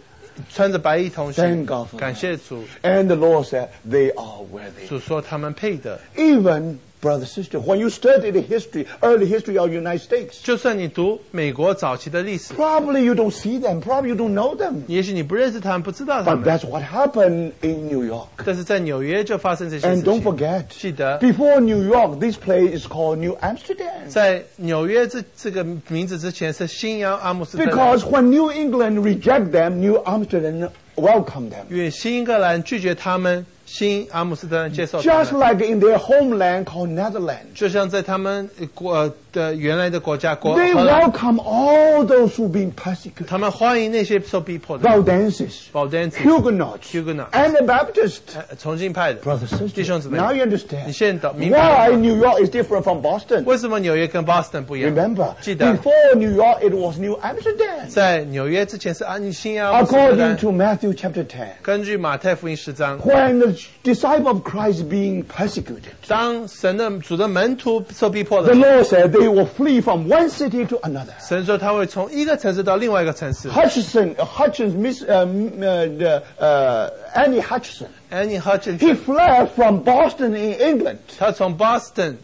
Speaker 2: 穿着白衣同
Speaker 1: Thank
Speaker 2: 行
Speaker 1: God，for
Speaker 2: 感谢主，
Speaker 1: And the Lord said, they are worthy.
Speaker 2: 主说他们配得。
Speaker 1: Even, brother, sister, when you study the history, early history of United States,
Speaker 2: 就算你读美国早期的历史，
Speaker 1: probably you don't see them, probably you don't know them.
Speaker 2: 也许你不认识他们，不知道他
Speaker 1: But
Speaker 2: 们，
Speaker 1: that's what happened in New York.
Speaker 2: 但是在纽约就发生这些事
Speaker 1: And don't
Speaker 2: 情。
Speaker 1: forget,
Speaker 2: 记得
Speaker 1: before New York, this place is called New Amsterdam.
Speaker 2: 在纽约这这个名字之前是新阳阿姆斯特丹，
Speaker 1: Because when New England reject them, New Amsterdam welcome them.
Speaker 2: 因为新英格兰拒绝他们，新阿姆斯特丹接受他
Speaker 1: Just
Speaker 2: 们。
Speaker 1: like in their homeland called Netherlands.
Speaker 2: 就像在他们呃国呃的原来的国家国，
Speaker 1: They
Speaker 2: 荷兰
Speaker 1: welcome all those who've been persecuted.
Speaker 2: 他们欢迎那些受逼迫的
Speaker 1: Valdenses,
Speaker 2: 保丹子、
Speaker 1: Huguenots,
Speaker 2: Huguenots.
Speaker 1: Anabaptists.
Speaker 2: 呃崇敬派的
Speaker 1: Brothers,
Speaker 2: 弟兄
Speaker 1: sisters,
Speaker 2: 姊妹
Speaker 1: now you
Speaker 2: 们。
Speaker 1: understand
Speaker 2: 你现在懂，明白
Speaker 1: why New York is different from Boston.
Speaker 2: 为什么纽约跟 Boston 不一样
Speaker 1: Remember,
Speaker 2: 记得
Speaker 1: before New York, it was New Amsterdam.
Speaker 2: 在纽约之前是安啊新阿姆斯特
Speaker 1: According
Speaker 2: 丹。
Speaker 1: to Matthew chapter 10,
Speaker 2: 根据马太福音十章，
Speaker 1: when the disciple of Christ being persecuted,
Speaker 2: 当神的主的门徒受逼迫
Speaker 1: the
Speaker 2: 的时候，
Speaker 1: Lord said they will flee from one city to another.
Speaker 2: 神说他会从一个城市到另外一个城市。
Speaker 1: Hutchinson, uh, Hutchins, Miss, um, uh, the, uh, Annie Hutchinson,
Speaker 2: Annie
Speaker 1: he
Speaker 2: Hutchinson，
Speaker 1: fled from Boston in England
Speaker 2: 他从 Boston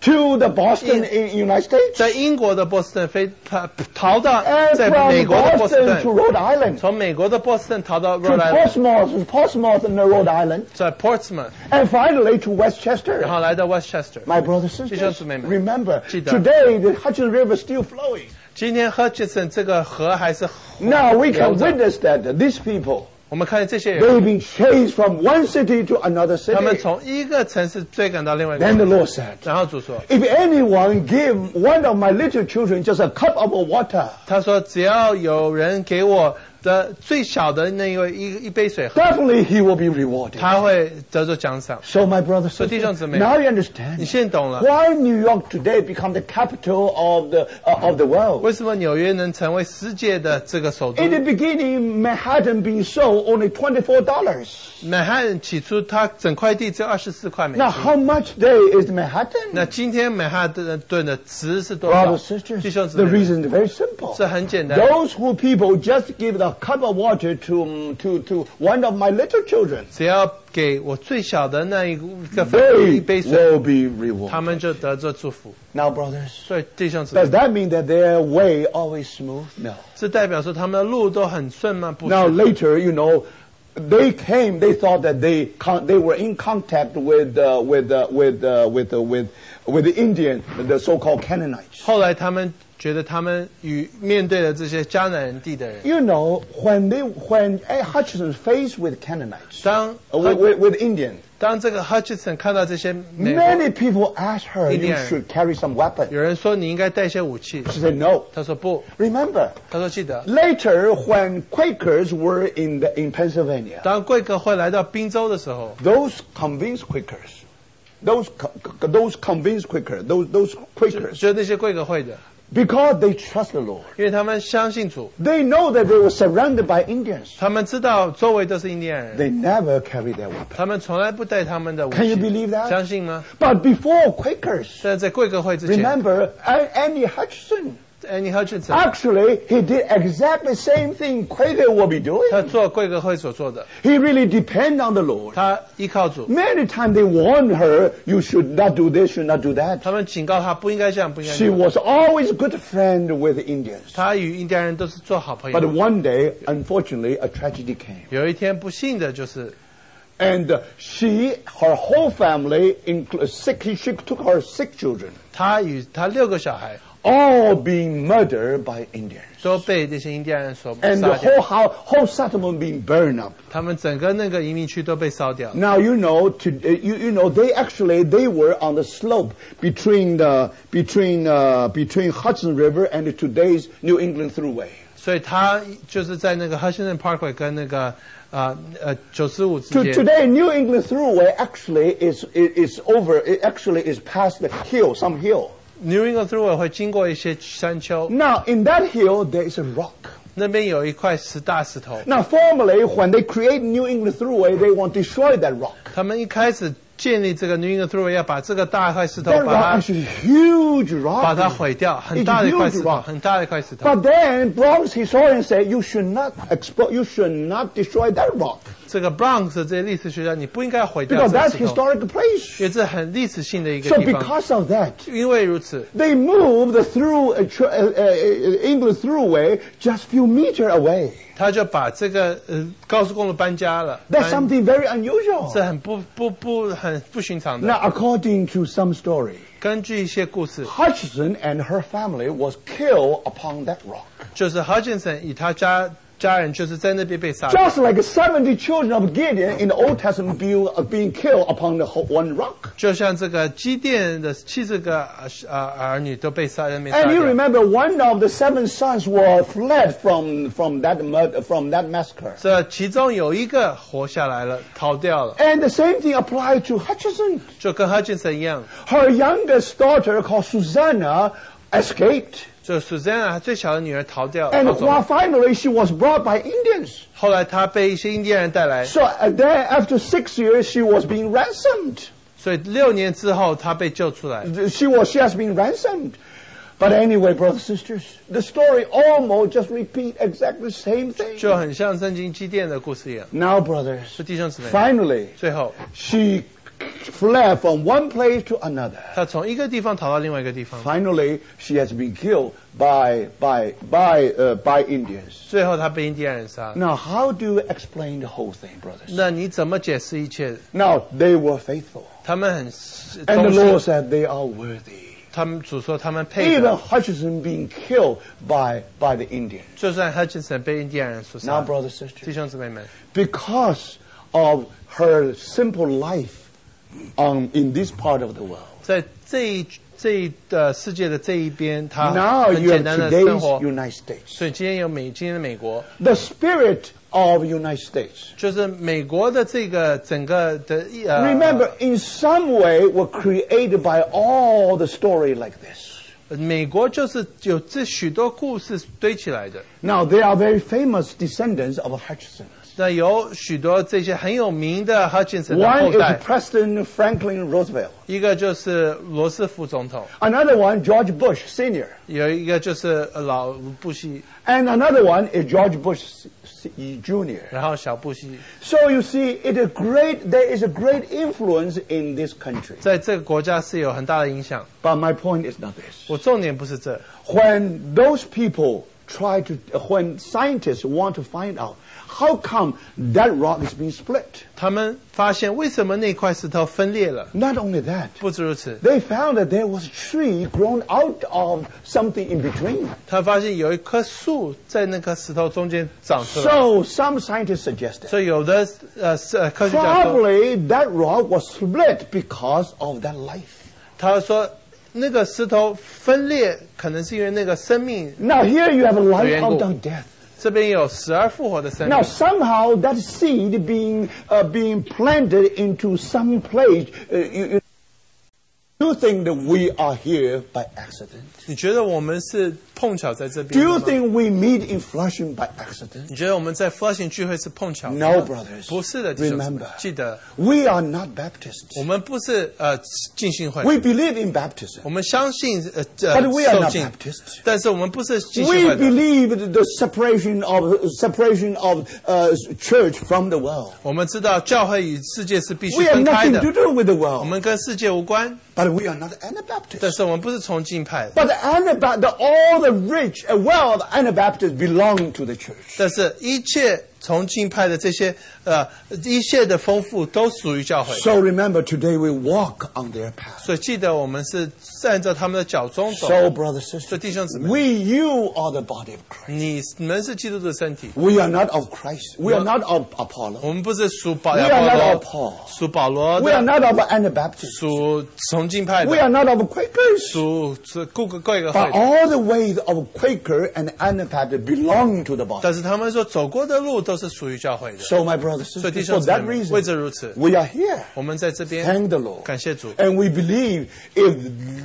Speaker 1: to the Boston in United States,
Speaker 2: 在英国的波士顿飞逃逃到
Speaker 1: and
Speaker 2: 在美
Speaker 1: from
Speaker 2: 国的波士
Speaker 1: Boston to
Speaker 2: 顿，
Speaker 1: Rhode Island.
Speaker 2: 从美国的波士顿逃到
Speaker 1: to
Speaker 2: Rhode Island，
Speaker 1: Portsmouth, Portsmouth in Rhode Island,
Speaker 2: 在 Portsmouth，
Speaker 1: and finally to Uh-huh.
Speaker 2: 然
Speaker 1: Westchester.
Speaker 2: 后来到 Westchester。
Speaker 1: My brothers and
Speaker 2: 弟兄
Speaker 1: sisters,
Speaker 2: 姊妹们
Speaker 1: remember,
Speaker 2: 记得
Speaker 1: today the Hudson River is still flowing.
Speaker 2: 弟今天 Hutchinson 这个河还是
Speaker 1: Now we can
Speaker 2: 流着
Speaker 1: witness that, that these people,
Speaker 2: 我们看见这些人，
Speaker 1: they've been chased from one city to another
Speaker 2: 他们
Speaker 1: city.
Speaker 2: 从一个城市追赶到另外一个
Speaker 1: Then
Speaker 2: 城
Speaker 1: the
Speaker 2: 市。
Speaker 1: Lord said,
Speaker 2: 然后主说，
Speaker 1: If anyone give one of my little children just a cup of water,
Speaker 2: 他说只要有人给我的最小的那一位一一杯水喝，
Speaker 1: definitely he will be rewarded.
Speaker 2: 他会得着奖赏。
Speaker 1: So my brothers,
Speaker 2: So, 弟兄姊妹，
Speaker 1: now you
Speaker 2: 你
Speaker 1: understand
Speaker 2: 现在懂了
Speaker 1: why New York today become the capital of the uh, of the world.
Speaker 2: 为什么纽约能成为世界的这个首都
Speaker 1: In the beginning, Manhattan being sold only twenty four dollars.
Speaker 2: 曼哈顿起初它整块地只有二十四块美
Speaker 1: Now
Speaker 2: 金。
Speaker 1: how much day is Manhattan?
Speaker 2: 那今天曼哈顿的值是多少
Speaker 1: Brothers, sisters,？
Speaker 2: 弟兄姊
Speaker 1: the
Speaker 2: 妹，
Speaker 1: reason is very simple.
Speaker 2: 这很简单。
Speaker 1: Those who people just give a cup of water to mm, to to one of my little children,
Speaker 2: 只要给我最小的那一个一
Speaker 1: they
Speaker 2: 杯水，
Speaker 1: will be
Speaker 2: 他
Speaker 1: rewarded.
Speaker 2: 们就得着祝福。
Speaker 1: Now, brothers,
Speaker 2: 所以弟兄姊
Speaker 1: does
Speaker 2: 妹，
Speaker 1: that mean that their way always smooth? No.
Speaker 2: 这代表说他们的路都很顺吗？不是。
Speaker 1: Now later, you know, they came. They thought that they con- they were in contact with uh, with uh, with uh, with uh, with with the Indian, the so-called Canaanites.
Speaker 2: 后来他们觉得他们与面对了这些迦南人地的人，
Speaker 1: You know, when they when A. Hutchinson faced with Canaanites, uh,
Speaker 2: 当
Speaker 1: with, with, with Indians,
Speaker 2: 当这个 Hutchinson 看到这些美国，
Speaker 1: many people asked her, "You
Speaker 2: Indian.
Speaker 1: should carry some weapon."
Speaker 2: 有人说你应该带些武器，
Speaker 1: She said, "No."
Speaker 2: 他说不，
Speaker 1: Remember,
Speaker 2: 他说记得，
Speaker 1: later when Quakers were in the, in Pennsylvania,
Speaker 2: 当贵客会来到宾州的时候，
Speaker 1: those convinced Quakers, those co- co- those convinced Quakers, those those Quakers.
Speaker 2: 就是那些贵客会的，
Speaker 1: Because they trust the Lord.
Speaker 2: 因为他们相信主，
Speaker 1: They know that they were surrounded by Indians.
Speaker 2: 他们知道周围都是印第安人，
Speaker 1: They never carry their weapon.
Speaker 2: 他们从来不带他们的武
Speaker 1: Can you
Speaker 2: 器，
Speaker 1: believe
Speaker 2: 相
Speaker 1: that?
Speaker 2: 信吗？
Speaker 1: But before Quakers,
Speaker 2: 但在贵客会之前
Speaker 1: remember A- Andy Hutchinson.
Speaker 2: ，Annie Hutchinson
Speaker 1: Actually, he did exactly the same thing Quaker will be doing.
Speaker 2: 他做贵客会所做的，
Speaker 1: He really depend on the Lord.
Speaker 2: 他依靠主，
Speaker 1: Many times they warned her, you should not do this, should not do that.
Speaker 2: 他们警告他不应该这样，不应该这
Speaker 1: She
Speaker 2: 样。
Speaker 1: was always good friend with the Indians.
Speaker 2: 他与印第安人都是做好朋
Speaker 1: But
Speaker 2: 友。
Speaker 1: one day, unfortunately, a tragedy came.
Speaker 2: 有一天不幸的就是，
Speaker 1: And uh, she, her whole family, inclu- six, she took her six children,
Speaker 2: 他与他六个小孩
Speaker 1: all being murdered by Indians.
Speaker 2: 都被那些印第安人所
Speaker 1: And
Speaker 2: 杀
Speaker 1: the
Speaker 2: 掉，
Speaker 1: whole, house, whole settlement being burned up.
Speaker 2: 他们整个那个移民区都被烧掉。
Speaker 1: Now you know, to, uh, you, you know, they actually they were on the slope between the between uh, between Hudson River and today's New England Thruway.
Speaker 2: 所以他就是在那个 Hudson Parkway 跟那个啊呃九十五之
Speaker 1: To,
Speaker 2: 间。
Speaker 1: Today, New England Thruway actually is is, is over. It actually is past the hill, some hill.
Speaker 2: New England Thruway 会经过一些山丘，
Speaker 1: Now in that hill there is a rock.
Speaker 2: 那边有一块石大石头。
Speaker 1: Now, formerly, when they create New England Thruway, they want to destroy that rock.
Speaker 2: 他们一开始建立这个 New England Thruway 要把这个大块石头
Speaker 1: That
Speaker 2: 把
Speaker 1: rock
Speaker 2: 它
Speaker 1: is a huge
Speaker 2: 把它
Speaker 1: rock.
Speaker 2: 毁掉，很大的一块石
Speaker 1: It's huge
Speaker 2: 头，
Speaker 1: rock.
Speaker 2: 很大的一块石头。
Speaker 1: But then Bronx historians say you should not expo- you should not destroy that rock
Speaker 2: 这个 Bronx 这些历史学家，你不应该毁掉
Speaker 1: because
Speaker 2: 这个
Speaker 1: that's
Speaker 2: 石头，
Speaker 1: historic
Speaker 2: 因
Speaker 1: place.
Speaker 2: 为这很历史性的一个
Speaker 1: So
Speaker 2: 地方。
Speaker 1: because of that,
Speaker 2: 因为如此，
Speaker 1: they moved the through uh, tr- uh, uh, England Thruway just few meter away.
Speaker 2: 他就把这个呃高速公路搬家了，
Speaker 1: That's
Speaker 2: 搬
Speaker 1: something very unusual.
Speaker 2: 这很不不不很不寻常的。
Speaker 1: Now, according to some story,
Speaker 2: 根据一些故事，
Speaker 1: Hutchinson and her family was killed upon that rock.
Speaker 2: 就是 Hutchinson 与他家家人就是在那边被杀的。
Speaker 1: Just like 70 children of Gideon in the Old Testament being, uh, being killed upon the ho- one rock.
Speaker 2: 就像这个基甸的七十个啊啊儿女都被杀人没杀
Speaker 1: And you
Speaker 2: 掉，
Speaker 1: remember one of the seven sons were fled from, from, that, murder, from that massacre.
Speaker 2: 这其中有一个活下来了，逃掉了，
Speaker 1: And the same thing applied to Hutchinson.
Speaker 2: 就跟 Hutchinson 一样，
Speaker 1: Her youngest daughter called Susanna escaped.
Speaker 2: 就 Susanna 她最小的女儿逃掉了，逃
Speaker 1: And
Speaker 2: 走
Speaker 1: while
Speaker 2: 了
Speaker 1: finally she was brought by Indians.
Speaker 2: 后来她被一些印第安人带来，
Speaker 1: So uh, then after six years she was being ransomed.
Speaker 2: 所以六年之后她被救出来。
Speaker 1: She was, she has been ransomed. But anyway, brothers and sisters, the story almost just repeat exactly the same thing.
Speaker 2: 就很像圣经基甸的故事一样，
Speaker 1: Now, brothers,
Speaker 2: 是弟兄姊妹。
Speaker 1: finally,
Speaker 2: 最后，
Speaker 1: she fled from one place to another.
Speaker 2: 他从一个地方逃到另外一个地方，
Speaker 1: Finally, she has been killed by by by uh, by Indians.
Speaker 2: 最后他被印第安人杀。
Speaker 1: Now, how do you explain the whole thing, brothers?
Speaker 2: 那你怎么解释一切？
Speaker 1: Now, they were faithful,
Speaker 2: 他们很
Speaker 1: and the
Speaker 2: 忠
Speaker 1: Lord
Speaker 2: 心，
Speaker 1: said they are worthy.
Speaker 2: 他们主说他们配
Speaker 1: Even
Speaker 2: 的，
Speaker 1: Hutchinson being killed by, by the Indians.
Speaker 2: 就算 Hutchinson 被印第安人所
Speaker 1: Now,
Speaker 2: 杀，
Speaker 1: brothers
Speaker 2: 弟
Speaker 1: sisters,
Speaker 2: 兄姊妹们，
Speaker 1: because of her simple life um, in this part of the world.
Speaker 2: 在这一这一呃世界的这一边，他
Speaker 1: Now
Speaker 2: 很
Speaker 1: you
Speaker 2: 简
Speaker 1: have
Speaker 2: 单的生
Speaker 1: today's
Speaker 2: 活，
Speaker 1: United States.
Speaker 2: 所以今天有美今天的美国，
Speaker 1: The spirit of United States.
Speaker 2: 就是美国的这个整个的一呃
Speaker 1: Remember, in some way, were created by all the story like this.
Speaker 2: 美国就是有这许多故事堆起来的。
Speaker 1: Now, they are very famous descendants of Hutchinson.
Speaker 2: 那有许多这些很有名的 Hutchinson 的
Speaker 1: One
Speaker 2: 后
Speaker 1: is
Speaker 2: 代，
Speaker 1: President Franklin Roosevelt.
Speaker 2: 一个就是罗斯福总统，
Speaker 1: Another one, George Bush Sr.
Speaker 2: 有一个就是呃老布希，
Speaker 1: And another one is George Bush Jr.
Speaker 2: 然后小布希，
Speaker 1: So you see, it is great, there is a great influence in this country.
Speaker 2: 在这个国家是有很大的影响。
Speaker 1: But my point is not this.
Speaker 2: 我重点不是这，
Speaker 1: When those people try to, uh, when scientists want to find out how come that rock is being split,
Speaker 2: 他们发现为什么那块石头分裂了。
Speaker 1: not only that,
Speaker 2: 不止如此，
Speaker 1: they found that there was a tree grown out of something in between.
Speaker 2: 他发现有一棵树在那颗石头中间长出来，
Speaker 1: So some scientists suggested.
Speaker 2: 所以有的呃是呃科学家说，
Speaker 1: Probably that rock was split because of that life.
Speaker 2: 他说那个石头分裂可能是因为那个生命
Speaker 1: Now here you have a life
Speaker 2: Triangle.
Speaker 1: out of death.
Speaker 2: 这边有死而复活的生命
Speaker 1: Now somehow that seed being uh, being planted into some place. Uh, you, you do you think that we are here by accident?
Speaker 2: 你觉得我们是碰巧在这
Speaker 1: Do
Speaker 2: 边的
Speaker 1: you
Speaker 2: 吗？
Speaker 1: think we meet in Flushing by accident?
Speaker 2: 你觉得我们在 Flushing 聚会是碰巧的吗
Speaker 1: No, brothers.
Speaker 2: 不是的，弟兄姊妹
Speaker 1: Remember.
Speaker 2: 记得
Speaker 1: Uh, We are not Baptists.
Speaker 2: 我们不是呃浸信会，
Speaker 1: We believe in baptism.
Speaker 2: 我们相信呃
Speaker 1: But we are
Speaker 2: 呃受
Speaker 1: not
Speaker 2: 浸
Speaker 1: Baptists.，
Speaker 2: 但是我们不是浸信
Speaker 1: We
Speaker 2: 会的。
Speaker 1: believe the separation of separation of uh, church from the world.
Speaker 2: 我们知道教会与世界是必须
Speaker 1: We have
Speaker 2: 分开
Speaker 1: nothing
Speaker 2: 的，
Speaker 1: to do with the
Speaker 2: 我
Speaker 1: world.
Speaker 2: 们跟世界无关，
Speaker 1: But we are not
Speaker 2: 但
Speaker 1: Anabaptists.
Speaker 2: 是我们不是崇敬派的，
Speaker 1: But the Anabaptist, the, all the rich and wealth of Anabaptists belong to the church.
Speaker 2: 但是一切崇敬派的这些呃一切的丰富都属于教会。
Speaker 1: So remember, today we walk on their path.
Speaker 2: 所以记得我们是按照他们的脚中走。
Speaker 1: So, brothers
Speaker 2: 所以
Speaker 1: sisters,
Speaker 2: 弟兄姊妹，
Speaker 1: we, you are the body of Christ.
Speaker 2: 你你们是基督的身体，
Speaker 1: We are not of Christ. We are not of
Speaker 2: 我
Speaker 1: Apollo.
Speaker 2: 们不是属保
Speaker 1: We are
Speaker 2: 亚保
Speaker 1: not of
Speaker 2: 罗，
Speaker 1: Paul.
Speaker 2: 属保罗
Speaker 1: We are
Speaker 2: 的，
Speaker 1: not of Anabaptists.
Speaker 2: 属崇敬派
Speaker 1: We
Speaker 2: 的，
Speaker 1: are not of Quakers.
Speaker 2: 属是各个各个会
Speaker 1: But
Speaker 2: 的。
Speaker 1: all the ways of Quaker and Anabaptist belong to the body.
Speaker 2: 但是他们说走过的路都是属于教会的，
Speaker 1: So, my brothers and sisters, for that
Speaker 2: 为这如此
Speaker 1: reason, we are here.
Speaker 2: 我们在这边
Speaker 1: Thank the Lord.
Speaker 2: 感谢主。
Speaker 1: And we believe if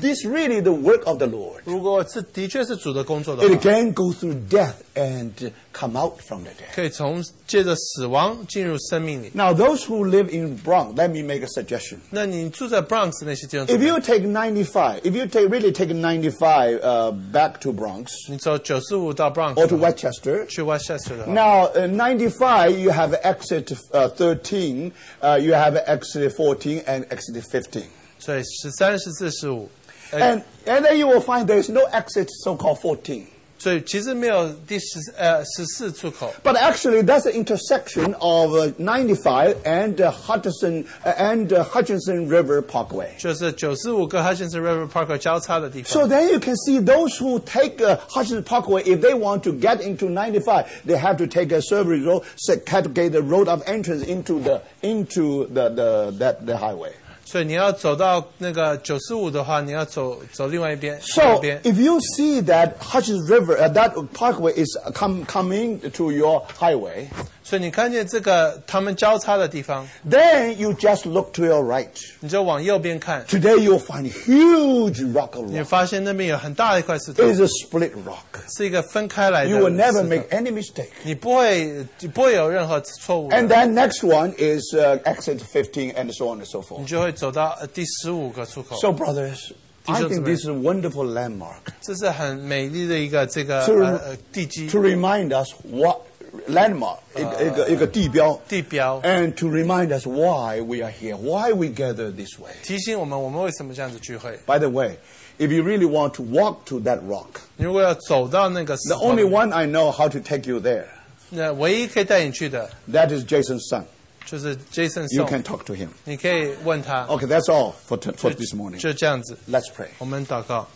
Speaker 1: this really the work of the Lord,
Speaker 2: 如果这的确是主的工作的
Speaker 1: it
Speaker 2: 话，
Speaker 1: can go through death and come out from the death.
Speaker 2: 可以从借着死亡进入生命里。
Speaker 1: Now, those who live in Bronx, let me make a suggestion.
Speaker 2: 那你住在 Bronx 那些地方，
Speaker 1: If you take 95, if you take really take 95 uh, back to Bronx
Speaker 2: 你走九十五到 Bronx
Speaker 1: or to Westchester,
Speaker 2: 去 Westchester 的话，
Speaker 1: now uh, 95 you have exit uh, 13, uh, you have exit 14 and exit 15.
Speaker 2: 所以十三、十四、十五，哎，
Speaker 1: And, and then you will find there is no exit so-called 14.
Speaker 2: 所以其实没有第十呃十四出口。
Speaker 1: But actually, that's the intersection of uh, 95 and uh, Hudson uh, and uh, Hutchinson River Parkway.
Speaker 2: 就是九十五个 Hutchinson River Park 交叉的地
Speaker 1: So
Speaker 2: 方。
Speaker 1: then you can see those who take uh, Hutchinson Parkway, if they want to get into 95, they have to take a survey road, say, get the road of entrance into the into the, the that the highway.
Speaker 2: 所以你要走到那个九十五的话，你要走走另外一边，
Speaker 1: So
Speaker 2: 左边。
Speaker 1: if you see that Hutchinson River, uh, that parkway is uh, come coming to your highway,
Speaker 2: 所以你看见这个他们交叉的地方，
Speaker 1: then you just look to your right.
Speaker 2: 你就往右边看，
Speaker 1: Today you'll find huge rock of
Speaker 2: 你
Speaker 1: rock.
Speaker 2: 发现那边有很大的一块石头
Speaker 1: It，is a split rock.
Speaker 2: 是一个分开来的
Speaker 1: You will
Speaker 2: 石
Speaker 1: never
Speaker 2: 头
Speaker 1: make any mistake.
Speaker 2: 你不会你不会有任何错误的
Speaker 1: And then next one is uh, exit 15 and so on and so
Speaker 2: 你
Speaker 1: forth.
Speaker 2: 就会走到呃第十五个出口。
Speaker 1: So, brothers, I think this is a wonderful landmark
Speaker 2: 这是很美丽的一个这个
Speaker 1: To-
Speaker 2: 呃呃地基
Speaker 1: to remind us what landmark, 一个-一个-一个地标,
Speaker 2: 地标，
Speaker 1: and to remind us why we are here, why we gather this way.
Speaker 2: 提醒我们我们为什么这样子聚会。
Speaker 1: By the way, if you really want to walk to that rock,
Speaker 2: 如果要走到那个石
Speaker 1: the
Speaker 2: 头里
Speaker 1: only one I know how to take you there,
Speaker 2: 那唯一可以带你去的，
Speaker 1: that is Jason's son.
Speaker 2: 就是 Jason
Speaker 1: You can
Speaker 2: 送，
Speaker 1: talk to him.
Speaker 2: 你可以问他。
Speaker 1: Okay, that's all for, t-
Speaker 2: 就
Speaker 1: for this morning.
Speaker 2: 就这样子，
Speaker 1: Let's pray.
Speaker 2: 我们祷告。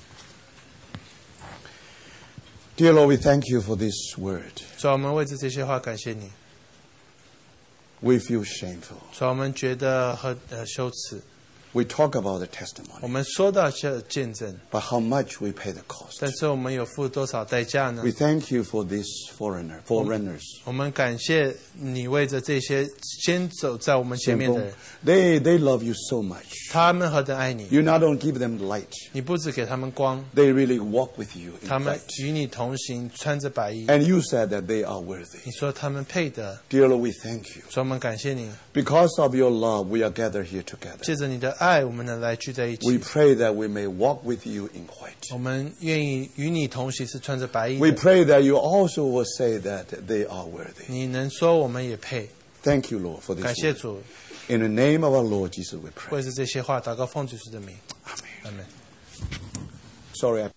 Speaker 1: Dear Lord, we thank you for this word.
Speaker 2: 主啊，我们为这这些话感谢你。
Speaker 1: We feel shameful.
Speaker 2: 主啊，我们觉得很呃羞耻。
Speaker 1: We talk about the
Speaker 2: 我
Speaker 1: testimony,
Speaker 2: 们说到这见证，
Speaker 1: but how much we pay the cost.
Speaker 2: 但是我们有付多少代价呢
Speaker 1: We？thank you for these foreigner, foreigners.
Speaker 2: 我们感谢你为着这些先走在我们前面的人，
Speaker 1: They, they love you so much.
Speaker 2: 他们何等爱你！
Speaker 1: You not only give them light,
Speaker 2: 你不止给他们光，
Speaker 1: they really walk with you in
Speaker 2: 他们
Speaker 1: light.
Speaker 2: 与你同行，穿着白衣。
Speaker 1: And you said that they are worthy.
Speaker 2: 你说他们配得，
Speaker 1: Dear Lord, we thank you.
Speaker 2: 所以我们感谢你。
Speaker 1: Because of your love, we are gathered here
Speaker 2: 借
Speaker 1: together.
Speaker 2: 着你的爱，我们能来聚在一
Speaker 1: We
Speaker 2: 起。
Speaker 1: pray that we may walk with you in white.
Speaker 2: 我们愿意与你同行，是穿着白衣
Speaker 1: We
Speaker 2: 的。
Speaker 1: pray that you also will say that they are worthy.
Speaker 2: 你能说，我们也配。
Speaker 1: Thank you, Lord, for
Speaker 2: 感
Speaker 1: this.
Speaker 2: 谢
Speaker 1: word.
Speaker 2: 主，
Speaker 1: In the name of our Lord Jesus, we pray.
Speaker 2: 为是这些话，祷告奉主稣的名，
Speaker 1: Amen.
Speaker 2: 阿门。
Speaker 1: Sorry, I